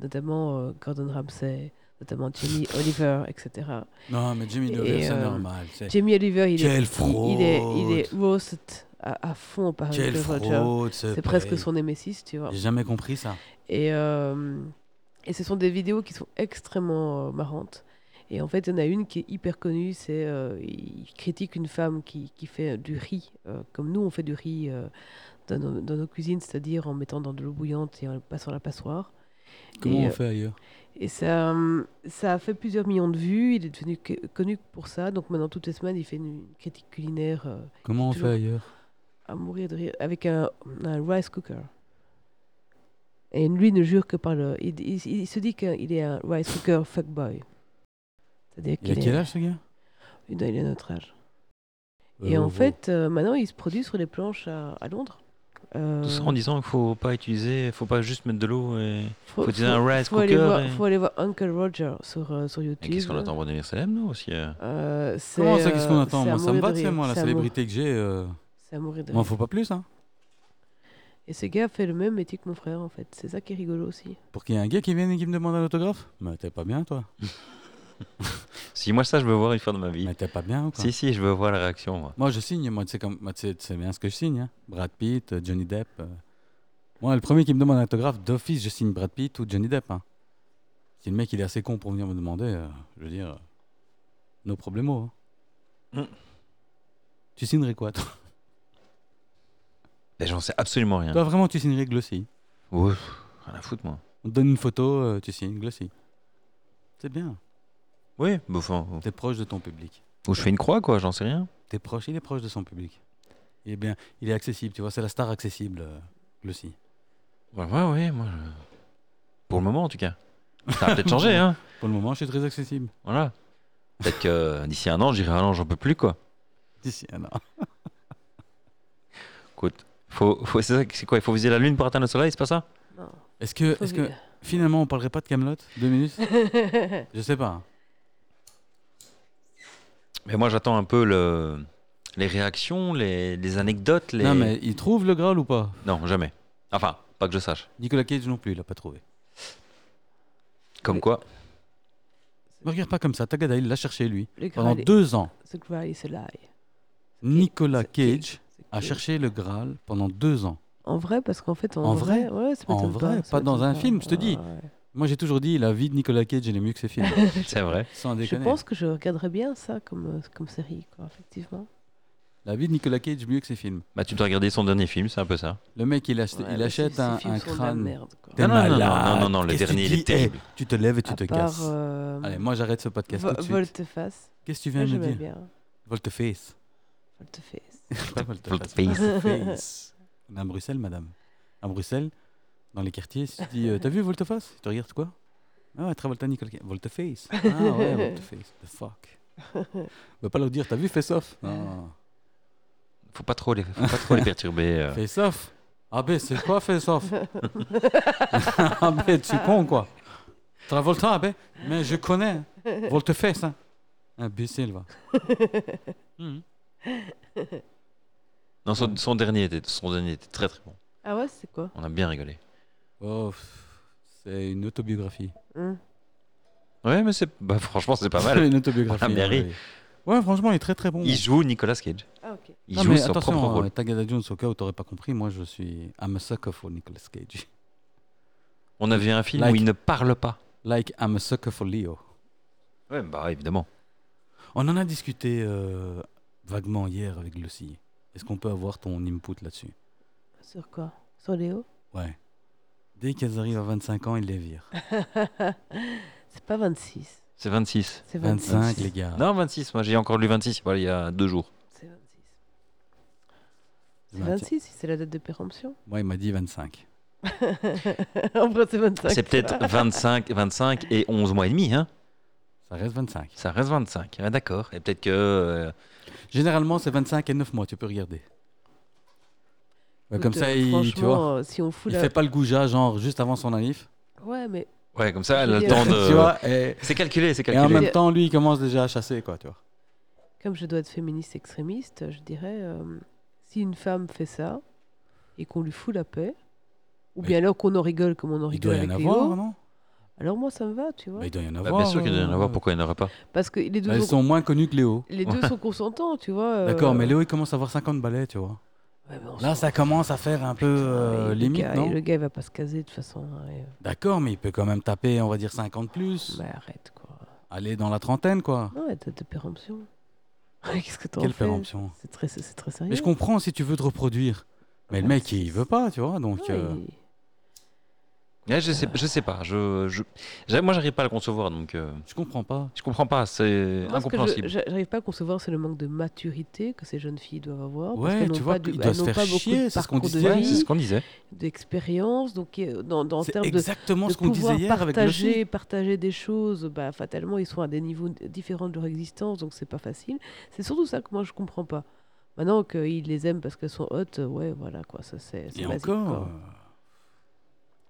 notamment euh, Gordon Ramsay, notamment Jamie Oliver, etc. Non, mais Jimmy Et, Dover, c'est euh, normal. c'est- Jamie Oliver, il est, Quelle il, fraude il est, il est roasted à, à fond par Quelle Uncle Roger. fraude ce C'est presque pays. son némésis, tu vois. J'ai jamais compris ça. Et, euh, et ce sont des vidéos qui sont extrêmement euh, marrantes. Et en fait, il y en a une qui est hyper connue, c'est euh, il critique une femme qui, qui fait du riz, euh, comme nous on fait du riz euh, dans, nos, dans nos cuisines, c'est-à-dire en mettant dans de l'eau bouillante et en le passant à la passoire. Comment Et, on fait ailleurs Et ça, hum, ça a fait plusieurs millions de vues. Il est devenu que- connu pour ça. Donc maintenant, toutes les semaines, il fait une une critique culinaire euh, Comment on fait toujours- ailleurs à mourir de rire avec un, un rice cooker. Et lui ne jure que par le. Il, il- il se dit qu'il est un rice cooker fuckboy. C'est-à-dire Il a qu'il quel est, âge ce gars il doit- il a notre âge. Et en fait, euh, maintenant, il se produit sur les planches à, à Londres. Euh, Tout ça en disant qu'il faut pas utiliser, faut pas juste mettre de l'eau et. faut, faut utiliser un rice faut aller cooker voir- et- faut aller voir Uncle Roger sur, euh, sur YouTube. Mais qu'est-ce qu'on attend pour devenir célèbre, nous aussi euh Euh, c'est, Comment ça, qu'est-ce qu'on euh, attend c'est à Moi, ça me mourir va, de tu sais, rire. moi, la C'est à mourir- célébrité que j'ai. euh, C'est à mourir de Moi, rire. faut pas plus, hein. Et ce gars fait le même métier que mon frère, en fait. C'est ça qui est rigolo aussi. Pour qu'il y ait un gars qui vienne et qui me demande un autographe Mais t'es pas bien, toi Si moi ça, je veux voir une fois dans ma vie. Mais t'es pas bien, ou quoi Si, si, je veux voir la réaction. Moi. Moi, je signe, moi, tu sais comme- moi, tu sais- tu sais bien ce que je signe. hein. Brad Pitt, euh, Johnny Depp. euh. Moi, le premier qui me demande un autographe, d'office, je signe Brad Pitt ou Johnny Depp. hein. Si le mec, il est assez con pour venir me demander, euh, je veux dire, euh, nos problèmes. Mm. Tu signerais quoi, toi Ben, J'en sais absolument rien. Toi, vraiment, tu signerais Glossy. Ouais, rien à foutre, moi. On te donne une photo, euh, tu signes Glossy. C'est bien. Oui, mais enfin, T'es proche de ton public. ou je fais une croix, quoi, j'en sais rien. T'es proche, il est proche de son public. Il est bien, il est accessible, tu vois, c'est la star accessible, euh, Glossy. Ouais, ouais, ouais, moi. je- Pour le moment, en tout cas. Ça va peut-être changer, hein. Pour le moment, je suis très accessible. Voilà. Peut-être que euh, d'ici un an, je dirai, ah non, j'en peux plus, quoi. D'ici un an. Écoute, faut, faut- c'est ça, c'est quoi Il faut viser la lune pour atteindre le soleil, c'est pas ça Non. Est-ce que, faut Euh, est-ce que vivre. finalement on parlerait pas de Camelot Deux minutes Je sais pas. Mais moi, j'attends un peu le, les réactions, les, les anecdotes. Les... Non mais il trouve le Graal ou pas Non, jamais. Enfin, pas que je sache. Nicolas Cage non plus, il l'a pas trouvé. Comme quoi, Ne regarde pas comme ça, Tagada il l'a cherché lui. Le Pendant Graal, est- deux ans, ce Graal, il se lie. Nicolas C'est Cage. Cage C'est a Cage. cherché le Graal pendant deux ans. En vrai, parce qu'en fait, en, En vrai ouais, ça En m'étonne vrai, ça pas dans m'étonne un film, je te dis. ouais. Moi j'ai toujours dit, la vie de Nicolas Cage elle est mieux que ses films. c'est vrai. Sans Je déconner. pense que je regarderais bien ça comme, euh, comme série, quoi, effectivement. La vie de Nicolas Cage mieux que ses films. Bah, tu peux regarder son dernier film, c'est un peu ça. Le mec il, achète- Ouais, il mais achète ces- ces un, films un sont de la crâne. merde, quoi. T'es Non, non, non, non, malade. non, non, le Qu'est-ce que tu dernier, il est dis Eh, terrible. tu te lèves et tu À te part, casses. euh, Allez, moi j'arrête ce podcast Vo- tout de suite. Volteface. Qu'est-ce que tu viens Moi, de me J'aimais dire Ah, bien. Volteface. Volteface. Pas Volteface. Volteface. Volteface. On est à Bruxelles, madame. À Bruxelles, dans les quartiers, si tu dis euh, T'as vu Volteface Ils te regardent quoi Ah ouais, Travolta, Nicolas Cage. Volteface. Ah ouais, Volteface. The fuck. On va pas leur dire T'as vu Face Off Non. Faut pas trop les, faut pas trop les perturber. euh. Face Off Ah ben, c'est quoi Face Off Ah ben, tu es con quoi Travolta, ah ben, mais je connais. Volteface, hein. Imbécile, va. Mhm. Non, son, son dernier était, son dernier était très très bon. Ah ouais, c'est quoi On a bien rigolé. Oh, pff, c'est une autobiographie. Hein Ouais, mais c'est, bah, franchement, c'est pas mal. une autobiographie. On l'a bien ri. Ouais, franchement, il est très très bon. Il joue Nicolas Cage. Ah, ok. Il Non, joue mais son attention, propre euh, rôle. Tagada Jones, au cas où t'aurais pas compris, moi je suis I'm a sucker for Nicolas Cage. On a vu un film où Like. il ne parle pas. Like I'm a sucker for Leo. Ouais, bah évidemment. On en a discuté euh, vaguement hier avec Lucie. Est-ce qu'on peut avoir ton input là-dessus Sur quoi Sur Léo Ouais. Dès qu'elles arrivent à 25 ans, ils les virent. Ah, C'est pas 26. C'est 26. C'est 26. 25, les gars. Non, 26. Moi, j'ai encore lu 26 voilà, il y a deux jours. C'est 26. C'est Ben, tiens. 26, c'est la date de péremption. Moi, il m'a dit 25. en vrai, c'est 25. C'est peut-être 25, 25 et 11 mois et demi. Hein Ça reste 25. Ça reste 25. Ouais, D'accord. Et peut-être que. euh, Généralement, c'est 25 et 9 mois, tu peux regarder. Ouais, Bah, Écoute, comme ça, euh, il, tu vois, franchement, euh, si on fout il la... fait pas le goujat, genre juste avant son anif. Ouais, mais Ouais, comme ça, elle a Je le veux temps dire- de. tu vois, et, C'est calculé, c'est et en calculé. même temps, lui, il commence déjà à chasser, quoi, tu vois. comme je dois être féministe extrémiste, je dirais euh, si une femme fait ça et qu'on lui fout la paix, ou Mais- bien alors qu'on en rigole comme on en Il doit rigole y en avec avoir, Léo, non alors moi ça me va, tu vois. Bah, Il doit y en Bah, avoir. bien sûr qu'il doit y en avoir. euh, Pourquoi il n'y en aurait pas Parce que les deux, bah, Elles sont... sont moins connues que Léo. les deux sont consentants, tu vois. euh, D'accord, mais Léo, il commence à avoir 50 balais, tu vois. ouais, mais on Là, s'en ça commence à faire un peu euh, fout, et le limite, gars- et non Le gars, il va pas se caser de toute façon. hein, et, euh, D'accord, mais il peut quand même taper, on va dire 50 plus. Mais arrête, quoi. Aller dans la trentaine, quoi. Non, la date de péremption. Qu'est-ce que t'en Quelle fais péremption. C'est très, c'est c'est très sérieux. Mais je comprends si tu veux te reproduire. Mais le mec, il veut pas, tu vois. Donc, Bah, Ouais, euh, il- Ouais, je, sais, je sais pas. Je, je... j'ai- Moi, j'arrive pas à le concevoir, donc euh, je comprends pas. je comprends pas. C'est Moi, ce que je- incompréhensible. j'a- J'arrive pas à concevoir, c'est le manque de maturité que ces jeunes filles doivent avoir. parce Ouais, qu'elles tu n'ont vois, pas de- ils elles doivent se n'ont faire pas beaucoup chier, de c'est ce qu'on parcours de disait, Ouais, vie, c'est ce qu'on disait. d'expérience. Donc, euh, dans, dans en C'est termes de, exactement de ce qu'on disait pouvoir hier avec Glossy. partager, partager des choses, bah, fatalement, ils sont à des niveaux d- différents de leur existence, donc c'est pas facile. C'est surtout ça que moi, je comprends pas. Maintenant qu'ils les aiment parce qu'elles sont hautes, euh, ouais, voilà, quoi, ça c'est c'est Et basique, encore, euh, quoi.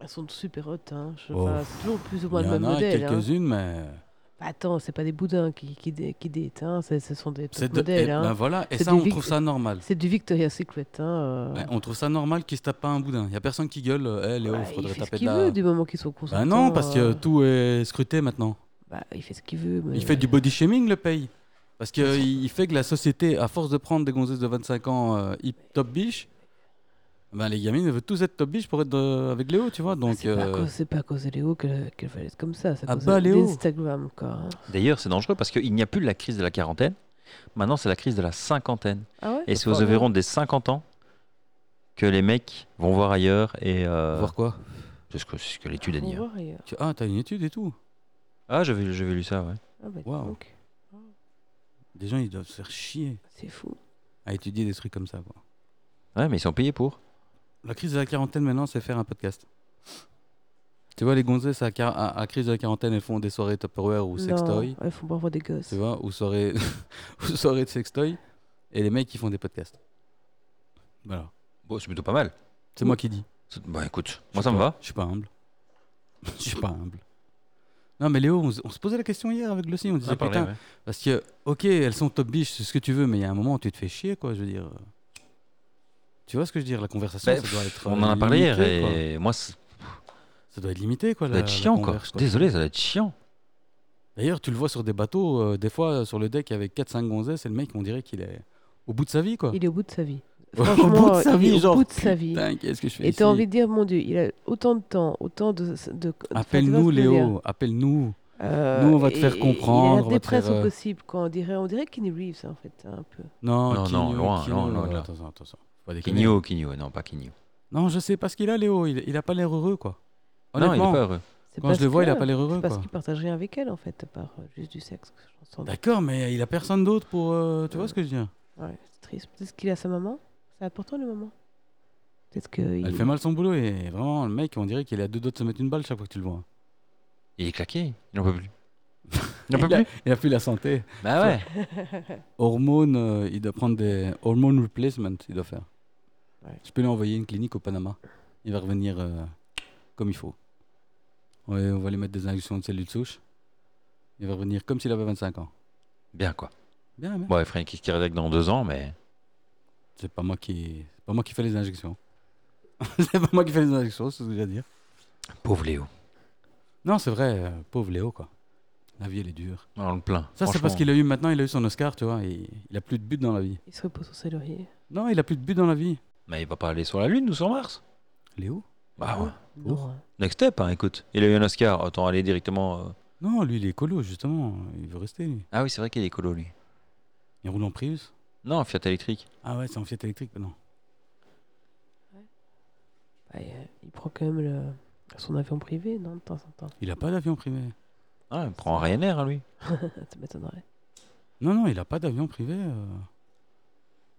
Elles sont super hautes, hein. Je- Oh, enfin, c'est toujours plus ou il moins y le même en a modèle. hein. quelques-unes, mais. Bah, Attends, c'est pas des boudins qui, qui, dé- qui datent, hein. c'est- ce sont des C'est top de- et modèles. hein. ben voilà, et C'est ça, du on vic- trouve ça normal. C'est du Victoria's Secret. Hein, euh. Ben, on trouve ça normal qu'il se tape pas un boudin. Il y a personne qui gueule, euh, Eh, Léo, Bah, il faudrait il fait ce taper qu'il de la- veut du moment qu'ils sont consentants. Ben non, parce que euh, tout est scruté maintenant. bah, il fait ce qu'il veut. mais- Il fait du body shaming, le paye. Parce qu'il fait que la société, à force de prendre des gonzesses de 25 ans euh, hip top biche, ben les gamines elles veulent tous être top biche pour être euh, avec Léo, tu vois. Ah, Donc, c'est pas à euh, cause- c'est pas à cause de Léo qu'elle qu'elle va être comme ça. C'est à Ah cause bah, de Léo. Instagram, quoi. hein. D'ailleurs, c'est dangereux parce qu'il n'y a plus la crise de la quarantaine. Maintenant, c'est la crise de la cinquantaine. Ah ouais Et c'est aux Pardon environs des 50 ans que les mecs vont voir ailleurs. Et, euh, voir quoi C'est ce que, c'est ce que l'étude a Faut dit. hein. voir ailleurs. Tu- Ah, t'as une étude et tout. Ah, j'avais j'avais lu ça, ouais. Ah Ah bah, dis Waouh. donc. Des gens, ils doivent se faire chier C'est fou. à étudier des trucs comme ça. Quoi. Ouais, mais ils sont payés pour. La crise de la quarantaine, maintenant, c'est faire un podcast. Tu vois, les gonzesses à, car- à, à crise de la quarantaine, elles font des soirées Tupperware ou Sextoy, Non, elles font parfois des gosses. tu vois, ou soirées, ou soirées de Sextoy, et les mecs, ils font des podcasts. Voilà. Bon, c'est plutôt pas mal. C'est moi qui dis. C'est- Bah écoute, Je suis moi ça me pas- va. Je suis pas humble. Je suis pas humble. Non, mais Léo, on, se- on se posait la question hier avec Glossy, on disait Ah, parler, putain, ouais. Parce que, ok, elles sont top biches, c'est ce que tu veux, mais il y a un moment où tu te fais chier, quoi, je veux dire. euh. Tu vois ce que je veux dire La conversation, Bah, ça doit pff, être. on euh, en a parlé hier limitée, quoi. et moi, c'est- Ça doit être limité, quoi. ça la- doit être la chiant quoi. converse, Désolé, ça doit être chiant. D'ailleurs, tu le vois sur des bateaux, euh, des fois, euh, sur le deck avec 4-5 gonzesses, et le mec, on dirait qu'il est au bout de sa vie, quoi. Il est au bout de sa vie. Au Franchement, bout de sa il est vie, au genre. bout de sa vie. Putain, qu'est-ce que je fais Et ici t'as envie de dire, mon Dieu, il a autant de temps, autant de. de- de- enfin, tu Appelle-nous, vois ce que je veux dire. Léo, appelle-nous. Euh, Nous, on va te et- faire et- comprendre, on va Il a l'air te dépressif faire, euh, au possible, quand on dirait, on dirait Kenny Reeves, en fait, un peu. Non, Non, Kinyo, non, loin, Kinyo, loin, loin de euh, là. Attends, attends, attends. Faut pas déconner. Kinyo, Kinyo, non, pas Kinyo. Non, je sais pas ce qu'il a, Léo. Il, il a pas l'air heureux, quoi. Non, il est Honnêtement, pas heureux. C'est quand je le parce vois, il a que- pas l'air heureux, c'est Parce quoi. qu'il partage rien avec elle, en fait, à part euh, juste du sexe. je sens. D'accord, mais il a personne d'autre pour. euh, tu vois ce que je veux dire Ouais, c'est triste. Peut-être qu'il a sa maman. C'est important, le maman. Peut-être que. Elle il- fait mal son boulot et vraiment, le mec, on dirait qu'il est à deux doigts de se mettre une balle chaque fois que tu le vois. Il est claqué, il n'en peut plus. Il n'en peut il, a, plus. il a plus la santé. Bah ouais. Hormones, euh, il doit prendre des hormone replacement, il doit faire. Ouais. Je peux lui envoyer une clinique au Panama. Il va revenir euh, comme il faut. Ouais, on va lui mettre des injections de cellules souches. Il va revenir comme s'il avait 25 ans. Bien quoi. Bien, bien. Bon, il ferait une crise cardiaque dans deux ans, mais. C'est pas moi qui, c'est pas moi qui fais les injections. c'est pas moi qui fais les injections, c'est ce que j'ai à dire. Pauvre Léo. Non, c'est vrai, euh, pauvre Léo quoi. La vie elle est dure. Non, On le plaint. Ça c'est parce Franchement. qu'il a eu maintenant, il a eu son Oscar, tu vois. et il a plus de but dans la vie. Il se repose sur ses lauriers. Non, il a plus de but dans la vie. Mais il va pas aller sur la Lune ou sur Mars. Léo Bah ouais. Ouf. Non, hein. Next step, hein, écoute. Il a eu un Oscar, autant aller directement. euh, Non, lui, il est écolo, justement. Il veut rester, lui. Ah oui, c'est vrai qu'il est écolo, lui. Il roule en Prius. Non, Fiat électrique. Ah ouais, c'est en Fiat électrique, non. Bah, il, euh, il prend quand même le- son avion privé, non, de temps en temps. Il a pas d'avion privé. Ah, il prend un Ryanair, hein, lui. Ça m'étonnerait. Non, non, il a pas d'avion privé. euh.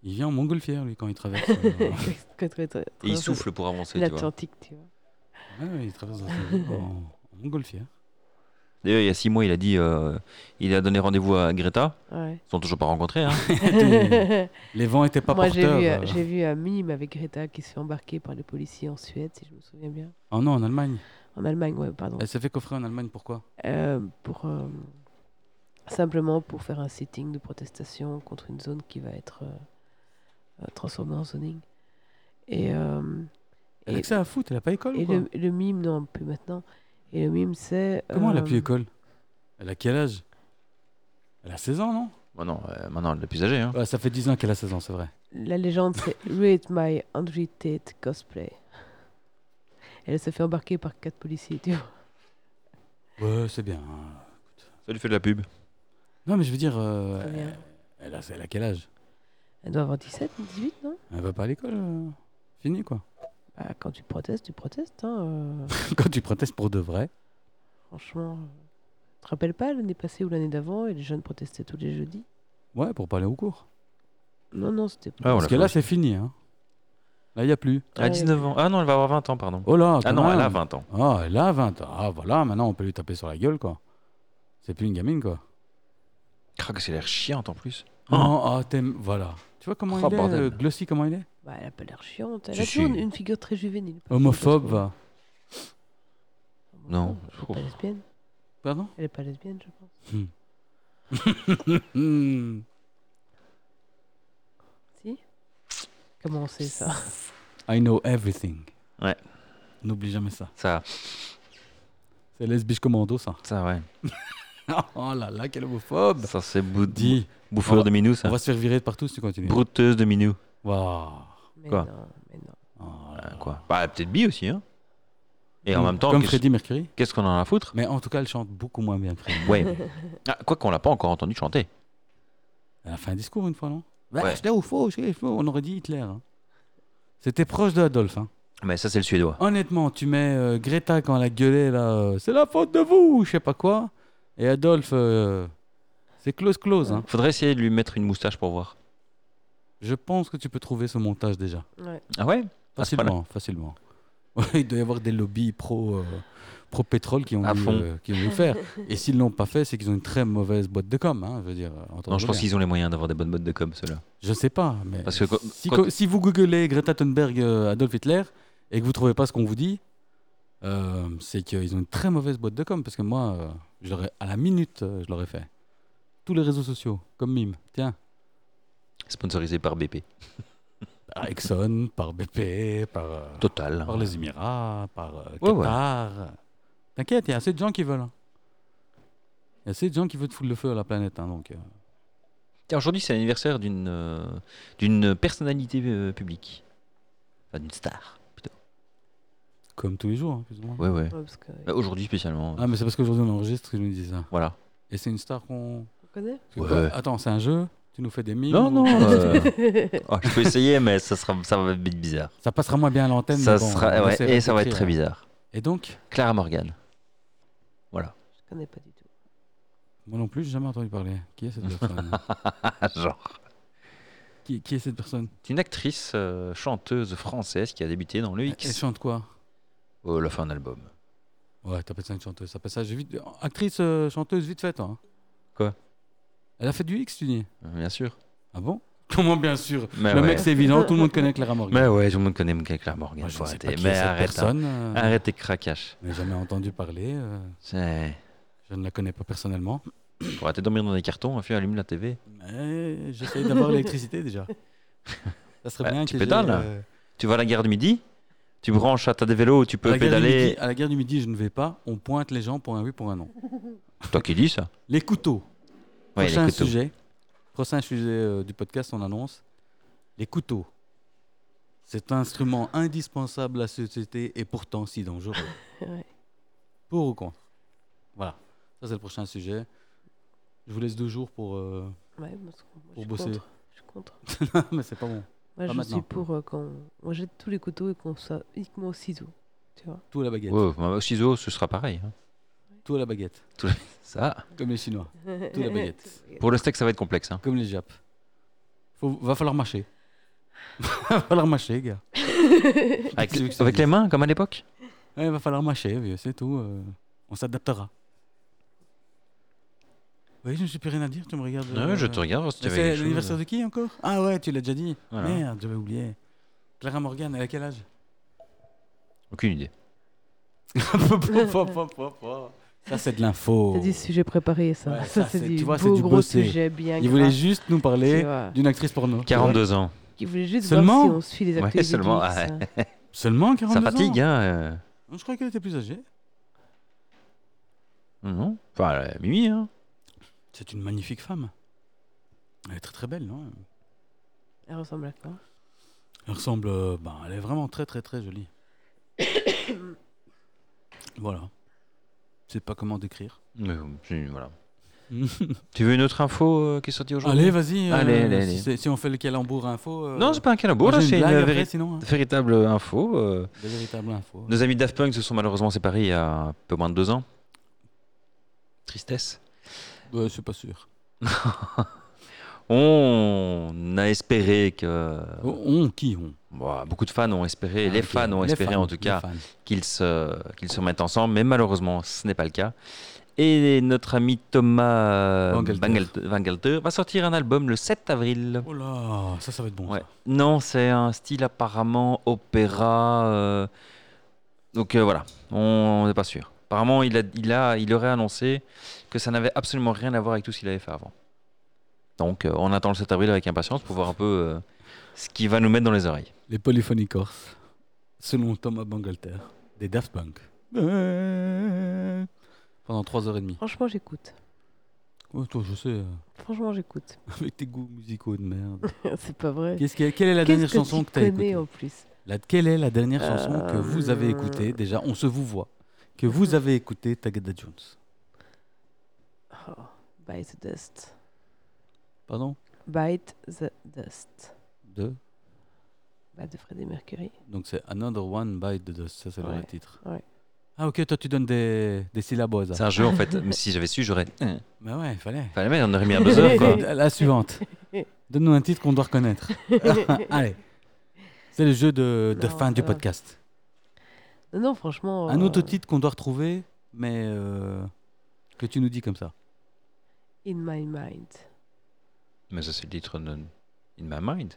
Il vient en montgolfière, lui, quand il traverse. euh, ouais, Quand tu- Et il tu- traverses souffle pour avancer, tu vois. L'Atlantique, tu vois. ouais, il traverse dans sa vie en, en montgolfière. D'ailleurs, il y a six mois, il a dit. euh, il a donné rendez-vous à Greta. Ouais. Ils sont toujours pas rencontrés, hein. Les vents étaient pas Moi, j'ai porteurs. vu, euh, euh. j'ai vu un mime avec Greta qui se fait embarquer par les policiers en Suède, si je me souviens bien. Oh non, en Allemagne. En Allemagne, ouais, pardon. Elle s'est fait coffrer en Allemagne, pourquoi Euh, pour, euh, simplement pour faire un sitting de protestation contre une zone qui va être euh, euh, transformée en zoning. Et, euh, Elle a et, que ça à foutre, elle a pas école et ou quoi le, le mime, non, plus maintenant. Et le mime, c'est. Comment elle a euh, plus école Elle a quel âge Elle a 16 ans, non Bon, non, euh, maintenant, elle est plus âgée, hein. Ouais, Ça fait 10 ans qu'elle a 16 ans, c'est vrai. La légende, c'est Read My Andrew Tate cosplay. Elle se fait embarquer par quatre policiers, tu vois. Ouais, c'est bien. hein. Ça lui fait de la pub. Non, mais je veux dire, euh, Très bien. elle, a, elle a quel âge Elle doit avoir 17, 18, non Elle va pas à l'école euh, Fini quoi. bah, Quand tu protestes, tu protestes. Hein, euh, Quand tu protestes pour de vrai. franchement, euh, tu te rappelles pas l'année passée ou l'année d'avant et les jeunes protestaient tous les jeudis Ouais, pour pas aller au cours. Non, non, c'était pas. Ah, on Parce l'a que fait là, aussi. c'est fini. Hein. Là, il n'y a plus. À 19 ans. Ah non, elle va avoir 20 ans, pardon. Oh là, Ah quand non, elle a même. 20 ans. Ah, elle a 20 ans. Ah, voilà, maintenant, on peut lui taper sur la gueule, quoi. C'est plus une gamine, quoi. Crac, que c'est l'air chiante en plus. Oh. Non, ah, t'aimes... Voilà. Tu vois comment Oh, il est, bordel. euh, Glossy, comment il est Bah, elle a pas l'air chiante. Elle Si, a toujours si. une- une figure très juvénile. par Homophobe, contre, je trouve. va. Homophobe, Non, Elle je est trouve. pas lesbienne. Pardon Elle est pas lesbienne, je pense. Hmm. Si Comment on sait ça I know everything. Ouais. N'oublie jamais ça. Ça, C'est lesbiche commando, ça. ça, ouais. oh là là, quel homophobe Ça, c'est Bah. bou- Bah, Dis, bouffeur on de minou, on ça. va se faire virer de partout si tu continues. Brouteuse de minou. Waouh. Mais Quoi non, mais non. Oh là Euh, là. quoi Bah, peut-être bi aussi, hein. Et en Comme- même temps, Comme qu'est-ce- Freddie Mercury. qu'est-ce qu'on en a à foutre Mais en tout cas, elle chante beaucoup moins bien que Freddie. Ouais. Ah, quoi qu'on l'a pas encore entendu chanter. Elle a fait un discours une fois, non Ouais. J'étais au faux, j'étais au faux. On aurait dit Hitler. hein. C'était proche de Adolphe. hein. Mais ça, c'est le suédois. Honnêtement, tu mets euh, Greta quand elle a gueulé, là, euh, c'est la faute de vous, je sais pas quoi. Et Adolphe, euh, C'est close-close. Hein. Faudrait essayer de lui mettre une moustache pour voir. Je pense que tu peux trouver ce montage déjà. Ouais. Ah ouais À ce Facilement, facilement. Ouais, il doit y avoir des lobbies pro, euh, pro pétrole qui ont, À dû, fond. euh, qui ont dû le faire. Et s'ils l'ont pas fait, c'est qu'ils ont une très mauvaise boîte de com. hein, je veux dire, euh, Non, je entendons pense bien. qu'ils ont les moyens d'avoir des bonnes bottes de com, ceux-là. Je sais pas, mais Parce que quand- si, quand- co- si vous googlez Greta Thunberg, euh, Adolf Hitler, et que vous trouvez pas ce qu'on vous dit, euh, c'est qu'ils ont une très mauvaise boîte de com. Parce que moi, euh, je l'aurais- à la minute, euh, je l'aurais fait. Tous les réseaux sociaux, comme mime. Tiens, Sponsorisé par BP. par Exxon, par BP, par. euh, Total. Par les Émirats, par euh, Ouais, ouais. Qatar. T'inquiète, il y a assez de gens qui veulent. hein. Il y a assez de gens qui veulent foutre le feu à la planète. hein, donc, euh. Tiens, Aujourd'hui, c'est l'anniversaire d'une euh, d'une personnalité euh, publique. Enfin, d'une star, plutôt. comme tous les jours, hein, plus ou moins. Ouais, ouais. Ouais, parce que Bah, Aujourd'hui, spécialement. Ah, mais c'est parce qu'aujourd'hui on enregistre que je me dis ça. Voilà. Et c'est une star qu'on. on connaît. c'est Ouais. quoi Attends, c'est un jeu Tu nous fais des mimes Non, ou- non. euh, oh, je peux essayer, mais ça, sera, ça va être bizarre. Ça passera moins bien à l'antenne. Ça mais bon, hein. sera, on ouais, essaie et ça va être d'écrire. très bizarre. Et donc Clara Morgan. Voilà. Je connais pas du tout. Moi non plus, j'ai jamais entendu parler. Qui est cette personne Ah, Genre. qui, qui est cette personne C'est une actrice euh, chanteuse française qui a débuté dans le Elle X. chante quoi Oh, elle a fait un album. Ouais, t'appelles ça une chanteuse. Ça passe ça, j'ai vite... Actrice, euh, chanteuse, vite fait, toi. hein. Quoi Elle a fait du X, tu dis Euh, Bien sûr. Ah bon Comment bien sûr Mais Le ouais. mec, c'est évident, tout le monde connaît Clara Morgan. Mais ouais, tout le monde connaît Michael Clara Morgan. Moi, je faut ne sais arrêter. pas qui mais est cette arrête. hein. personne. euh, Arrête tes craquages. Je n'ai jamais entendu parler. euh, C'est. je ne la connais pas personnellement. Faut arrêter de dormir dans des cartons, hein, puis allume la TV. Mais j'essaye d'avoir l'électricité déjà. Ça serait Bah, bien tu que pédales, j'ai, là. euh, Tu vas à la gare du midi, tu branches à t'as des vélos, tu à, peux la guerre du pédaler. midi, à la guerre du midi, je ne vais pas. On pointe les gens pour un oui, pour un non. Toi qui dis ça Les couteaux. Ouais, Prochain les couteaux. sujet. Prochain sujet euh, du podcast, on annonce les couteaux. Cet instrument indispensable à la société et pourtant si dangereux. Ouais. Pour ou contre Voilà. Ça, c'est le prochain sujet. Je vous laisse deux jours pour. euh, Ouais, parce que moi, Pour je suis bosser. contre. Je suis contre. mais c'est pas bon. Moi, Pas je maintenant. suis pour euh, qu'on on jette tous les couteaux et qu'on soit uniquement aux ciseaux. Tu vois Tout à la baguette. Ouais, bah, au ciseau, ce sera pareil. hein. Tout à la baguette. Ça. Comme les Chinois. Tout la baguette. Pour le steak, ça va être complexe. hein. Comme les Japs. Faut- va falloir mâcher. va falloir mâcher, gars. Avec, Qu'est-ce que ça avec dit les mains, comme à l'époque Ouais, va falloir mâcher, vieux, c'est tout. euh, on s'adaptera. Oui, je ne suis plus rien à dire, tu me regardes. Non, euh, Ah je te regarde. Si tu Mais avais C'est quelque chose. l'anniversaire de qui encore Ah ouais, tu l'as déjà dit. Voilà. Merde, j'avais oublié. Clara Morgan, elle a quel âge Aucune idée. Ça, c'est de l'info. C'est du sujet préparé, ça. Ouais, ça, ça, c'est c'est- du tu vois, c'est beau du gros bosser. sujet bien Il voulait gras, juste nous tu parler vois. d'une actrice porno. 42 ans. Il voulait juste Seulement voir si on suit les Ouais, activités du seulement, X, ouais. hein. Seulement 42 Ça ans fatigue, hein euh, Je croyais qu'elle était plus âgée. Non Enfin, euh, Mimi, hein C'est une magnifique femme. Elle est très très belle, non Elle ressemble à quoi Elle ressemble. euh, ben, elle est vraiment très très très jolie. voilà. Je sais pas comment décrire. Mais, euh, tu- voilà. Mm. Tu veux une autre info euh, qui est sortie aujourd'hui Allez, vas-y. euh, Allez, allez, allez. Si, c'est- si on fait le calembour info. euh, Non, c'est pas un moi, calembour, là, j'ai c'est une, blague après, véri- sinon. hein. véritable info. euh. Des véritables infos. Nos amis de Daft Punk se sont malheureusement séparés il y a un peu moins de deux ans. Tristesse. Ouais, je suis pas sûr. On a espéré que. Oh, On, on, qui on Bah, beaucoup de fans ont espéré, Ah les Ah, Ok, fans ont les espéré fans, en tout les cas, fans. qu'ils se, qu'ils se remettent ensemble, mais malheureusement, ce n'est pas le cas. Et notre ami Thomas Bangalter. Bangal- Bangalter va sortir un album le 7 avril. Oh là, ça, ça va être bon. Ouais. ça. Non, c'est un style apparemment opéra. euh, Donc euh, voilà, on n'est pas sûr. Apparemment, il, a, il, a, il aurait annoncé que ça n'avait absolument rien à voir avec tout ce qu'il avait fait avant. Donc euh, on attend le 7 avril avec impatience pour voir un peu euh, ce qu'il va nous mettre dans les oreilles. Les polyphonies corses, selon Thomas Bangalter, des Daft Punk. Pendant 3h30. Franchement, j'écoute. Ouais, toi, je sais, euh, Franchement, j'écoute. avec tes goûts musicaux de merde. c'est pas vrai. Qu'est-ce que- quelle est la Qu'est-ce dernière que chanson tu que tu as connais écoutée en plus La- Quelle est la dernière chanson que Euh, Mhm. vous avez écoutée Déjà, on se vous voit. Que vous avez écoutée Tagada Jones. Oh, Bite the Dust. Pardon Bite the Dust. De Bah, de Freddie Mercury. Donc c'est Another One by the Dust, ça c'est le Ouais, vrai titre. ouais. Ah ok, toi tu donnes des, des syllabes. C'est un jeu en fait. Mais si j'avais su, j'aurais. euh, Mais ouais, il fallait. Enfin, mais on aurait mis à deux heures quoi. La la suivante. Donne-nous un titre qu'on doit reconnaître. Allez. C'est le jeu de, de Non, fin du ça va. podcast. Non, non, franchement. Un euh, autre titre qu'on doit retrouver, mais euh, que tu nous dis comme ça. In my mind. Mais ça, c'est le titre de In My Mind.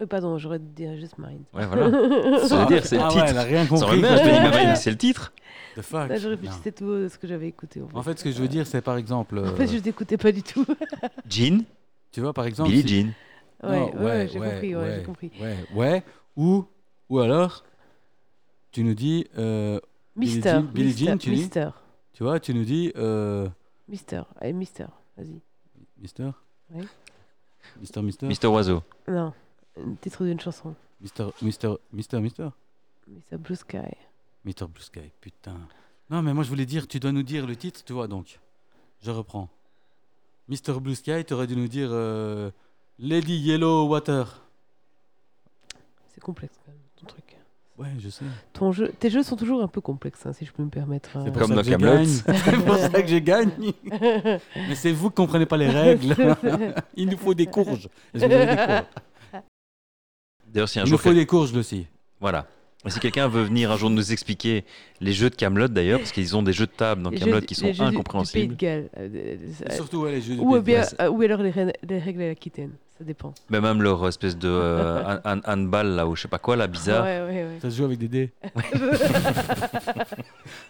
Euh, pardon, j'aurais dû dire juste mind. Ouais, voilà. Ça veut dire, c'est le ah ouais, elle a titre. rien Ça aurait compris. bien, je te dis In My Mind, mais c'est le titre. The fuck. Là, je Non. réfléchissais tout haut à ce que j'avais écouté. En fait, En fait, ce que je veux dire, c'est par exemple, En fait, euh, je t'écoutais pas du tout. ouais, Jean, tu vois, par exemple, Billie si- Jean. Non, ouais, j'ai compris, ouais, j'ai compris. Ouais, ouais. Ou, ou alors, tu nous dis, euh, Billie Mister. Jean- Billie Mister, Jean, tu dis Mister. tu vois, tu nous dis, euh, Mister. Allez, Mister. Vas-y. Mister, Oui. Mister, Mister, Mister Oiseau. Non. Le titre d'une chanson. Mister, Mister, Mister, Mister, Mister Blue Sky. Mister Blue Sky, putain. Non, mais moi je voulais dire, tu dois nous dire le titre, tu vois, donc, je reprends. Mister Blue Sky, tu aurais dû nous dire euh, Lady Yellow Water. C'est complexe, quand même, ton truc. Ouais, je sais. Ton jeu... Tes jeux sont toujours un peu complexes, hein, si je peux me permettre. hein. C'est pour Comme ça dans que je gagne. Kaamelott. C'est pour ça que je gagne. Mais c'est vous qui comprenez pas les règles. Il nous faut des courges. Est-ce que vous avez des courges D'ailleurs, si un Il nous jour. faut des courges aussi. Voilà. Et Si quelqu'un veut venir un jour nous expliquer les jeux de Camelot d'ailleurs, parce qu'ils ont des jeux de table dans Les Camelot jeux qui du- les sont jeux du- du Pays incompréhensibles. de Galles, euh, euh, ça- Et surtout, ouais, les jeux de Ou, Pays de bien, Galles. euh, ou alors les, reines- les règles à l'Aquitaine, ça dépend. Mais même leur espèce de euh, han- han- handball là ou je sais pas quoi là bizarre. Ouais, ouais, Ça se joue avec des dés. ouais.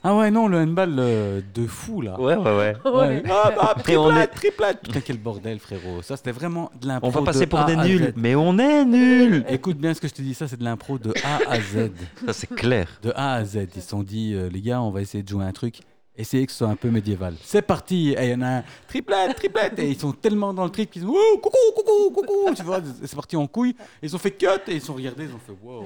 Ah ouais, non, le handball euh, de fou, là. Ouais ouais ouais. Ouais. Ah, bah, Et on est- triplette, triplette. Putain, quel bordel, frérot. Ça, c'était vraiment de l'impro. On va de passer pour A des à nuls, Z. mais on est nuls. Écoute bien ce que je te dis, ça c'est de l'impro de A à Z. Ça c'est clair. De A à Z. Ils se sont dit, euh, les gars, on va essayer de jouer un truc. Essayez que ce soit un peu médiéval. C'est parti. Et il y en a un triplette, triplette. Et ils sont tellement dans le trip qu'ils disent Wouh, coucou, coucou, coucou. Tu vois, c'est parti en couille. Et Ils ont fait cut et ils sont regardés. Ils ont fait wow.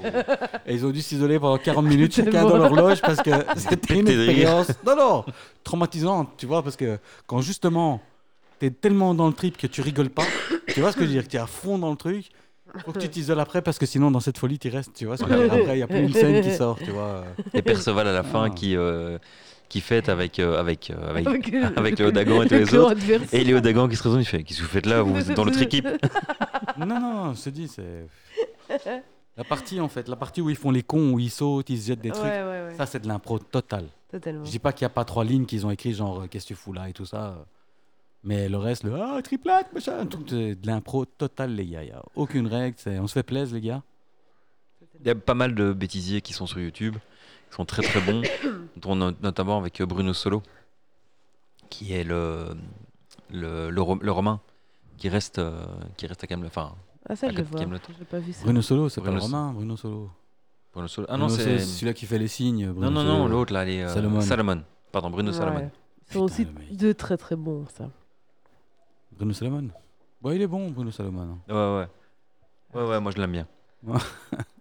Et ils ont dû s'isoler pendant 40 minutes chacun Tellement. dans leur loge parce que c'était une Pété de rire. expérience. Non, non, traumatisante. Tu vois, parce que quand justement t'es tellement dans le trip que tu rigoles pas, tu vois ce que je veux dire, t'es à fond dans le truc. Faut que tu t'isoles après parce que sinon dans cette folie tu restes, tu vois. Parce que après il y a plus une scène qui sort, tu vois. Et Perceval à la fin Ah. qui euh, qui fête avec euh, avec euh, avec avec le Léo Dagan et tous les clan autres. adverse. Et Léo Dagan qui se retourne, il fait Qu'est-ce que vous faites là Vous êtes dans l'autre équipe Non, non, je te dis, c'est. La partie, en fait, la partie où ils font les cons, où ils sautent, ils se jettent des Ouais, trucs, ouais, ouais. ça, c'est de l'impro totale. Totalement. Je dis pas qu'il n'y a pas trois lignes qu'ils ont écrit, genre, euh, qu'est-ce que tu fous là et tout ça. euh. Mais le reste, le ah, triplate, machin, tout, c'est de l'impro totale, les gars. Y a aucune règle, c'est- on se fait plaisir, les gars. Il y a pas mal de bêtisiers qui sont sur YouTube, qui sont très très bons, dont no- notamment avec euh, Bruno Solo, qui est le, le, le, Ro- le Romain, qui reste, euh, qui reste à Camelot. Enfin, Ah, ça, à je côté le de vois. Kaamelott. Je l'ai pas vu ça. Bruno Solo, c'est pas Bruno le So- Romain, Bruno Solo. Bruno Solo. Ah non, Bruno Solo, c'est. celui-là qui fait les signes. Bruno Non, non, Solo. non, l'autre là, les, euh, Salomon. Salomon. Pardon, Bruno Ouais. Salomon. Ils sont aussi Putain, le mec. deux très très bons, ça. Bruno Salomon. Bon, il est bon, Bruno Salomon. Ouais, ouais. Ouais, ouais, moi je l'aime bien. Ouais.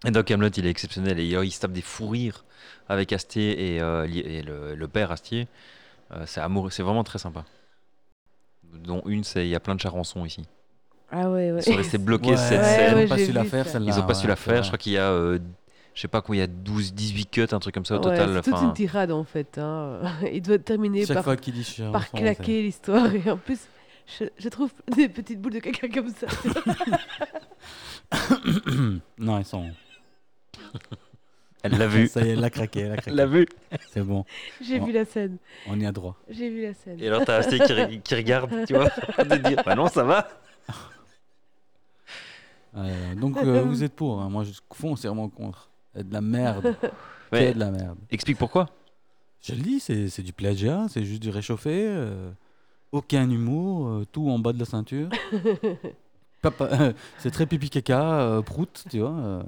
et dans Camelot, il est exceptionnel et euh, il se tape des fous rires avec Astier et, euh, li- et le, le père Astier. Euh, c'est amoureux, c'est vraiment très sympa. Dont une, c'est il y a plein de charançons ici. Ah ouais, ouais. Ils sont restés bloqués Ouais, cette Ouais, scène. Ils ouais, n'ont pas j'ai su la vu faire, ça. celle-là. Ils ont pas ouais, su la c'est faire. vrai. Je crois qu'il y a, euh, je sais pas quoi, il y a 12, 18 cuts, un truc comme ça au Ouais, total. c'est toute Enfin, une tirade en fait. hein. Il doit terminer Chaque par fois qu'il dit je suis un par enfant, claquer l'histoire. Et en plus, je, je trouve des petites boules de caca comme ça. c'est- non, ils sont. Elle l'a vu. Ça y est, elle a craqué, elle a craqué. Elle l'a vu. C'est bon, J'ai Ouais. vu la scène. on y a droit. J'ai vu la scène. Et alors t'as Astier qui, re- qui regarde, tu vois, de dire, bah non, ça va. Euh, donc euh, vous êtes pour, hein. moi je suis foncièrement contre. C'est de la merde, Ouais, c'est de la merde. explique pourquoi. Je le dis, c'est c'est du plagiat, c'est juste du réchauffé, euh, aucun humour, euh, tout en bas de la ceinture. Papa- euh, c'est très pipi caca, euh, prout, tu vois. euh.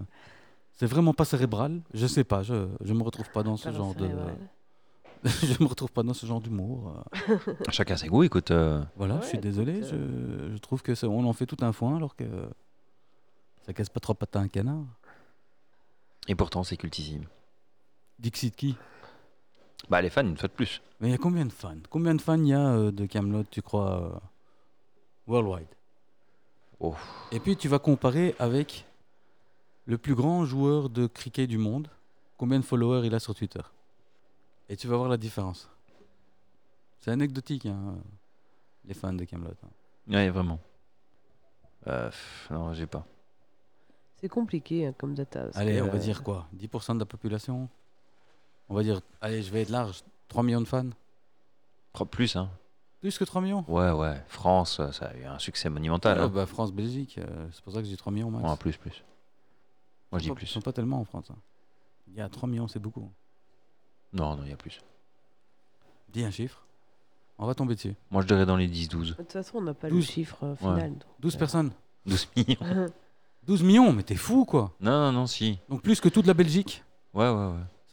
c'est vraiment pas cérébral, je sais pas, je, je me retrouve pas dans ce Par genre de... cérébrale. je me retrouve pas dans ce genre d'humour. euh. Chacun ses goûts, écoute. euh, Voilà, je Ouais, suis écoute, désolé, je, je trouve que ça- on en fait tout un foin alors que ça casse pas trois pattes à un canard. Et pourtant, c'est cultissime. Dixit qui Bah, les fans, une fois de plus. Mais il y a combien de fans Combien de fans il y a euh, de Camelot, tu crois euh, Worldwide. Oh. Et puis tu vas comparer avec le plus grand joueur de cricket du monde. Combien de followers il a sur Twitter Et tu vas voir la différence. C'est anecdotique, hein, les fans de Camelot. hein. Ouais, vraiment. Euh, pff, non, j'ai pas. C'est compliqué hein, comme data. parce Allez, que, on va euh, dire quoi 10% de la population On va dire, allez, je vais être large, 3 millions de fans Pro- Plus, hein. Plus que 3 millions Ouais, ouais. France, euh, ça a eu un succès monumental. Ouais, hein. bah, France, Belgique, euh, c'est pour ça que j'ai 3 millions max. Ouais, plus, plus. Moi, je dis Ils plus. sont pas tellement en France. hein. Il y a 3 millions, c'est beaucoup. Non, non, il y a plus. Dis un chiffre, on va tomber dessus. Moi, je dirais dans les 10-12. De toute façon, on n'a pas le Douze. chiffre euh, final. donc, 12 euh, personnes 12 millions. 12 millions, mais t'es fou quoi Non, non, non, si. Donc plus que toute la Belgique Ouais, ouais, ouais.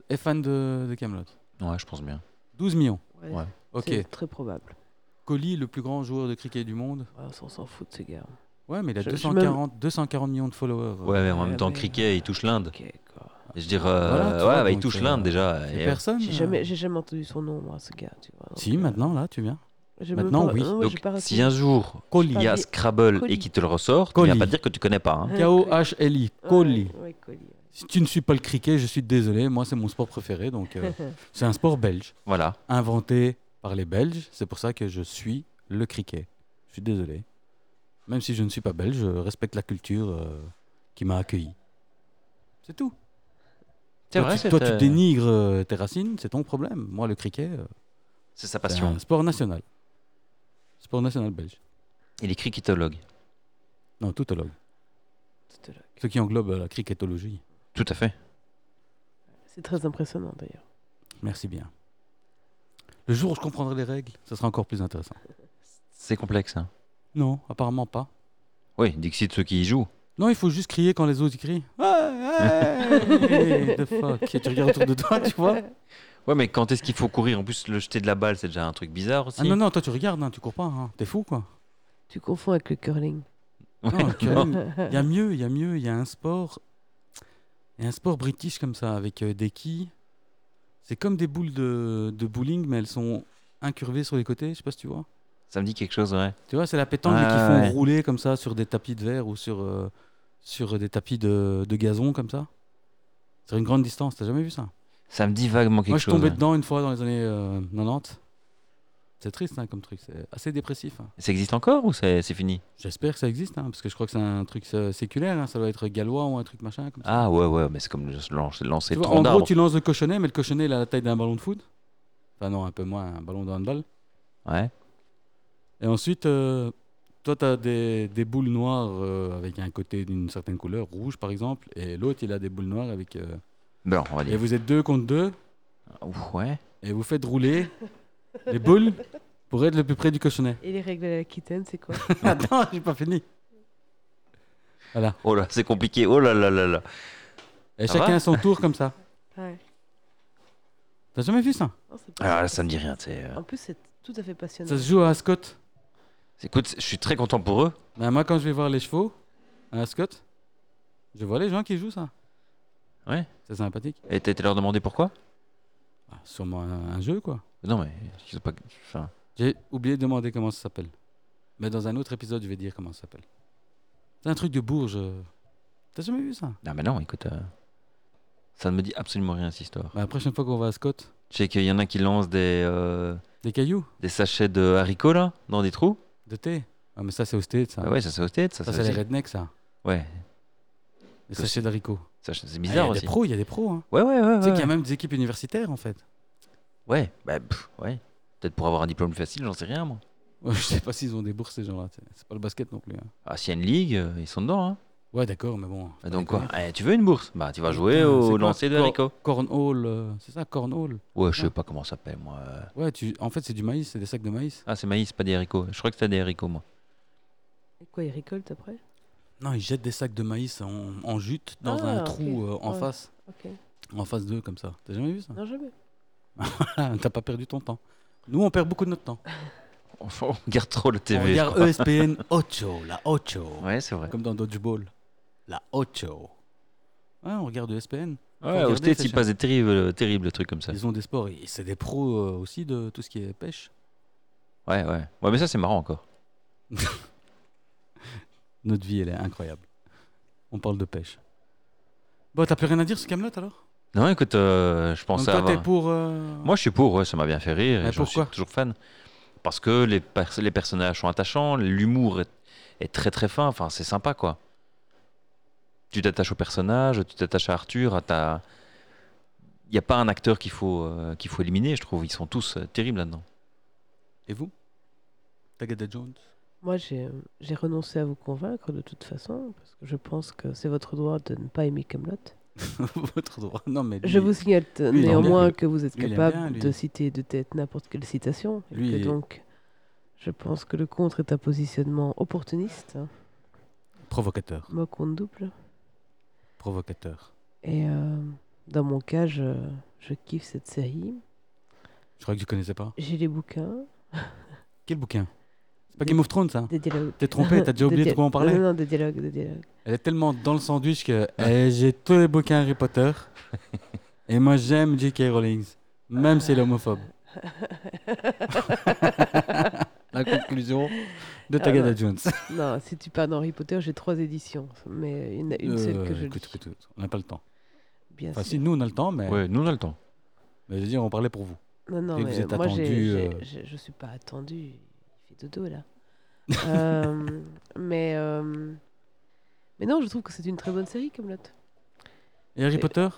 est fan de, de Camelot. Ouais, je pense bien. 12 millions. ouais, Ouais. Ok. C'est très probable. Colli, le plus grand joueur de cricket du monde. Ouais, on s'en fout de ce gars. Ouais, mais il a Je- je 240, 240 millions de followers. Ouais, mais en Ouais, même temps, mais- cricket, il touche l'Inde. Ok, quoi. Je veux dire, euh, Voilà, tu ouais, vois, bah, il donc, touche euh, l'inde déjà. Et et, personne. J'ai euh, jamais, j'ai jamais entendu son nom, moi, ce gars. Tu vois, donc, Si, euh, maintenant, là, tu viens. j'ai maintenant, même pas- oui. non, euh, ouais, j'ai Donc, pas si un jour, Colli. il y a Colli. Scrabble Colli. et qu'il te le ressort, tu Colli. viens pas dire que tu connais pas. hein. Ouais. K-O-H-L-I. Colli. Ouais, ouais, Colli. Si tu ne suis pas le cricket, je suis désolé. Moi, c'est mon sport préféré. Donc, euh, c'est un sport belge. Voilà. Inventé par les Belges. C'est pour ça que je suis le cricket. Je suis désolé. Même si je ne suis pas belge, je respecte la culture euh, qui m'a accueilli. C'est tout. C'est toi, vrai, tu, c'est, toi, tu euh, dénigres euh, tes racines, c'est ton problème. Moi, le cricket, euh, C'est sa c'est passion. un sport national. Sport national belge. Il est cricketologue. Non, toutologue. Tout à l'heure. Ce qui englobe euh, la cricketologie. Tout à fait. C'est très impressionnant, d'ailleurs. Merci bien. Le jour où je comprendrai les règles, ça sera encore plus intéressant. C'est complexe. hein. Non, apparemment pas. Oui, Dixit, ceux qui y jouent. Non, il faut juste crier quand les autres ils crient. Ouais, hey, the fuck. Et tu regardes autour de toi, tu vois. Ah, Ouais, mais quand est-ce qu'il faut courir En plus, le jeter de la balle, c'est déjà un truc bizarre aussi. Ah non, non, toi tu regardes, hein, tu cours pas. hein. T'es fou quoi. Tu confonds avec le curling. Ouais, Non, tu non. Il y a mieux, il y a mieux. Il y a un sport. Il y a un sport british comme ça, avec euh, des quilles. C'est comme des boules de, de bowling, mais elles sont incurvées sur les côtés. Je sais pas si tu vois. Ça me dit quelque chose, ouais. Tu vois, c'est la pétanque mais qui Ah, font ouais. rouler comme ça sur des tapis de verre ou sur, euh, sur des tapis de, de gazon comme ça. Sur une grande distance, t'as jamais vu ça Ça me dit vaguement quelque Moi, je chose. tombais ouais. dedans une fois dans les années euh, 90. C'est triste hein, comme truc, c'est assez dépressif. hein. Ça existe encore ou c'est, c'est fini J'espère que ça existe, hein, parce que je crois que c'est un truc euh, séculaire, hein, ça doit être gallois ou un truc machin. Comme ça. Ah ouais, ouais, mais c'est comme le- lancer, lancer Tu vois, tronc en gros, d'arbre. tu lances le cochonnet, mais le cochonnet il a la taille d'un ballon de foot. Enfin, non, un peu moins, un ballon de handball. Ouais. Et ensuite, euh, toi, tu as des, des boules noires euh, avec un côté d'une certaine couleur, rouge par exemple, et l'autre, il a des boules noires avec. euh, Bon, on va Et dire. vous êtes deux contre deux, Ouf, Ouais. et vous faites rouler les boules pour être le plus près du cochonnet. Et les règles à l'Aquitaine, c'est quoi Attends, j'ai pas fini. Oh là, c'est compliqué. Oh là là là là. Et Ça chacun va à son tour comme ça. Ah Ouais. T'as jamais vu ça Non, c'est pas- Alors là, ça me dit rien. C'est, euh, En plus, c'est tout à fait passionnant. Ça se joue à Ascot. Écoute, je suis très content pour eux. Ben, moi, quand je vais voir les chevaux à Ascot, je vois les gens qui jouent ça. Ouais. C'est sympathique. Et t'as été leur demander pourquoi Ah, sûrement un, un jeu, quoi. Non, mais je sais pas. Enfin, J'ai oublié de demander comment ça s'appelle. Mais dans un autre épisode, je vais dire comment ça s'appelle. C'est un truc de bourge. euh. T'as jamais vu ça non, mais non, écoute. euh, Ça ne me dit absolument rien, cette histoire. Ben, La prochaine fois qu'on va à Ascot, Je sais qu'il y en a qui lancent des, euh, des cailloux, des sachets de haricots, là, dans des trous. de thé. Ah, mais ça, c'est au States, ça. Ah ouais, ça c'est au tête, ça, ça, c'est c'est aussi- les rednecks, ça. Ouais, Les Ça, sachets d'haricots. ça, c'est Ah, bizarre Il y a aussi. des pros, il y a des pros. hein. Ouais, ouais, ouais. Tu sais Ouais, qu'il y a même des équipes universitaires, en fait. ouais. bah, pff, ouais. Peut-être pour avoir un diplôme facile, j'en sais rien, moi. Ouais, je sais pas s'ils ont des bourses, ces gens-là. tu sais. C'est pas le basket non plus. hein. Ah, s'il y a une ligue, euh, ils sont dedans, hein. Ouais, Ah, d'accord, mais bon. Bah, fallait donc quoi connaître. Eh, Tu veux une bourse Bah, tu vas jouer Putain, c'est au quoi, lancer de cor- Ah. haricots. Cornhole, euh, c'est ça, cornhole. Ouais, je Ouais. sais pas comment ça s'appelle, moi. euh. Ouais, tu... en fait, c'est du maïs, c'est des sacs de maïs. Ah, c'est maïs, pas des haricots. Je crois que c'était des haricots, moi. Et Quoi, ils récoltent après Non, ils jettent des sacs de maïs en, en jute dans Ah, un ok. trou euh, en Ouais. face, Ok. en face d'eux, comme ça. T'as jamais vu ça Non, jamais. T'as pas perdu ton temps. Nous, on perd beaucoup de notre temps. On regarde trop le on TV. je regarde E crois. ESPN 8, la 8. Ouais, c'est vrai. Comme dans Dodgeball. La 8. Ouais, on regarde E ESPN. Faut Ouais, au regarder, States, c'est il cher. passe des terribles, terribles trucs comme ça. Ils ont des sports, et c'est des pros euh, aussi de tout ce qui est pêche. Ouais, ouais. Ouais, mais ça, c'est marrant encore. Notre vie, elle est incroyable. On parle de pêche. Bon, t'as plus rien à dire sur Camelot alors Non, écoute, euh, je Donc pensais toi, avoir- t'es pour. euh, Moi, je suis pour, ouais, ça m'a bien fait rire. Mais et J'en suis pourquoi toujours fan. Parce que les, pers- les personnages sont attachants, l'humour est, est très très fin, enfin, c'est sympa quoi. Tu t'attaches au personnage, tu t'attaches à Arthur, à ta. Il n'y a pas un acteur qu'il faut, euh, qu'il faut éliminer, je trouve. Ils sont tous euh, terribles là-dedans. Et vous Tagada Jones Moi, j'ai euh, j'ai renoncé à vous convaincre de toute façon, parce que je pense que c'est votre droit de ne pas aimer Camelot. Votre droit. Non, mais. lui- Je vous signale t- lui, il aime néanmoins bien. que vous êtes Lui, il aime capable bien, lui. de citer de tête n'importe quelle citation. et Lui, que il- donc, je pense que le contre est un positionnement opportuniste, hein, Provocateur. mot compte double. Provocateur. Et euh, dans mon cas, je, je kiffe cette série. Je crois que tu connaissais pas. J'ai les bouquins. Quel bouquin C'est pas Des- Game of Thrones, ça Des dialogues. T'es trompé, t'as déjà Des oublié de dia- quoi on parlait Non, non, des dialogues, des dialogues. Elle est tellement dans le sandwich que Eh, j'ai tous les bouquins Harry Potter. et moi, j'aime J.K. Rowling, même si elle est homophobe. La conclusion Ah bah. de Tagada ouais. Jones. Non, si tu parles d'Harry Potter, j'ai trois éditions, mais il y en a une seule Euh, que je écoute, lis. écoute, écoute, on n'a pas le temps. Bien Enfin, sûr. si, nous, on a le temps, mais, Ouais, nous on a le temps. mais je veux dire, on parlait pour vous. Non, non, Et vous mais êtes moi, j'ai- attendu, j'ai- euh. je, je suis pas attendu. Il fait dodo, là. Euh, mais, euh, mais non, je trouve que c'est une très bonne série, comme l'autre. Et Harry Et- Potter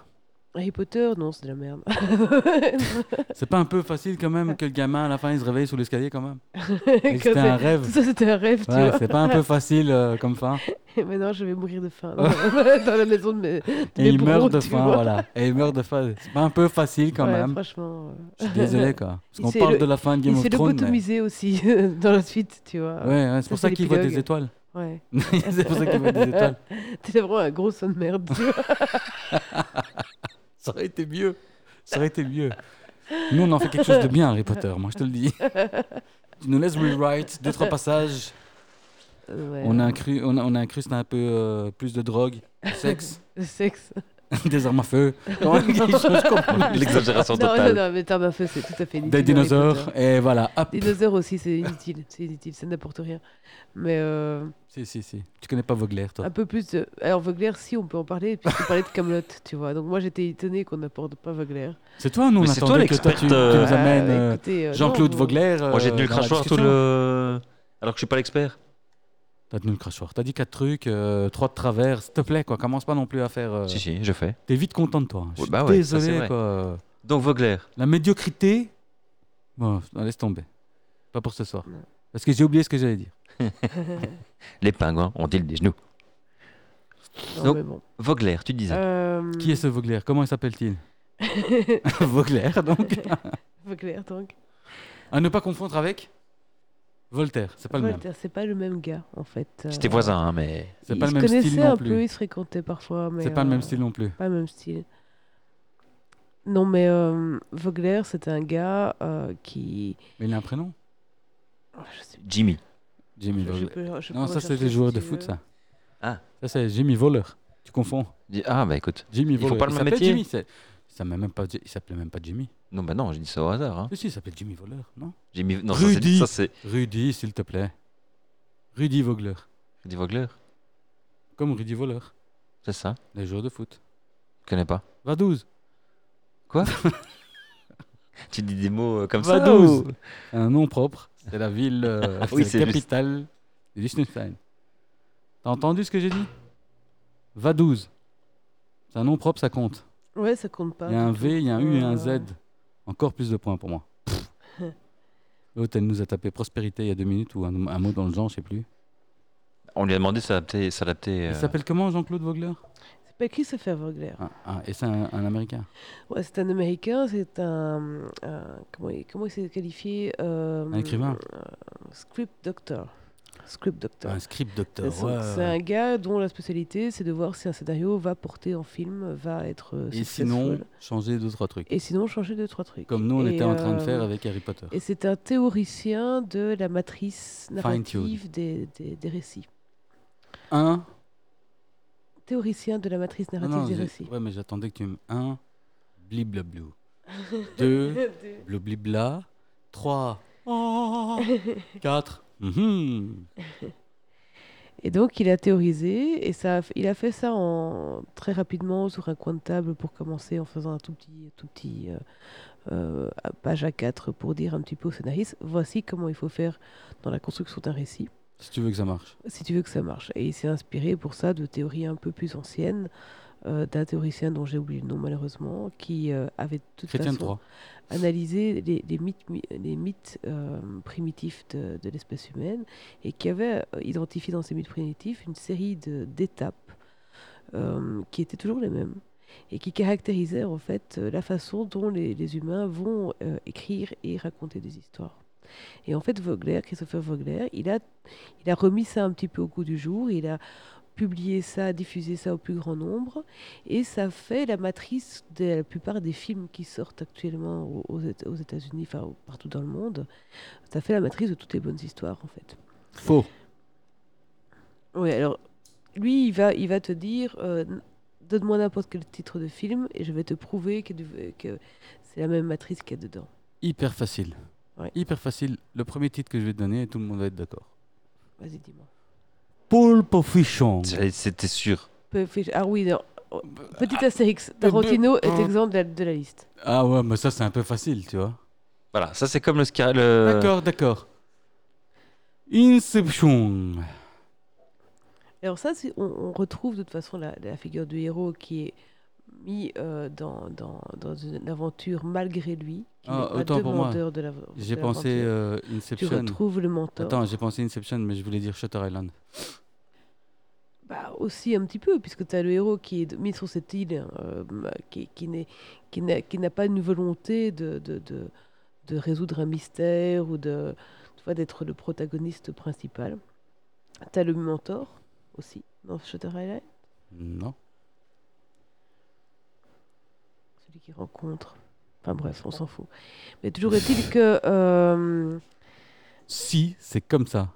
Harry Potter, non, c'est de la merde. C'est pas un peu facile quand même que le gamin, à la fin, il se réveille sous l'escalier quand même Et que Quand C'était un c'est- Tout rêve. ça, c'était un rêve, tu Ouais, vois. c'est pas un peu facile euh, comme fin. Et maintenant, je vais mourir de faim dans, dans la maison de mes. de mes Et il meurt bourreaux, de tu faim, vois. voilà. Et il meurt de faim. C'est pas un peu facile quand Ouais, même. Franchement. euh, Je suis désolé, quoi. Parce Il qu'on s'est parle le- de la fin de Game il of s'est Thrones. mais- lobotomisé aussi dans la suite, tu vois. Ouais, ouais, c'est pour ça Ça, c'est qu'il voit des l'épilogue. étoiles. Ouais. c'est pour ça qu'il voit des étoiles. T'es vraiment un gros son de merde. tu vois. Ça aurait été mieux. Ça aurait été mieux. Nous, on en fait quelque chose de bien, Harry Potter, moi, je te le dis. Tu nous laisses rewrite, deux, trois passages. Ouais. On, a incru, on, a, on a incrusté un peu euh, plus de drogue, de sexe, Le sexe. des armes à feu. On a quelque chose qu'on- L'exagération Non, totale. non, non, mais Terre feu, c'est tout à fait inutile. Des Harry dinosaures, Potter. et voilà, hop. Dinosaures aussi, c'est inutile. C'est inutile, ça n'apporte rien. Mais euh, Si, si, si. Tu connais pas Vogler, toi. un peu plus de. Alors, Vogler, si, on peut en parler, puisqu'on parlait de Camelot, tu vois. Donc, moi, j'étais étonné qu'on n'apporte pas Vogler. C'est toi, nous, on Mais c'est toi attendait que toi, l'experte, tu, tu euh, nous amènes Ah, euh, écoutez, euh, Jean-Claude non, Vogler. Moi j'ai tenu le crachoir tout le. Alors que je suis pas l'expert. T'as tenu le crachoir. T'as dit quatre trucs, euh, trois de travers. S'il te plaît, quoi. Commence pas non plus à faire. euh, Si, si, je fais. T'es vite content de toi. hein. Je Ouais, suis bah ouais, ça, c'est désolé, vrai. quoi. Donc Vogler. La médiocrité. Bon, non, laisse tomber. Pas pour ce soir. Non. Parce que j'ai oublié ce que j'allais dire. Les pingouins ont-ils des genoux Non, Donc- mais bon. Vogler, tu disais. Euh, Qui est ce Vogler Comment il s'appelle-t-il Vogler, donc. Euh, Vogler, donc. À ne pas confondre avec Voltaire. C'est pas le même. Voltaire, c'est pas le même gars, en fait. euh, C'était voisin, hein, mais. C'est pas ils le même se connaissaient style un non peu, plus. ils se fréquentaient parfois. mais, C'est pas le euh, même style non plus. Pas le même style. Non, mais euh, Vogler, c'était un gars euh, qui. Mais il a un prénom Ah, Je sais Jimmy. Jimmy je- je Vogler. peux- je peux Non, ça c'est rechercher les si joueurs tu de veux. foot, ça. Ah. Ça c'est Jimmy Voller. Tu confonds. Di- Ah, bah écoute. Jimmy Il faut Voller. pas le même s'appelle métier Jimmy, c'est- il s'appelait même pas Ji- il s'appelait même pas Jimmy. Non, bah non, je dis ça au hasard. Hein. Mais si, il s'appelle Jimmy Voller, non Jimmy. Non, Rudy. ça c'est. ça, Rudy, s'il te plaît. Rudy Vogler. c'est Rudy Vogler. Comme Rudy Voller, C'est ça. les joueurs de foot. Je connais pas. 22. Tu dis des mots euh, comme ça. 22. ou- Un nom propre. C'est la ville, euh, Oui, c'est c'est la juste. capitale de Liechtenstein. T'as entendu ce que j'ai dit 22. C'est un nom propre, ça compte. Ouais, ça compte pas. Il y a un du V, tout. il y a un U et un Euh, Z. Encore plus de points pour moi. Pff. L'autre, elle nous a tapé prospérité il y a deux minutes ou un, un mot dans le genre, je sais plus. On lui a demandé de s'adapter. s'adapter, Il euh, s'appelle comment Jean-Claude Vogler C'est pas qui se fait Vogler Ah, ah, Et c'est un, un américain. Ouais, c'est un américain, c'est un. un- comment, il, comment il s'est qualifié euh, Un écrivain. euh, Script doctor. Script doctor. Un script C'est docteur. son- c'est un gars dont la spécialité, c'est de voir si un scénario va porter en film, va être. euh, Et successful. sinon, changer deux, trois trucs. Et sinon, changer deux, trois trucs. Comme nous, on Et, était en train de euh, faire avec Harry Potter. Et c'est un théoricien de la matrice Fine-tune. narrative des, des, des récits. Un. Théoricien de la matrice Ah non, narrative non, des j'ai- récits. ouais, mais j'attendais que tu me. Un. Bliblablou. Deux. Bliblibla. Trois. Oh. Quatre. Mhm. Et donc, il a théorisé, et ça, a f- il a fait ça en, très rapidement sur un coin de table pour commencer en faisant un tout petit, tout petit euh, euh, page A4 pour dire un petit peu au scénariste voici comment il faut faire dans la construction d'un récit Si tu veux que ça marche. si tu veux que ça marche. Et il s'est inspiré pour ça de théories un peu plus anciennes, euh, d'un théoricien dont j'ai oublié le nom malheureusement, qui euh, avait de toute Chrétien de façon Troyes. analysé les, les mythes, mi- les mythes euh, primitifs de, de l'espèce humaine et qui avait euh, identifié dans ces mythes primitifs une série de- d'étapes euh, qui étaient toujours les mêmes et qui caractérisaient en fait euh, la façon dont les, les humains vont euh, écrire et raconter des histoires. Et en fait, Vogler, Christopher Vogler, il a, il a remis ça un petit peu au goût du jour, il a publié ça, diffusé ça au plus grand nombre, et ça fait la matrice de la plupart des films qui sortent actuellement aux, aux Éta- aux États-Unis, enfin au- partout dans le monde. Ça fait la matrice de toutes les bonnes histoires, en fait. Faux. Oui, alors, lui, il va, il va te dire euh, n- donne-moi n'importe quel titre de film, et je vais te prouver que, du- que c'est la même matrice qu'il y a dedans. Hyper facile. Ouais. Hyper facile. Le premier titre que je vais te donner, tout le monde va être d'accord. Vas-y, dis-moi. Paul Pofichon. J'allais- C'était sûr. Peu- fait- Ah oui, non. oh, Petit astérix, Tarantino est exempt de la, de la liste. Ah ouais, mais ça, c'est un peu facile, tu vois. Voilà, ça c'est comme le... sca- le- Euh. D'accord, d'accord. Inception. Alors ça, c'est- on, on retrouve de toute façon la, la figure du héros qui est mis euh, dans, dans, dans une aventure malgré lui, qui Ah, n'est pas autant pour moi. demandeur de la- de J'ai l'aventure. pensé euh, Tu Inception. retrouves le mentor. Attends, j'ai pensé Inception, mais je voulais dire Shutter Island. Bah, aussi un petit peu, puisque tu as le héros qui est mis sur cette île, euh, qui, qui n'est- qui n'a qui n'a pas une volonté de, de, de, de résoudre un mystère ou de tu vois, d'être le protagoniste principal. Tu as le mentor aussi dans Shutter Island, Non. celui qui rencontre. Enfin bref, on s'en fout. Mais toujours est-il que, euh, Si, c'est comme ça.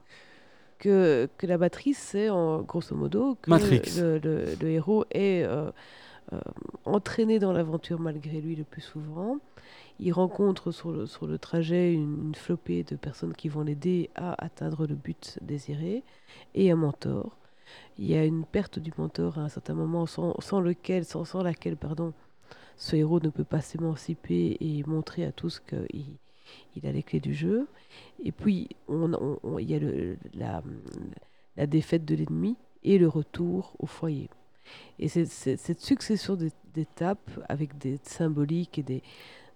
que, que la matrice, c'est en grosso modo que Matrix. Le, le- le héros est euh, euh, entraîné dans l'aventure malgré lui le plus souvent. Il rencontre sur le, sur le trajet une, une flopée de personnes qui vont l'aider à atteindre le but désiré et un mentor. Il y a une perte du mentor à un certain moment sans, sans lequel, sans, sans laquelle, pardon, ce héros ne peut pas s'émanciper et montrer à tous qu'il il a les clés du jeu. Et puis, on- on- on- il y a le- la, la défaite de l'ennemi et le retour au foyer. Et c'est- c'est- cette succession d'é- d'étapes avec des symboliques et des,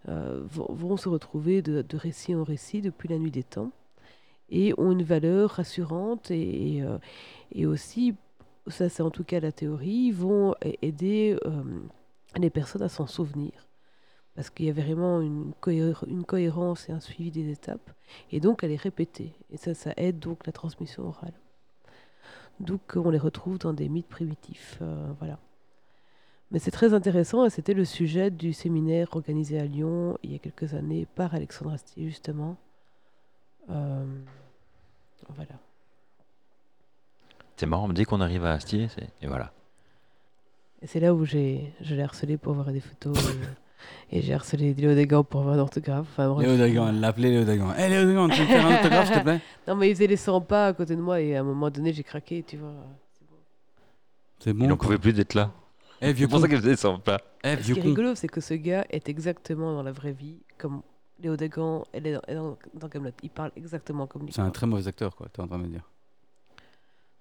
euh, vont, vont se retrouver de, de récit en récit depuis la nuit des temps et ont une valeur rassurante et, et, euh, et aussi, ça c'est en tout cas la théorie, vont a- aider euh, les personnes à s'en souvenir. Parce qu'il y a vraiment une, cohé- une cohérence et un suivi des étapes. Et donc, elle est répétée. Et ça, ça aide donc la transmission orale. Donc, euh, on les retrouve dans des mythes primitifs. euh, voilà. Mais c'est très intéressant et c'était le sujet du séminaire organisé à Lyon il y a quelques années par Alexandre Astier, justement. Euh, voilà. C'est marrant, dès qu'on arrive à Astier, c'est- et voilà. Et c'est là où j'ai, je l'ai harcelé pour voir des photos. et, et j'ai harcelé Léo Dagan pour voir un orthographe. Enfin, bref. Léo Dagan, l'appelait Léo Dagan. Hé Léo Dagan, tu veux me faire un autographe, s'il te plaît Non, mais il faisait les 100 pas à côté de moi et à un moment donné, j'ai craqué, tu vois. C'est bon. C'est Il bon. n'en pouvait plus d'être là. Eh vieux C'est pour con. ça que je descends pas. Eh Ah, Ce vieux qui est con. rigolo, c'est que ce gars est exactement dans la vraie vie comme Léo Dagan, elle est dans, elle est dans- dans Kaamelott. Il parle exactement comme lui. C'est un très mauvais acteur, quoi, t'es en train de me dire.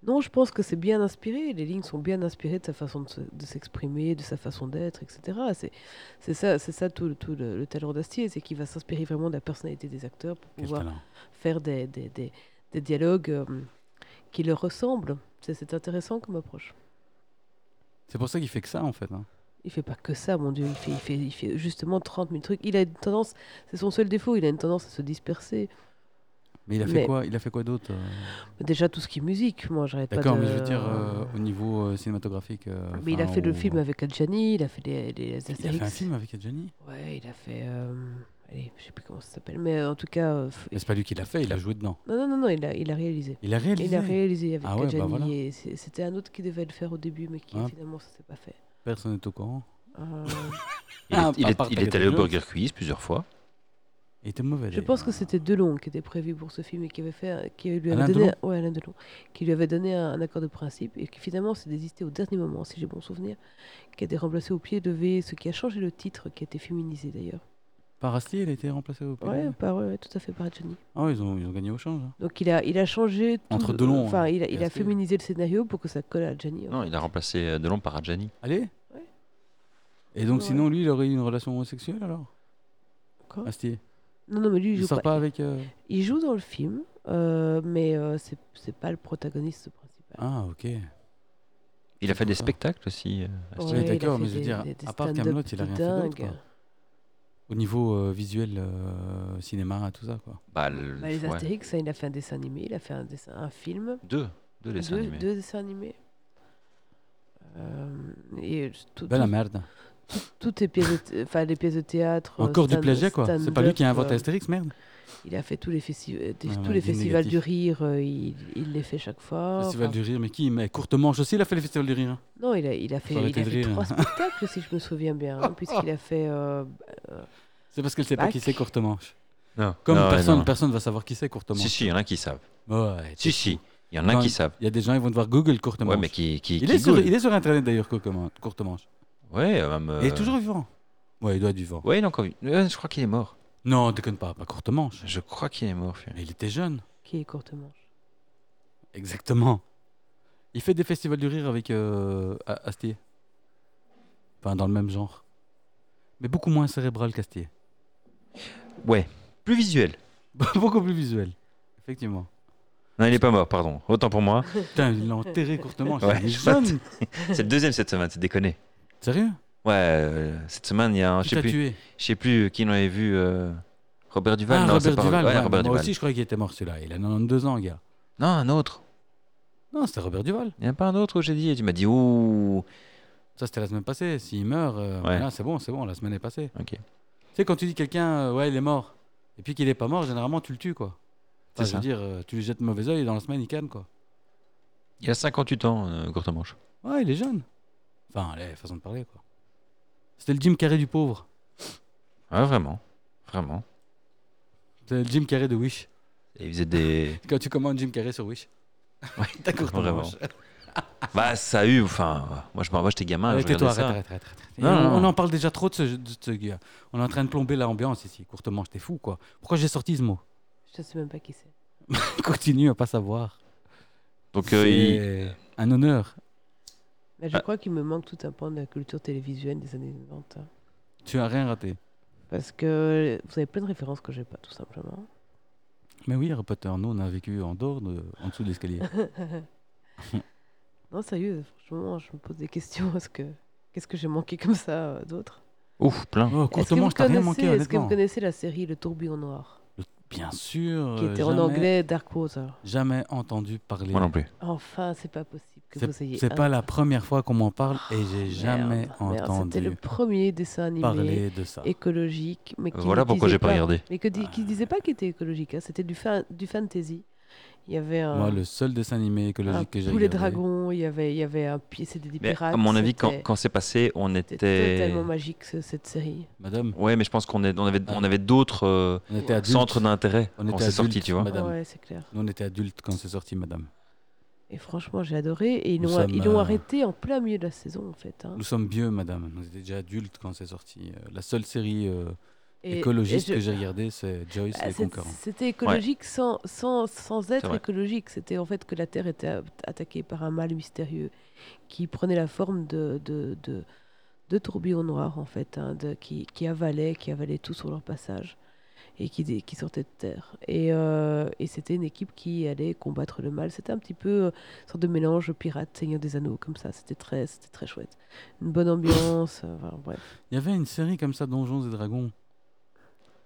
Non, je pense que c'est bien inspiré. Les lignes sont bien inspirées de sa façon de se- de s'exprimer, de, sa façon d'être, etc. C'est- C'est ça, c'est ça tout, le- tout le, le talent d'Astier, c'est qu'il va s'inspirer vraiment de la personnalité des acteurs pour Quel pouvoir talent. faire des, des, des, des dialogues euh, qui leur ressemblent. C'est- C'est intéressant comme approche. C'est pour ça qu'il fait que ça, en fait. hein. Il fait pas que ça, mon Dieu. Il fait, il fait, il fait justement 30 000 trucs. Il a une tendance, c'est son seul défaut, il a une tendance à se disperser. Mais il a fait Mais- quoi Il a fait quoi d'autre euh Déjà, tout ce qui est musique, moi, j'arrête pas D'accord, de- mais je veux dire, euh, au niveau euh, cinématographique. euh, Mais il a enfin, fait le on- film avec Adjani, il a fait les, les Il a fait un Astérix. film avec Adjani Ouais, il a fait. euh, Allez, je sais plus comment ça s'appelle. Mais euh, en tout cas. euh, f- Mais c'est pas lui qui l'a fait, il a joué dedans. Non, non, non, non, il a, il a réalisé. Il a réalisé. Il a réalisé avec Ah ouais, bah Adjani. voilà. et c'est- C'était un autre qui devait le faire au début, mais qui Ouais. finalement, ça s'est pas fait. Personne n'est au courant. Euh, Il, Ah, est, il à est- part il Target est allé au Jones. Burger Quiz plusieurs fois. Il était mauvais. Je d'ailleurs. hein. pense que c'était Delon qui était prévu pour ce film et qui avait fait, qui lui avait Alain donné, Delon ouais, Alain Delon, qui lui avait donné un, un accord de principe et qui finalement s'est désisté au dernier moment, si j'ai bon souvenir, qui a été remplacé au pied levé, ce qui a changé le titre, qui a été féminisé d'ailleurs. Par Asti, il a été remplacé au Ouais, PLM. par- ouais, ouais, tout à fait par Johnny. Ah, ils ont, ils ont gagné au change. hein. Donc il a, il a changé. tout- Entre Delon, Enfin, hein, il a, il a Asti. féminisé le scénario pour que ça colle à Johnny. Non, il a remplacé euh, Delon par Adjani. Allez Ouais. Et donc, Ouais. sinon, lui, il aurait eu une relation homosexuelle alors Quoi Asti Non, non, mais lui, il Il joue sort pas. pas avec. euh, Il joue dans le film, euh, mais euh, c'est c'est pas le protagoniste principal. Ah, ok. Il a fait des ça. spectacles aussi. euh, Asti. Ouais. il a d'accord, mais fait je veux des- dire, des- des à part stand-up Kaamelott, il a de rien fait d'autre, dingue. quoi. Au niveau euh, visuel, euh, cinéma, tout ça, quoi. Bah, le- Bah, les ouais. Astérix, ça, il a fait un dessin animé, il a fait un, dessin, un film, Deux. Deux dessins deux, animés. deux dessins animés. Euh, et tout, Belle la tout- merde. toutes les pièces, de thé- enfin, les pièces de théâtre. euh, Encore du stand- plagiat, quoi. C'est pas lui qui a stand-up, inventé euh, Astérix, merde. Il a fait tous les, festi- euh, des- Ouais, tous ouais, il les est festivals négatif. du rire, euh, il, il les fait chaque fois. Festival Oh, enfin, du rire, mais qui Mais Courte Manche aussi, il a fait le Festival du rire. hein. Non, il a, il a fait, il arrêter a de fait rire. trois spectacles, si je me souviens bien, hein, puisqu'il a fait. euh, C'est parce qu'elle sait pas Bac. qui c'est Courte Manche. Non. Comme Non, ouais, personne, non. personne va savoir qui c'est Courte Si, Manche. si, il y en a qui savent. Ouais, Si, si. Il y en a Non, qui savent. Il y a des gens, ils vont devoir Google Courte Manche. Ouais, mais qui. qui, il, qui est sur, goûte. il est sur Internet d'ailleurs, Courte Manche- Courte Manche. Ouais, euh, même. Il euh, est toujours vivant. Ouais, il doit être vivant. Ouais, il est encore. Euh, Je crois qu'il est mort. Non, déconne pas, pas Courte Manche. Je crois qu'il est mort. Fury. Mais il était jeune. qui est courte manche Exactement. Il fait des festivals du rire avec euh, A- Astier. Enfin, dans le même genre. Mais beaucoup moins cérébral qu'Astier. Ouais. Plus visuel. beaucoup plus visuel. Effectivement. Non, il est pas mort, pardon. Autant pour moi. Putain, il l'a enterré courtement. Ouais, il est je vois. jeune. C'est le deuxième cette semaine, c'est déconné. Sérieux Ouais, euh, cette semaine, il y a un. Qui Je sais t'a plus, tué je sais plus qui en avait vu. euh, Robert Duval Ah, Non, c'est Robert pas Duval. Ouais, ouais, Robert moi Duval. aussi, je croyais qu'il était mort celui-là. Il a 92 ans, gars. Non, un autre. Non, c'était Robert Duval. Il n'y en a pas un autre où j'ai dit. Et tu m'as dit, ouh. Ça, c'était la semaine passée. S'il meurt, euh, Ouais. là, c'est bon, c'est bon, la semaine est passée. Ok. Tu sais, quand tu dis quelqu'un, euh, ouais, il est mort, et puis qu'il est pas mort, généralement, tu le tues, quoi. C'est Enfin, je ça. veux dire, euh, tu lui jettes le mauvais oeil et dans la semaine, il canne, quoi. Il a 58 ans, euh, courte manche. Ouais, il est jeune. Enfin, allez, façon de parler, quoi. C'était le Jim Carrey du pauvre. Ouais, Ah, vraiment. Vraiment. C'était le Jim Carrey de Wish. Et il faisait des. Quand tu commandes Jim Carrey sur Wish. Ouais, T'as courte vraiment. Ah, manche. bah, ça a eu. Enfin, ouais. moi, je me- moi, j'étais gamin. Allez, je tais-toi, regardais arrête, ça. arrête, arrête, arrête. Et Non, on, non, non. on en parle déjà trop de ce, de ce gars. On est en train de plomber l'ambiance ici. Courtement, je t'es fou, quoi. Pourquoi j'ai sorti ce mot Je ne sais même pas qui c'est. Continue à pas savoir. Donc, euh, il- C'est un honneur. Mais je Ah. crois qu'il me manque tout un pan de la culture télévisuelle des années 90. hein. Tu as rien raté. Parce que vous avez plein de références que j'ai pas, tout simplement. Mais oui, Harry Potter, nous, on a vécu en dehors, de, en dessous de l'escalier. Oh, Non, sérieux, franchement, je me pose des questions. Est-ce que qu'est-ce que j'ai manqué comme ça euh, d'autre Ouf, plein. Oh, Est-ce que, courtement, vous je t'ai rien connaissez- manqué, est-ce que vous honnêtement. connaissez la série Le Tourbillon Noir Bien sûr. Qui euh, était en jamais- anglais Dark Water. Jamais entendu parler. Moi non plus. Enfin, c'est pas possible que C'est- vous ayez. C'est un- Oh, pas la première fois qu'on m'en parle et j'ai Merde, jamais merde, C'était entendu le premier dessin animé parler de ça. écologique. Mais qui Voilà ne pourquoi disait j'ai pas regardé. Mais que di- qui disait pas qu'il était écologique. hein, C'était du, fan- du fantasy. Il y avait un. Moi, le seul dessin animé écologique un que j'ai poulet Ah, les regardé- dragons, il y avait, il y avait un pied, c'était des Mais pirates. à mon avis, quand, c'était- quand c'est passé, on C'était était. totalement magique ce- cette série. Madame, Ouais, mais je pense qu'on est- on avait, Ah. on avait d'autres euh, on était adultes. centres d'intérêt On quand était c'est sorti, adultes, tu vois. madame. Ouais, c'est clair. Nous, on était adultes quand c'est sorti, madame. Et franchement, j'ai adoré. Et ils Nous l'ont sommes, ils l'ont euh, arrêté en plein milieu de la saison, en fait. hein. Nous sommes vieux, madame. Nous étions déjà adultes quand c'est sorti. Euh, La seule série euh, Et- écologiste et je- que j'ai regardée, c'est Joyce Ah, et les c'est- Conquérants. C'était écologique sans, sans, sans être vrai. écologique. C'était en fait que la Terre était a- attaquée par un mal mystérieux qui prenait la forme de, de, de, de tourbillons noirs, en fait, hein, de- qui, qui avalaient, qui avalaient tout sur leur passage et qui, dé- qui sortaient de Terre. Et, euh, et c'était une équipe qui allait combattre le mal. C'était un petit peu euh, une sorte de mélange pirate, Seigneur des Anneaux, comme ça. C'était très, c'était très chouette. Une bonne ambiance. euh, enfin, bref. Il y avait une série comme ça, Donjons et Dragons,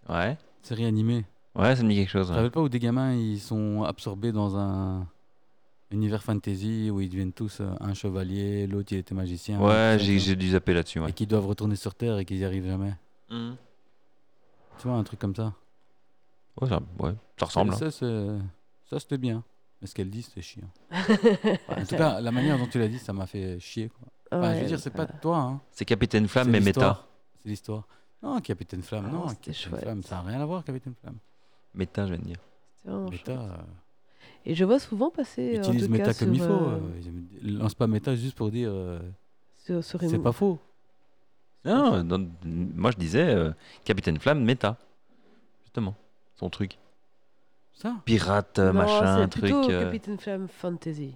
Ouais. série animée. Ouais, ça me dit quelque chose. Tu ouais. te rappelles pas où des gamins ils sont absorbés dans un univers fantasy où ils deviennent tous euh, un chevalier, l'autre il était magicien. Ouais, l'autre, j'ai machin, j'ai dû zapper là-dessus. Et Ouais. qui doivent retourner sur Terre et qu'ils n'y arrivent jamais. Mhm. Tu vois, un truc comme ça. Ouais, ça, ouais, ça ressemble. hein. Ça, c'est- ça, c'était bien. Mais ce qu'elle dit, c'était chiant. en tout cas, la manière dont tu l'as dit, ça m'a fait chier. Quoi. Enfin, Bah, je Ouais, veux dire, c'est enfin, pas toi. Hein. C'est Capitaine Flamme, C'est mais méta. l'histoire. C'est l'histoire. Non, Capitaine Flamme, Ah, non, c'était Capitaine chouette. Flamme, ça n'a rien à voir, Capitaine Flamme. Méta, je viens de dire. C'était vraiment Meta, chouette. euh, Et je vois souvent passer. euh, en utilise tout Meta cas, comme il sur, faut. euh, euh, ils Lance pas Meta juste pour dire euh, sur, sur c'est Imo- pas faux. Non, non, non, moi je disais euh, Capitaine Flamme, méta. Justement, son truc. Ça Pirate, euh, Non, machin, c'est truc. plutôt euh, Capitaine Flamme Fantasy.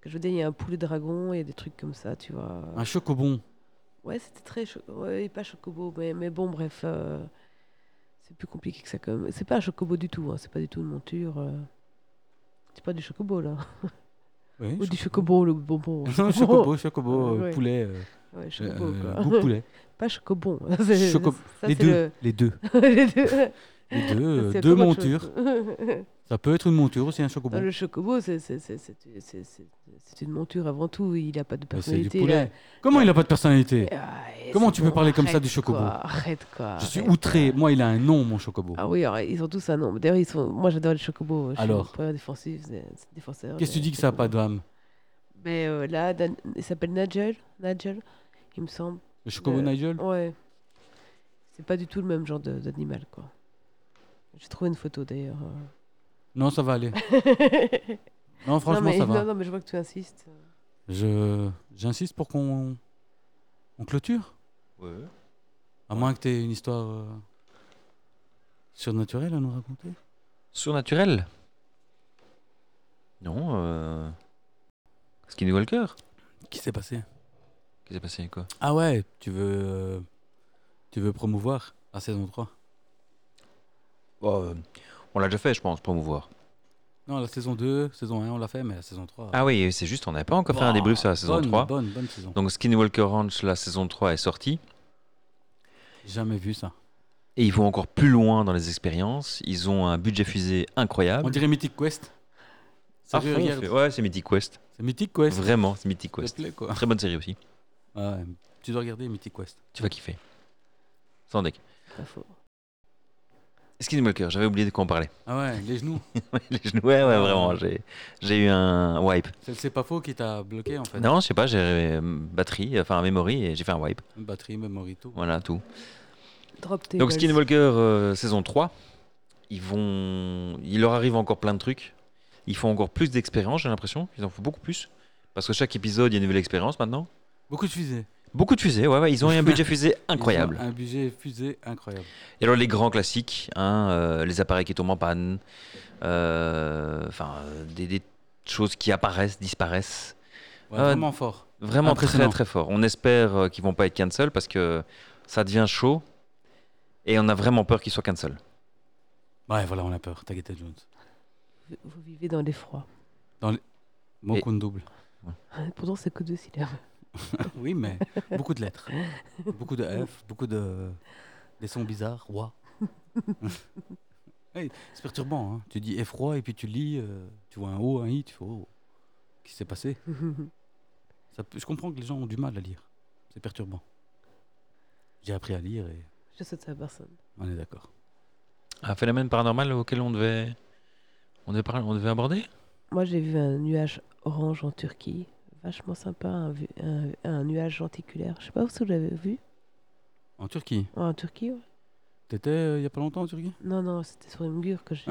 Que Je veux dire, il y a un poulet dragon, il y a des trucs comme ça, tu vois. Un chocobon. Ouais, c'était très. cho- Ouais, pas Chocobo, mais, mais bon, bref. euh, C'est plus compliqué que ça, quand même. C'est pas un Chocobo du tout, hein, c'est pas du tout une monture. euh. C'est pas du Chocobo, là. Oui, Ou du Chocobo, le bonbon. Non, chocobo, chocobo, euh, Ouais. poulet. euh, Ouais, euh, Chocobo, quoi. goût poulet. Pas Chocobon. c'est- Choco- ça, les, c'est deux, le- les deux. les deux. Les deux. euh, C'est deux encore autre montures. chose. Ça peut être une monture aussi, un Bah, chocobo. Non, le chocobo, c'est c'est- c'est- c'est- c'est- c'est- c'est une monture avant tout. Il n'a pas de Mais Ah, c'est personnalité. du il a- poulet. Comment il a pas de personnalité Ah, et Comment c'est tu peux parler comme ça arrête, du chocobo quoi, Arrête quoi. Je suis arrête. outré. Moi, il a un nom, mon chocobo. Ah oui, alors, ils ont tous un nom. D'ailleurs, ils sont. Moi, j'adore les chocobos. Je suis Alors première défensive, c'est- c'est défenseur. Qu'est-ce que tu des dis que ça n'a chocobos. pas d'âme Mais euh, là, Dan- il s'appelle Nigel. Nigel, il me semble. Le chocobo Euh, Nigel Ouais. C'est pas du tout le même genre de- d'animal quoi. J'ai trouvé une photo d'ailleurs. Non, ça va aller. euh. Non, franchement, non, mais, ça va. Non, non, mais je vois que tu insistes. Je j'insiste pour qu'on on clôture, ouais. à moins que tu aies une histoire euh, surnaturelle à nous raconter. Surnaturel Non. Euh... Ce qui nous voit le cœur Qui s'est passé Qu'est-ce qui s'est passé quoi Ah ouais, tu veux euh, tu veux promouvoir la saison 3 Oh, euh, On l'a déjà fait, je pense, promouvoir. Non, la saison 2, saison 1, on l'a fait, mais la saison 3. Ah oui, c'est juste, on n'a pas encore fait un débrief sur la saison Bah, bonne, 3. Bonne, bonne saison. Donc Skinwalker Ranch, la saison 3 est sortie. Jamais vu ça. Et ils vont encore plus loin dans les expériences. Ils ont un budget fusée On incroyable. dirait Mythic Quest. Ah, Sérieux, fond, regarde. c'est- Ouais, c'est Mythic Quest. C'est Mythic Quest. Vraiment, c'est Mythic s'il te Quest. plaît, quoi. Ah Très bonne série aussi. Ouais, tu dois regarder Mythic Quest. Tu vas kiffer. Sans deck. Pas faux. Skinwalker, j'avais oublié de quoi on parlait. Ah ouais, les genoux. Les genoux, ouais, ouais, vraiment, j'ai j'ai eu un wipe. C'est le c'est pas faux qui t'a bloqué en fait. Non, je sais pas, j'ai euh, batterie, enfin memory, et j'ai fait un wipe. Batterie, memory, tout. Voilà, tout. Drop tables. bah, Donc Skinwalker euh, saison 3, ils vont... il leur arrive encore plein de trucs. Ils font encore plus d'expériences, j'ai l'impression. Ils en font beaucoup plus. Parce que chaque épisode, il y a une nouvelle expérience maintenant. Beaucoup de fusées. Beaucoup de fusées, ouais, ouais, ils ont eu un budget fusée incroyable. Ils ont Un budget fusée incroyable. Et alors les grands classiques, hein, euh, les appareils qui tombent en panne, euh, enfin euh, des, des choses qui apparaissent, disparaissent. Ouais, Ah, vraiment fort. Vraiment très Impressionnant. très fort. On espère euh, qu'ils vont pas être cancel parce que ça devient chaud et on a vraiment peur qu'ils soient cancel. Ouais, voilà, on a peur. Tagata Jones. Vous, vous vivez dans l'effroi. Mon Et- compte double. Pourtant, c'est que deux syllabes. oui, mais beaucoup de lettres. beaucoup de F, beaucoup de. des sons bizarres. Roi. Ouais, c'est perturbant. hein. Tu dis froid et puis tu lis, euh, tu vois un O, un I, tu fais Oh, qu'est-ce qui s'est passé Ça peut- Je comprends que les gens ont du mal à lire. C'est perturbant. J'ai appris à lire et Je saute à personne. on est d'accord. Un phénomène paranormal auquel on devait on devait, parler- on devait aborder Moi, j'ai vu un nuage orange en Turquie. Vachement sympa, un, vu- un- un nuage lenticulaire. Je sais pas si vous l'avez vu. En Turquie. Ouais, en Turquie, ouais. T'étais euh, il y a pas longtemps en Turquie Non, non, c'était sur Imgur que j'ai.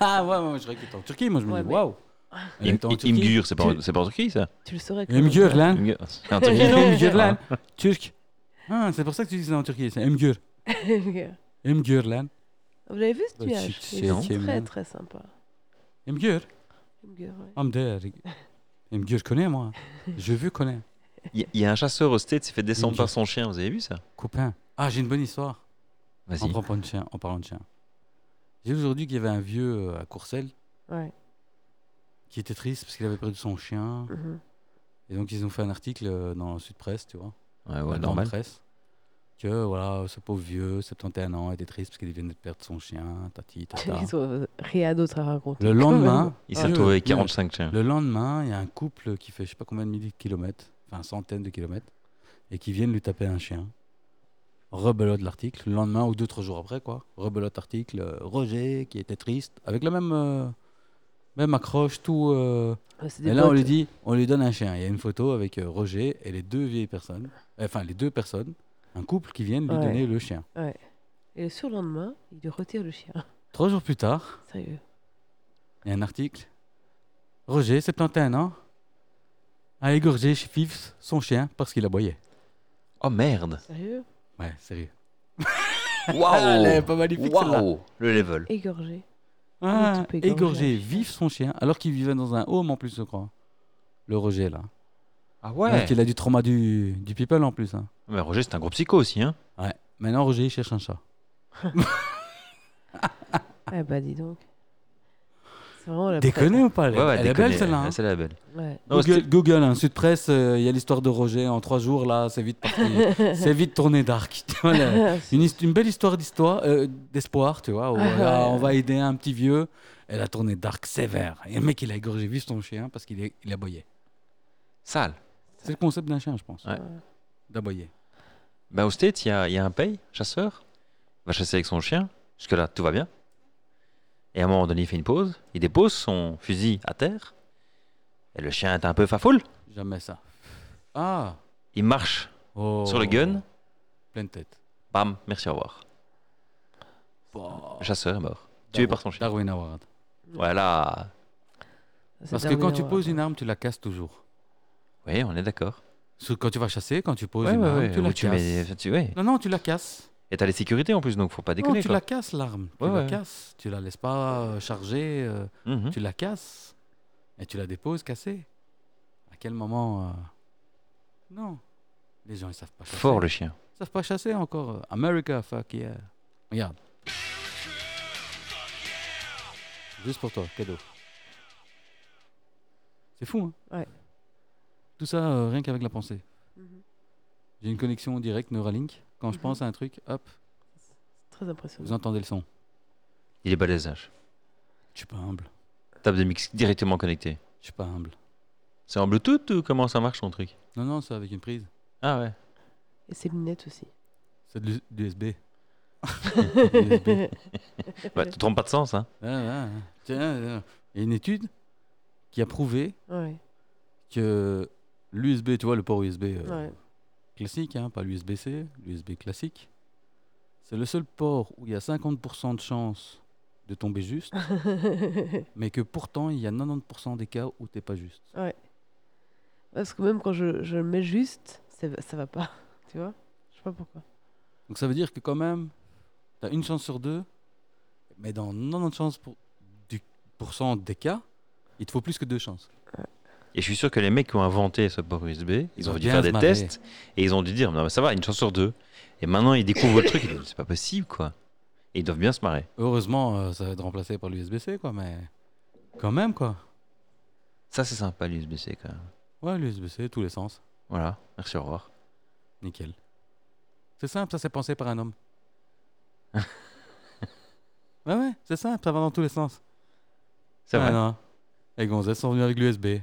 Ah ouais, ouais, ouais, je réécoute en Turquie, moi je me Ouais, dis mais- waouw. Elle Im- était en Im- Turquie. Imgur, c'est pas, Tu- c'est pas en Turquie ça tu le saurais. quand même. Imgur lan. Imgur. C'est en Eh Turquie. non, Imgur lan. Turc. Ah, c'est pour ça que tu dis ça en Turquie, c'est Imgur. Imgur. Imgur lan. Vous l'avez vu ce Bah, tu- nuage tu Il sais, est hein. très Tiens, très sympa. Imgur. Imgur, ouais. Am der. Imgur connaît moi. Je veux connaît. Il y- il y a un chasseur au state qui s'est fait descendre Imgur. par son chien, vous avez vu ça Copain. Ah, j'ai une bonne histoire. En, Vas-y. propos de chien, en parlant de chien. J'ai vu aujourd'hui qu'il y avait un vieux euh, à Courcelles Ouais. qui était triste parce qu'il avait perdu son chien. Mhm. Et donc ils ont fait un article euh, dans Sud Presse, tu vois. Ouais, la ouais, grande normal. presse, que voilà, ce pauvre vieux, 71 ans, était triste parce qu'il venait de perdre son chien, tati, tata. Ils ont euh, rien d'autre à raconter. Le quand même. lendemain, Il Ah, s'est vieux, retrouvé vieux. 45 chiens. le lendemain, il y a un couple qui fait je sais pas combien de milliers de kilomètres, enfin centaines de kilomètres, et qui viennent lui taper un chien. Rebelote l'article, le lendemain ou deux, trois jours après, quoi. Rebelote article, euh, Roger qui était triste, avec la même, euh, même accroche, tout. euh, Ouais, c'est des Et là, on bottes. lui dit, on lui donne un chien. Il y a une photo avec euh, Roger et les deux vieilles personnes, enfin les deux personnes, Un couple qui vient lui Ouais. donner le chien. Et le surlendemain, il lui retire le chien. Trois jours plus tard, Sérieux. il y a un article. Roger, 71 ans, a égorgé chez Fifs son chien parce qu'il aboyait. Oh merde Sérieux Ouais, sérieux. Ah, Elle est Waouh pas magnifique celle-là. Waouh Le level. Égorgé. Ah, Comment tu peux égorger égorgé un chien vif son chien alors qu'il vivait dans un home en plus, je crois. Le Roger, là. Ah Donc il a du trauma du, du people en plus. hein. Mais Roger, c'est un gros psycho aussi, hein Ouais. Maintenant, Roger, il cherche un chat. Ah bah dis donc. C'est vraiment la Déconnez ou pas elle, est- Ouais, ouais, elle est déconner. belle celle-là. hein. C'est la belle. prête. Ouais. Non, Google, Google, hein, Sud Presse, euh, il y a l'histoire de Roger en trois jours, là, c'est vite parti. c'est vite tourné dark. Tu vois, là, une, hist- une belle histoire d'histoire, euh, d'espoir, tu vois. où, euh, Ah ouais. là, on va aider un petit vieux. Elle a tourné dark sévère. Et le mec, il a égorgé vif son chien parce qu'il est- il aboyait. Sale. C'est le concept d'un chien, je pense. Ouais. D'aboyer. Ben, au States, il y a, il y a un paye, chasseur, va chasser avec son chien. Jusque-là, tout va bien. Et à un moment donné, il fait une pause. Il dépose son fusil à terre. Et le chien est un peu fafoule. Jamais ça. Ah Il marche Oh. sur le gun. Pleine tête. Bam, merci, au revoir. Bah. Le chasseur est mort. Tué par son chien. Darwin Award. Voilà. C'est Parce que terminé, quand tu on va poses pas- une arme, tu la casses toujours. Oui, on est d'accord. Sur- Quand tu vas chasser, quand tu poses Ouais, une ouais, arme, ouais. tu la Ou tu casses. mets- tu- ouais. Non, non, tu la casses. Et t'as les sécurités en plus, donc faut pas déconner. non, tu quoi. la casses l'arme. Tu Ouais, la ouais. casses. Tu la laisses pas euh, charger. euh, Mhm. Tu la casses. Et tu la déposes cassée. À quel moment euh, Non. Les gens, ils savent pas chasser. Fort le chien. Ils savent pas chasser encore. America, fuck yeah. Regarde. Juste pour toi, cadeau. C'est fou, hein Ouais. Tout ça, euh, rien qu'avec la pensée. Mhm. J'ai une connexion directe Neuralink. Quand je Mhm. pense à un truc, hop, Très impressionnant. vous entendez le son. Il est balèze. hein. Je suis pas humble. Table de mix directement connectée. Je suis pas humble. C'est en Bluetooth ou comment ça marche ton truc Non, non, c'est avec une prise. Ah ouais. Et ses lunettes aussi. C'est de l'U- du USB. Du USB. Ouais, Bah, tu te trompes pas de sens, hein ouais, ouais. Tiens, euh, il y a une étude qui a prouvé Ouais. que l'USB, tu vois, le port USB euh, ouais. classique, hein, pas l'USB-C, l'USB classique, c'est le seul port où il y a 50% de chance de tomber juste, mais que pourtant il y a 90% des cas où t'es pas juste. Parce que même quand je, je le mets juste, c'est- ça va pas. Tu vois Je sais pas pourquoi. Donc ça veut dire que quand même, t'as une chance sur deux, mais dans 90 chances pour, du, pourcent des cas, il te faut plus que deux chances. Et je suis sûr que les mecs qui ont inventé ce port USB, ils, Ils ont ont, dû bien faire se des marrer. tests et ils ont dû dire non mais ça va, une chance sur deux. Et maintenant ils découvrent le truc, ils disent, c'est pas possible quoi. Et ils doivent bien se marrer. Heureusement, euh, ça va être remplacé par l'USB-C, quoi, mais quand même, quoi. Ça c'est sympa l'USB-C quand même. Ouais, l'USB-C, tous les sens. Voilà, merci, au revoir. Nickel. C'est simple, ça c'est pensé par un homme. ouais, ouais, c'est simple, ça va dans tous les sens. C'est vrai. Ah, non. Les gonzesses sont venues avec l'USB.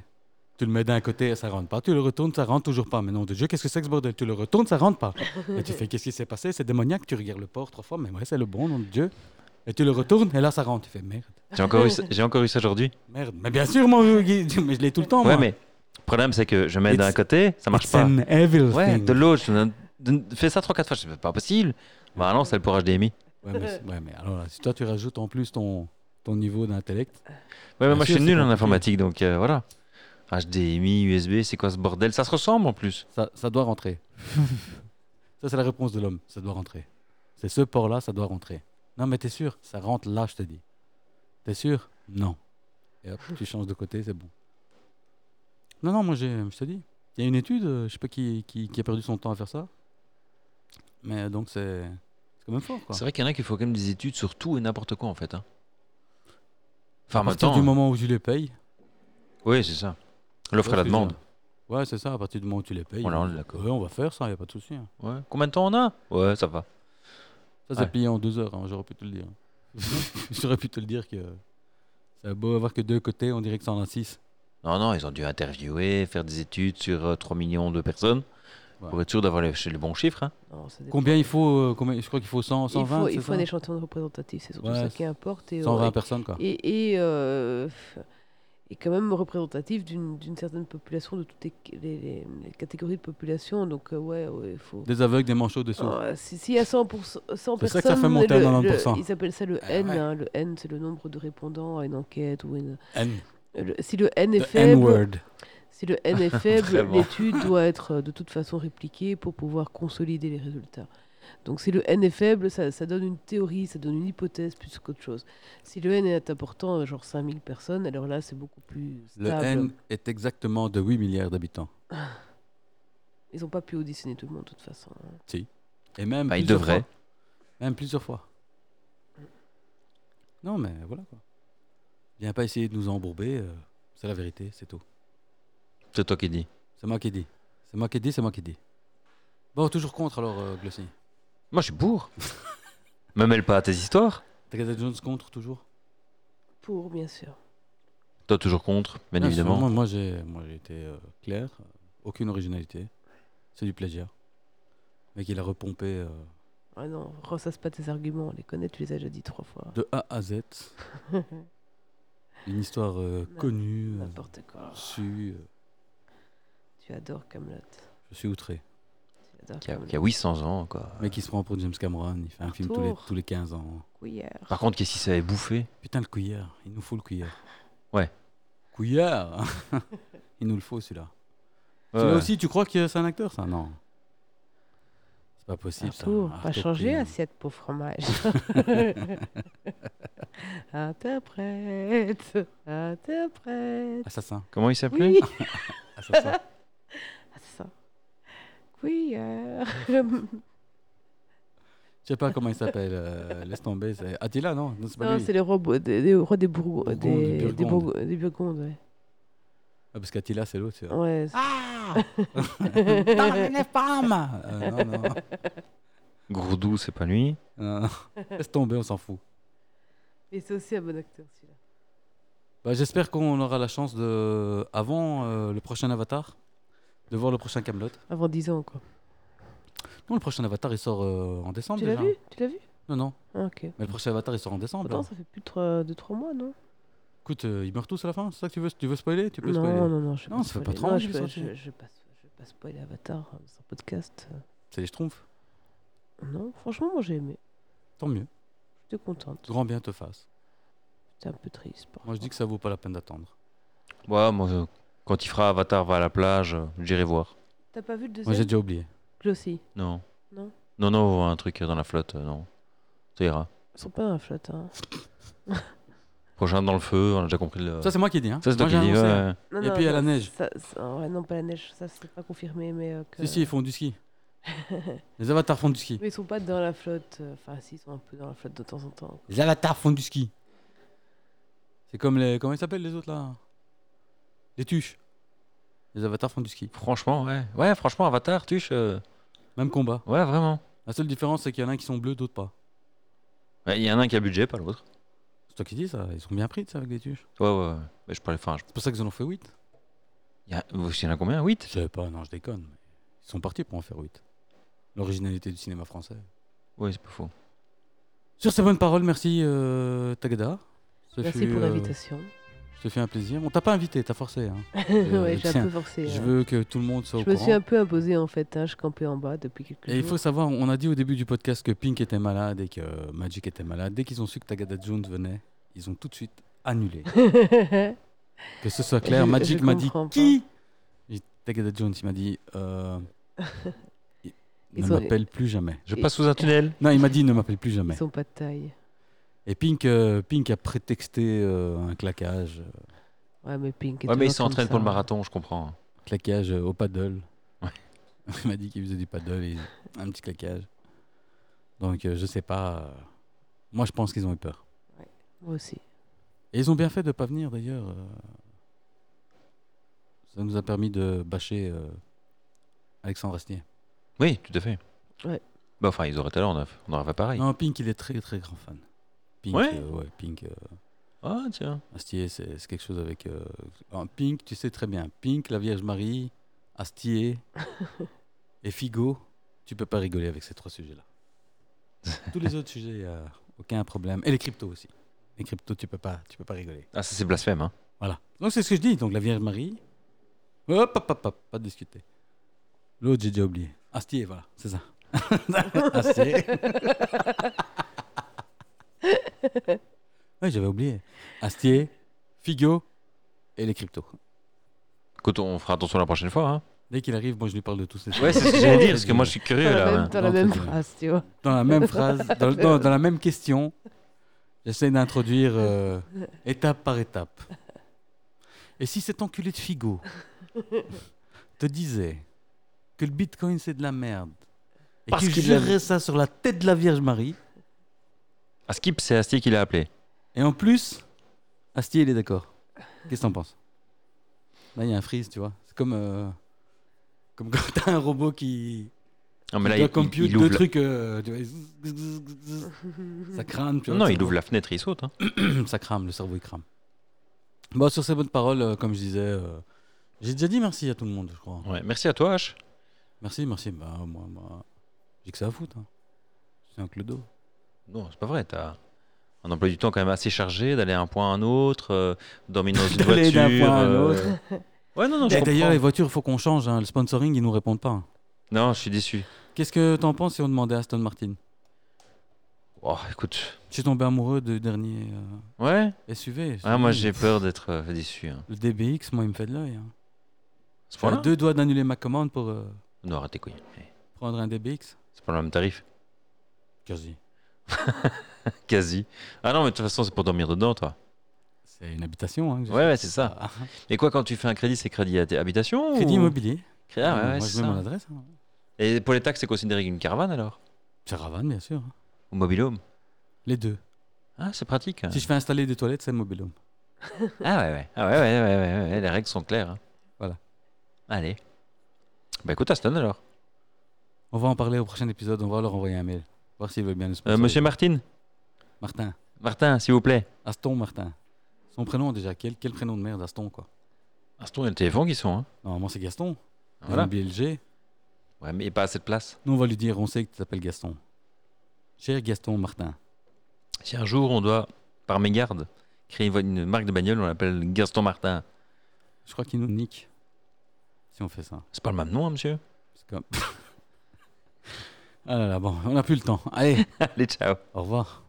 Tu le mets d'un côté, ça rentre pas. Tu le retournes, ça rentre toujours pas. Mais non, de Dieu, qu'est-ce que c'est que ce bordel Tu le retournes, ça rentre pas. Et tu fais, qu'est-ce qui s'est passé C'est démoniaque. Tu regardes le port trois fois, mais ouais, c'est le bon, nom de Dieu. Et tu le retournes, et là, ça rentre. Tu fais, merde, J'ai encore eu ça, j'ai encore eu ça aujourd'hui. merde. Mais bien sûr, mon vieux Guy, mais je l'ai tout le temps, Ouais moi. mais le problème c'est que je mets d'un It's- côté, ça marche It's pas. an evil Ouais, thing. de l'autre, je me- de- fais ça 3 4 fois, je dis, c'est pas possible. Bah non, c'est le port HDMI. Ouais, mais, c'est- ouais, mais alors, là, si toi, tu rajoutes en plus ton, ton niveau d'intellect, Ouais, mais Bien moi sûr, je suis c'est nul en compliqué. informatique donc euh, voilà. HDMI, USB, c'est quoi ce bordel Ça se ressemble en plus. ça, ça doit rentrer. ça, c'est la réponse de l'homme. Ça doit rentrer. C'est ce port-là, ça doit rentrer. Non, mais t'es sûr Ça rentre là, je te dis. T'es sûr Non. Et hop, tu changes de côté, c'est bon. Non, non, moi, j'ai, je te dis. Il y a une étude, euh, je sais pas qui, qui, qui a perdu son temps à faire ça. Mais euh, donc, c'est, c'est quand même fort, quoi. C'est vrai qu'il y en a qui font quand même des études sur tout et n'importe quoi en fait. Hein. Enfin, À en même partir temps. hein. du moment où tu les payes. Oui, c'est ça. tu L'offre et la vois ce que je veux demande. dire Ouais, c'est ça, à partir du moment où tu les payes. Voilà, on est d'accord. ouais, on va faire ça, il a pas de souci. hein. Ouais. Combien de temps on a Ouais, ça va. Ça, c'est Ouais. plié en deux heures, hein, j'aurais pu te le dire. j'aurais pu te le dire que ça a beau avoir que deux côtés, on dirait que ça en a six. Non, non, ils ont dû interviewer, faire des études sur euh, 3 millions de personnes Ouais. pour être sûr d'avoir les, les bons chiffres. hein. Non, ça dépend. Combien il faut euh, combien, Je crois qu'il faut 100, il 120, faut, il c'est faut ça un échantillon représentatif, c'est surtout Ouais, ça qui importe. euh, Et, 120 et- personnes, quoi. et, et, euh, est quand même représentatif d'une d'une certaine population, de toutes les, les- les- les catégories de population. Donc, euh, ouais, ouais, il faut. Des aveugles, des manchots, des sourds. Ah, si, si, à 100%, 100 C'est ça personnes, que ça fait monter à le- le- 90%. ils appellent ça le Ah N. ouais. hein. Le N, c'est le nombre de répondants à une enquête. Ou une... N. le- si le N est The faible, N-word. si le N est faible, Vraiment. l'étude doit être euh, de toute façon répliquée pour pouvoir consolider les résultats. Donc si le N est faible, ça, ça donne une théorie, ça donne une hypothèse plus qu'autre chose. Si le N est important, euh, genre 5000 personnes, alors là c'est beaucoup plus Le stable. N est exactement de 8 milliards d'habitants. Ils n'ont pas pu auditionner tout le monde de toute façon. hein. Et même Bah, il plusieurs devrait. fois. Même plusieurs fois. Non, mais voilà quoi. Viens pas essayer de nous embourber. euh, c'est la vérité, c'est tout. C'est toi qui dis. C'est moi qui dis. C'est moi qui dis, c'est moi qui dis. Bon, toujours contre alors, euh, Glossy. Moi, je suis pour. Me mêle pas à tes histoires. Tagada Jones contre toujours Pour, bien sûr. Toi, toujours contre, bien Bien sûr, évidemment. Moi, moi, j'ai moi, j'ai été euh, clair. euh, Aucune originalité. C'est du plagiat. Mais qu'il a repompé euh, Ah non, ressasse pas tes arguments, on les connaît, tu les as déjà dit trois fois. de A à Z. Une histoire euh, Non, Hmm. connue, euh, N'importe quoi. su. euh, Tu adores Camelot. je suis outré. Tu adores Qui a, Kaamelott. qui a 800 ans, quoi. Mais qui se prend pour James Cameron, il fait un film tous les, Retour. tous les 15 ans. Couillère. Par contre, qu'est-ce qu'il savait bouffer Putain, le couillard, il nous faut le couillard. Ouais. Couillard hein. Il nous le faut celui-là. celui-là Ouais. aussi, tu crois que c'est un acteur ça Non. C'est pas possible ça. Arthur, pas Arthur changer Payne. assiette pour fromage. interprète, interprète. Assassin. Comment il s'appelait Oui, Assassin. Ah, c'est ça. Couillère. Bah Je sais pas comment il s'appelle. euh, laisse tomber. C'est Attila, non Non, c'est pas non, lui. c'est les robots des, des rois des Bourgo- Bourgondes, des, des des Burgondes. Bourgo- des Burgondes, ouais. Ah, parce qu'Attila, c'est l'autre. c'est- Ouais, c'est- Ah Dans la nef, bam Euh, Non, non. Gourdou, c'est pas lui. non, non. Laisse tomber, on s'en fout. mais c'est aussi un bon acteur celui-là. Bah, J'espère qu'on aura la chance de, avant euh, le prochain Avatar, de voir le prochain Camelot. Avant 10 ans, quoi. Non, le prochain Avatar il sort euh, en décembre Tu l'as déjà. vu Tu l'as vu Non, non. Ah, Ok. Mais le prochain Avatar il sort en décembre. Attends, hein. ça fait plus de 3, mois, non Écoute, euh, ils meurent tous à la fin, c'est ça que tu veux Tu veux spoiler Tu peux non, spoiler. non, non, je vais Non, ça fait pas spoiler. 30 Non, ans je qu'il est vais- sorti. je- je vais pas- je vais pas spoiler Avatar, hein, c'est un podcast. C'est les schtroumpfs. Non, franchement, moi j'ai aimé. Tant mieux. J'étais contente. Grand bien te fasse. J'étais un peu triste. parfois. Moi je dis que ça vaut pas la peine d'attendre. Ouais, moi, euh, quand il fera Avatar va à la plage, euh, j'irai voir. T'as pas vu le Moi deuxième j'ai déjà oublié. Glossy. Non. Non. Non, non, on voit un truc dans la flotte, euh, non. Ça ira. Ils sont pas dans la flotte. Hein. Prochain dans le feu, on a déjà compris le. Ça c'est moi qui ai dit. Hein. Ça, c'est Moi, toi qui j'ai dis. annoncé, hein. ouais. Non, Et non, puis il y a non, la neige. ça- ça- ouais, non, pas la neige, ça c'est pas confirmé. mais euh, que- Si, si, ils font du ski. les avatars font du ski. Mais ils sont pas dans la flotte. euh, Enfin, si, ils sont un peu dans la flotte de temps en temps. Les avatars font du ski. C'est comme les. Comment ils s'appellent les autres là Les tuches. Les avatars font du ski. Franchement, ouais. Ouais, franchement, Avatar, tuche. euh, Même combat. Ouais, vraiment. La seule différence c'est qu'il y en a qui sont bleus, d'autres pas. Ouais, Il y en a un qui a budget, pas l'autre. C'est toi qui dis ça. Ils sont bien pris de ça avec des tuches. Ouais, ouais, ouais. Mais je parlais. Enfin, je- C'est pour ça qu'ils en ont fait 8. il y, a- vous- il y en a combien 8 Je savais pas, non, je déconne. mais Ils sont partis pour en faire 8. L'originalité du cinéma français. Oui, c'est pas faux. Sur ces bonnes paroles, merci euh, Tagada. Ce Merci fut, pour euh, l'invitation. Ce fut un plaisir. On t'a pas invité, t'as forcé. hein. ouais, j'ai un tiens, peu forcé. je hein. veux que tout le monde soit Je au me courant. suis un peu imposé en fait. hein, Je campais en bas depuis quelques Et il faut jours. savoir, on a dit au début du podcast que Pink était malade et que euh, Magic était malade. Dès qu'ils ont su que Tagada Jones venait, ils ont tout de suite annulé. que ce soit clair, Je- Magic je m'a dit comprends pas. qui J'ai dit, Tagada Jones, il m'a dit euh, il- Ils ne ont- m'appelle plus jamais. Je Et- passe sous un tunnel. Non, il m'a dit ne m'appelle plus jamais. Ils sont pas de taille. Et Pink, euh, Pink a prétexté euh, un claquage, euh, Ouais, mais Pink. est Ouais, mais il toujours comme s'entraîne ça, pour le hein. marathon, je comprends. claquage euh, au paddle. Ouais. il m'a dit qu'il faisait du paddle et un petit claquage. Donc euh, je sais pas. euh, moi je pense qu'ils ont eu peur. Moi aussi. Et ils ont bien fait de pas venir d'ailleurs. euh. ça nous a permis de bâcher euh, Alexandre Astier. Oui, tout à fait. Ouais. Bah, enfin, ils auraient été là, on, a- on aurait fait pareil. Non, Pink il est très très grand fan. Pink, Ouais euh, ouais, Pink. euh, Ah, tiens. Astier, c'est c'est quelque chose avec. euh, un Pink, tu sais très bien. Pink, la Vierge Marie, Astier et Figo. Tu peux pas rigoler avec ces trois sujets-là. Tous les autres euh, sujets, y a aucun problème. Et les cryptos aussi. Les cryptos, tu peux pas, tu peux pas rigoler. Ah, ça, c'est blasphème, hein. Voilà. Donc c'est ce que je dis. Donc la Vierge Marie. Hop, hop, hop, hop, pas de discuter. L'autre, j'ai déjà oublié. Astier, voilà, c'est ça. Astier. oui, j'avais oublié. Astier, Figo et les cryptos. Écoute, on fera attention la prochaine fois. Hein. Dès qu'il arrive, moi je lui parle de tous ces Ouais, c'est ce que j'allais dire, parce que moi je suis curieux Dans la là. même- Non, hein. dans la même c'est vrai. phrase, tu vois. Dans la même phrase, dans, dans- dans la même question, j'essaie d'introduire euh, étape par étape. Et si cet enculé de Figo te disait que le bitcoin c'est de la merde et Parce qu'il qu'il l'a- jurerait ça sur la tête de la Vierge Marie, Ah, Skip, c'est Astier qui l'a appelé. et en plus, Astier il est d'accord. Qu'est-ce que t'en penses Là il y a un freeze, tu vois. C'est comme, euh, comme quand t'as un robot qui, Non, mais qui doit là, il, il- compute il deux ouvre. trucs. euh, tu vois, ça crame. tu La... vois, Non, tu il vois. ouvre la fenêtre, il saute. hein. ça crame, le cerveau il crame. Bon, sur ces bonnes paroles, euh, comme je disais, euh, j'ai déjà dit merci à tout le monde, je crois. Ouais, Merci à toi, H. Merci, merci. Bah, moi, moi, j'ai que ça à foutre. hein. C'est un clodo. Non, c'est pas vrai. T'as un emploi du temps quand même assez chargé d'aller d'un point à un autre, euh, dormir dans une voiture. D'aller d'un point à un euh, autre. Ouais, non, non, je Et D'ailleurs, les comprends. voitures, faut qu'on change. hein, Le sponsoring, ils nous répondent pas. hein. Non, je suis déçu. Qu'est-ce que t'en penses si on demandait à Aston Martin Oh, écoute. Je suis tombé amoureux du dernier euh, Ouais. SUV. Ah, moi, j'ai peur d'être euh, déçu. hein. Le DBX, moi, il me fait de l'œil. hein. C'est J'ai pas là deux doigts d'annuler ma commande pour euh, Non, arrête tes couilles. Eh, prendre un DBX. C'est pas le même tarif. Quasi. Quasi. Ah non, mais de toute façon, c'est pour dormir dedans, toi. C'est une habitation. hein, que j'ai Ouais, fait. ouais, c'est ça. Ah, Et quoi, quand tu fais un crédit, c'est crédit à tes habitations Crédit ou- immobilier. Cré- Ah, ouais, ouais, moi, c'est je mets mon ça. adresse. hein. Et pour les taxes, c'est considéré une caravane alors C'est Ravane, bien sûr. hein. Ou mobilhome Les deux. Ah, c'est pratique. hein. Si je fais installer des toilettes, c'est Mobilhome. Ah ouais, ouais. Ah ouais, ouais, ouais, ouais, ouais, ouais, les règles sont claires. hein. Voilà. Allez. Bah écoute, Aston alors. On va en parler au prochain épisode. On va leur envoyer un mail. Voir s'il veut bien nous Euh, sponsoriser. Monsieur Martin Martin. Martin, s'il vous plaît. Aston Martin. Son prénom, déjà. Quel, quel prénom de merde, Aston, quoi. Aston, il y a le téléphone qui sont. Hein. Normalement, c'est Gaston. Voilà. Ah, Voilà. BLG. Mmh. Ouais, mais pas assez de place. Nous, on va lui dire on sait que tu t'appelles Gaston. Cher Gaston Martin. Si un jour on doit, par mégarde, créer une, une marque de bagnole, on l'appelle Gaston Martin. Je crois qu'il nous nique. Si on fait ça. C'est pas le même nom, hein, monsieur C'est comme. ah là là, bon, on n'a plus le temps. Allez, Allez, ciao. au revoir.